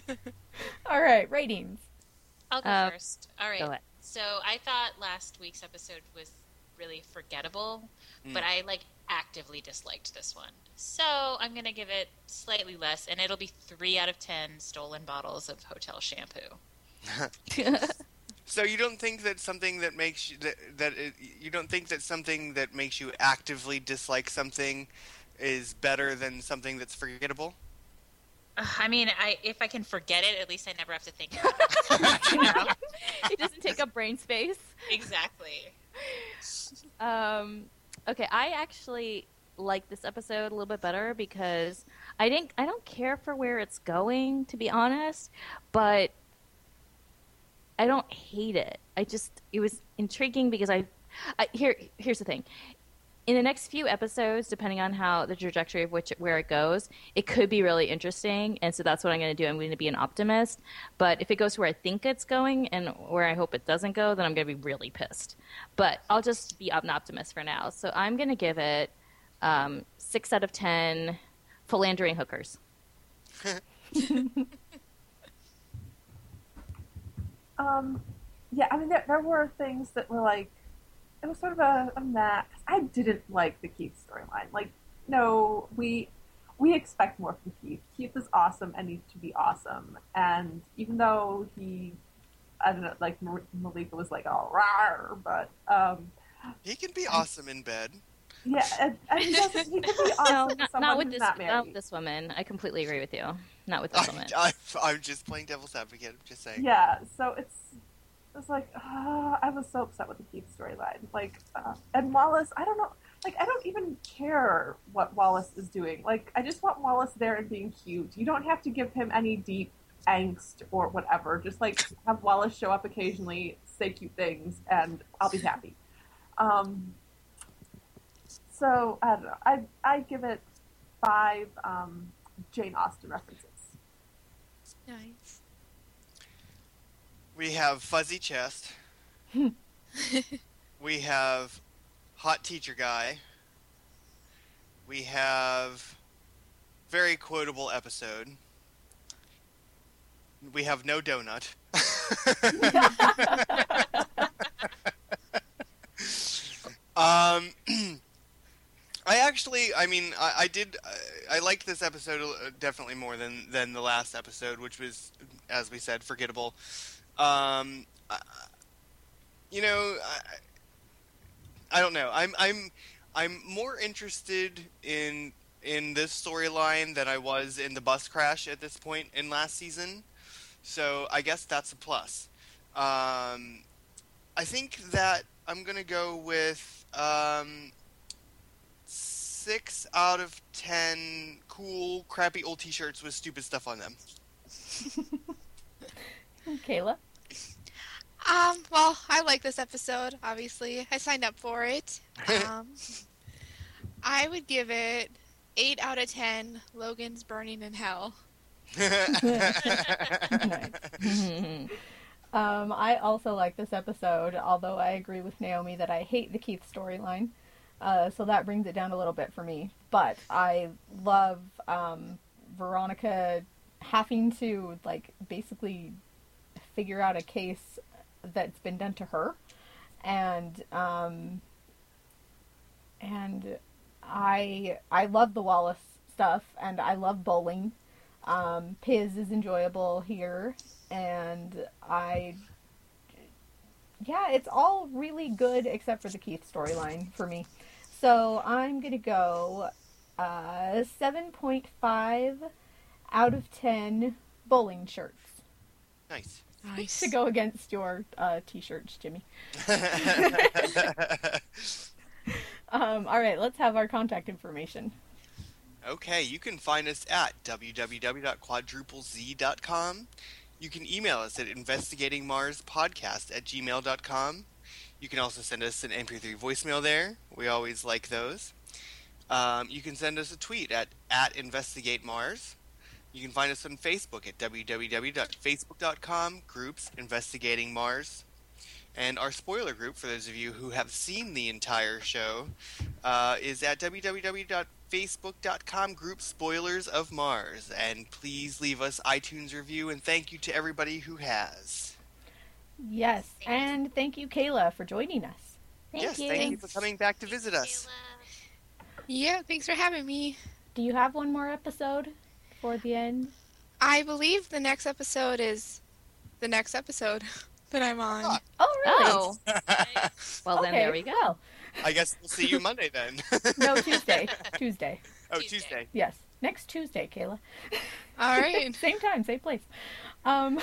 [SPEAKER 1] All right, ratings. [laughs]
[SPEAKER 5] I'll go
[SPEAKER 2] Uh,
[SPEAKER 5] first. All right.
[SPEAKER 2] Go ahead.
[SPEAKER 5] So I thought last week's episode was really forgettable,
[SPEAKER 3] Mm.
[SPEAKER 5] but I like actively disliked this one. So I'm gonna give it slightly less, and it'll be three out of ten stolen bottles of hotel shampoo.
[SPEAKER 3] So you don't think that something that makes you that, that it, you don't think that something that makes you actively dislike something is better than something that's forgettable?
[SPEAKER 5] Ugh, I mean, I if I can forget it, at least I never have to think about it. [laughs] you know?
[SPEAKER 2] [laughs] it doesn't take up brain space.
[SPEAKER 5] Exactly.
[SPEAKER 2] Um, okay, I actually like this episode a little bit better because I didn't. I don't care for where it's going, to be honest, but I don't hate it. I just it was intriguing because I, I here here's the thing. In the next few episodes, depending on how the trajectory of which where it goes, it could be really interesting, and so that's what I'm going to do. I'm going to be an optimist, but if it goes where I think it's going and where I hope it doesn't go, then I'm going to be really pissed but I'll just be an optimist for now. So I'm going to give it um, six out of ten philandering hookers.
[SPEAKER 4] Um, yeah, I mean, there, there were things that were like, it was sort of a, a meh. I didn't like the Keith storyline. Like, no, we we expect more from Keith. Keith is awesome and needs to be awesome. And even though he, I don't know, like Mar- Malika was like all rar, but um,
[SPEAKER 3] He can be awesome in bed.
[SPEAKER 4] yeah, and, and he doesn't. He could be awesome.
[SPEAKER 2] [laughs] no,
[SPEAKER 4] to
[SPEAKER 2] not,
[SPEAKER 4] Oh, someone
[SPEAKER 2] not with
[SPEAKER 4] who's
[SPEAKER 2] this,
[SPEAKER 4] not
[SPEAKER 2] not
[SPEAKER 4] married.
[SPEAKER 2] with this woman. I completely agree with you. Not with this
[SPEAKER 3] I,
[SPEAKER 2] woman.
[SPEAKER 3] [laughs]
[SPEAKER 7] [laughs]
[SPEAKER 3] I, I'm just playing devil's advocate. I'm just saying.
[SPEAKER 4] Yeah, so it's it's like uh, I was so upset with the Keith storyline. Like, uh, and Wallace, I don't know. Like, I don't even care what Wallace is doing. Like, I just want Wallace there and being cute. You don't have to give him any deep angst or whatever. Just like have Wallace show up occasionally, say cute things, and I'll be happy. Um, so I don't know. I I give it five um, Jane Austen references.
[SPEAKER 6] Nice.
[SPEAKER 3] We have fuzzy chest. we have hot teacher guy. We have very quotable episode. We have no donut. [laughs] um, [clears throat] I actually, I mean, I, I did, I, I liked this episode uh, definitely more than than the last episode, which was, as we said, forgettable. Um, I, you know, I, I don't know. I'm I'm I'm more interested in in this storyline than I was in the bus crash at this point in last season. So I guess that's a plus. Um, I think that I'm gonna go with um, six out of ten cool, crappy old T-shirts with stupid stuff on them. [laughs]
[SPEAKER 1] Kayla.
[SPEAKER 6] Um, well, I like this episode, obviously. I signed up for
[SPEAKER 3] [laughs]
[SPEAKER 6] it. Um, I would give it 8 out of 10 Logan's Burning in Hell.
[SPEAKER 1] Nice. Um, I also like this episode, although I agree with Naomi that I hate the Keith storyline. Uh, so that brings it down a little bit for me. But I love um, Veronica having to, like, basically figure out a case that's been done to her. And, um, and I, I love the Wallace stuff, and I love bowling. Um, Piz is enjoyable here, and I. Yeah, it's all really good except for the Keith storyline for me. So I'm going to go uh, 7.5 out of 10 bowling shirts
[SPEAKER 3] [laughs] nice.
[SPEAKER 6] Nice.
[SPEAKER 1] to go against your uh, t shirts, Jimmy. Um, all right, let's have our contact information.
[SPEAKER 3] Okay, you can find us at www.quadruplez.com. You can email us at investigatingmarspodcast at gmail.com. You can also send us an MP3 voicemail there. We always like those. Um, you can send us a tweet at, at investigatemars. You can find us on Facebook at www.facebook.com groups investigating Mars. And our spoiler group, for those of you who have seen the entire show, uh, is at www.facebook.com group spoilers of Mars. And please leave us iTunes review and thank you to everybody who has.
[SPEAKER 1] Yes, and thank you, Kayla, for joining us.
[SPEAKER 2] Thank
[SPEAKER 3] yes,
[SPEAKER 2] you.
[SPEAKER 3] thank you for coming back to visit us.
[SPEAKER 6] Yeah, thanks for having me.
[SPEAKER 1] Do you have one more episode for the end?
[SPEAKER 6] I believe the next episode is the next episode [laughs] that I'm on.
[SPEAKER 3] Ah.
[SPEAKER 1] Oh, really?
[SPEAKER 2] Oh, well then
[SPEAKER 1] Okay,
[SPEAKER 2] there we go.
[SPEAKER 1] well.
[SPEAKER 3] [laughs] I guess we'll see you Monday then. [laughs]
[SPEAKER 1] No,
[SPEAKER 2] [laughs]
[SPEAKER 1] Tuesday. Tuesday.
[SPEAKER 3] oh,
[SPEAKER 5] Tuesday.
[SPEAKER 3] Tuesday.
[SPEAKER 1] Yes. Next Tuesday, Kayla. [laughs]
[SPEAKER 6] All right.
[SPEAKER 1] same time, same place. Um,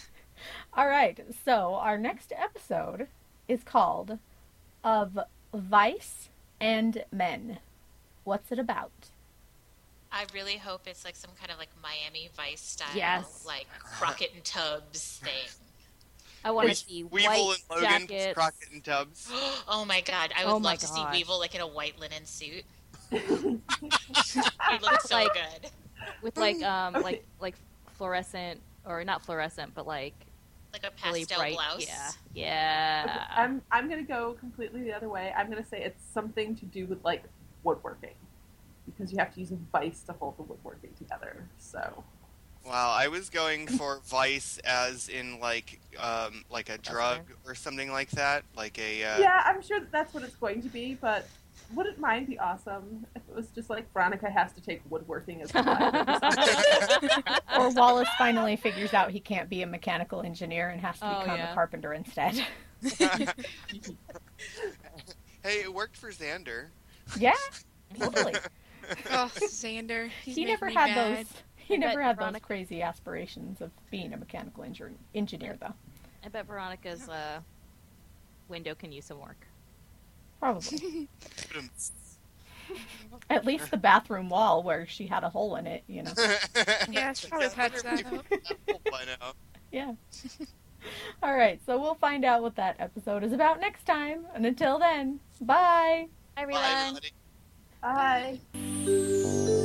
[SPEAKER 1] [laughs] all right. So our next episode is called "Of Vice and Men." What's it about?
[SPEAKER 5] I really hope it's like some kind of like Miami Vice style,
[SPEAKER 7] Yes.
[SPEAKER 5] like Crockett and Tubbs thing.
[SPEAKER 7] I want to
[SPEAKER 3] Which
[SPEAKER 7] see
[SPEAKER 3] Weevil
[SPEAKER 7] white
[SPEAKER 3] and Logan,
[SPEAKER 7] jackets.
[SPEAKER 3] Crockett and Tubbs.
[SPEAKER 5] [gasps] oh my god, I would
[SPEAKER 7] Oh my
[SPEAKER 5] love to see
[SPEAKER 7] God.
[SPEAKER 5] Weevil like in a white linen
[SPEAKER 7] [laughs]
[SPEAKER 5] suit. he looks so
[SPEAKER 7] Like-
[SPEAKER 5] good.
[SPEAKER 7] with like um
[SPEAKER 4] Okay.
[SPEAKER 7] like like fluorescent or not fluorescent but like
[SPEAKER 5] Like a
[SPEAKER 7] really
[SPEAKER 5] pastel
[SPEAKER 7] bright
[SPEAKER 5] blouse.
[SPEAKER 7] yeah
[SPEAKER 4] Okay,
[SPEAKER 7] yeah
[SPEAKER 4] I'm I'm gonna go completely the other way. I'm gonna say it's something to do with like woodworking, because you have to use a vise to hold the woodworking together. So
[SPEAKER 3] Wow, I was going for vice as in like um like a drug or something like that, like a uh,
[SPEAKER 4] yeah, I'm sure that that's what it's going to be. But wouldn't mine be awesome if it was just like Veronica has to take
[SPEAKER 2] [laughs]
[SPEAKER 4] woodworking as well? [laughs]
[SPEAKER 6] [laughs]
[SPEAKER 1] Or Wallace finally figures out he can't be a mechanical engineer and has to
[SPEAKER 7] Oh,
[SPEAKER 1] become a
[SPEAKER 7] yeah.
[SPEAKER 1] carpenter instead. [laughs]
[SPEAKER 3] Hey, it worked for Xander. [laughs]
[SPEAKER 1] yeah, totally.
[SPEAKER 6] Oh, Xander. [laughs] he's
[SPEAKER 1] he
[SPEAKER 6] making
[SPEAKER 1] never
[SPEAKER 6] me
[SPEAKER 1] had
[SPEAKER 6] mad.
[SPEAKER 1] those. He
[SPEAKER 7] I
[SPEAKER 1] never
[SPEAKER 7] bet
[SPEAKER 1] had those
[SPEAKER 7] Veronica-
[SPEAKER 1] crazy aspirations of being a mechanical engineer, engineer though.
[SPEAKER 7] [laughs] i bet veronica's uh window can use some work
[SPEAKER 1] Probably. At least
[SPEAKER 3] least
[SPEAKER 1] the bathroom wall where she had a hole in it, you know.
[SPEAKER 6] Yeah, I should probably patch that up.
[SPEAKER 3] By now.
[SPEAKER 1] Yeah. [laughs] All right, so we'll find out what that episode is about next time. And until then, bye.
[SPEAKER 3] Bye, everybody.
[SPEAKER 4] Bye.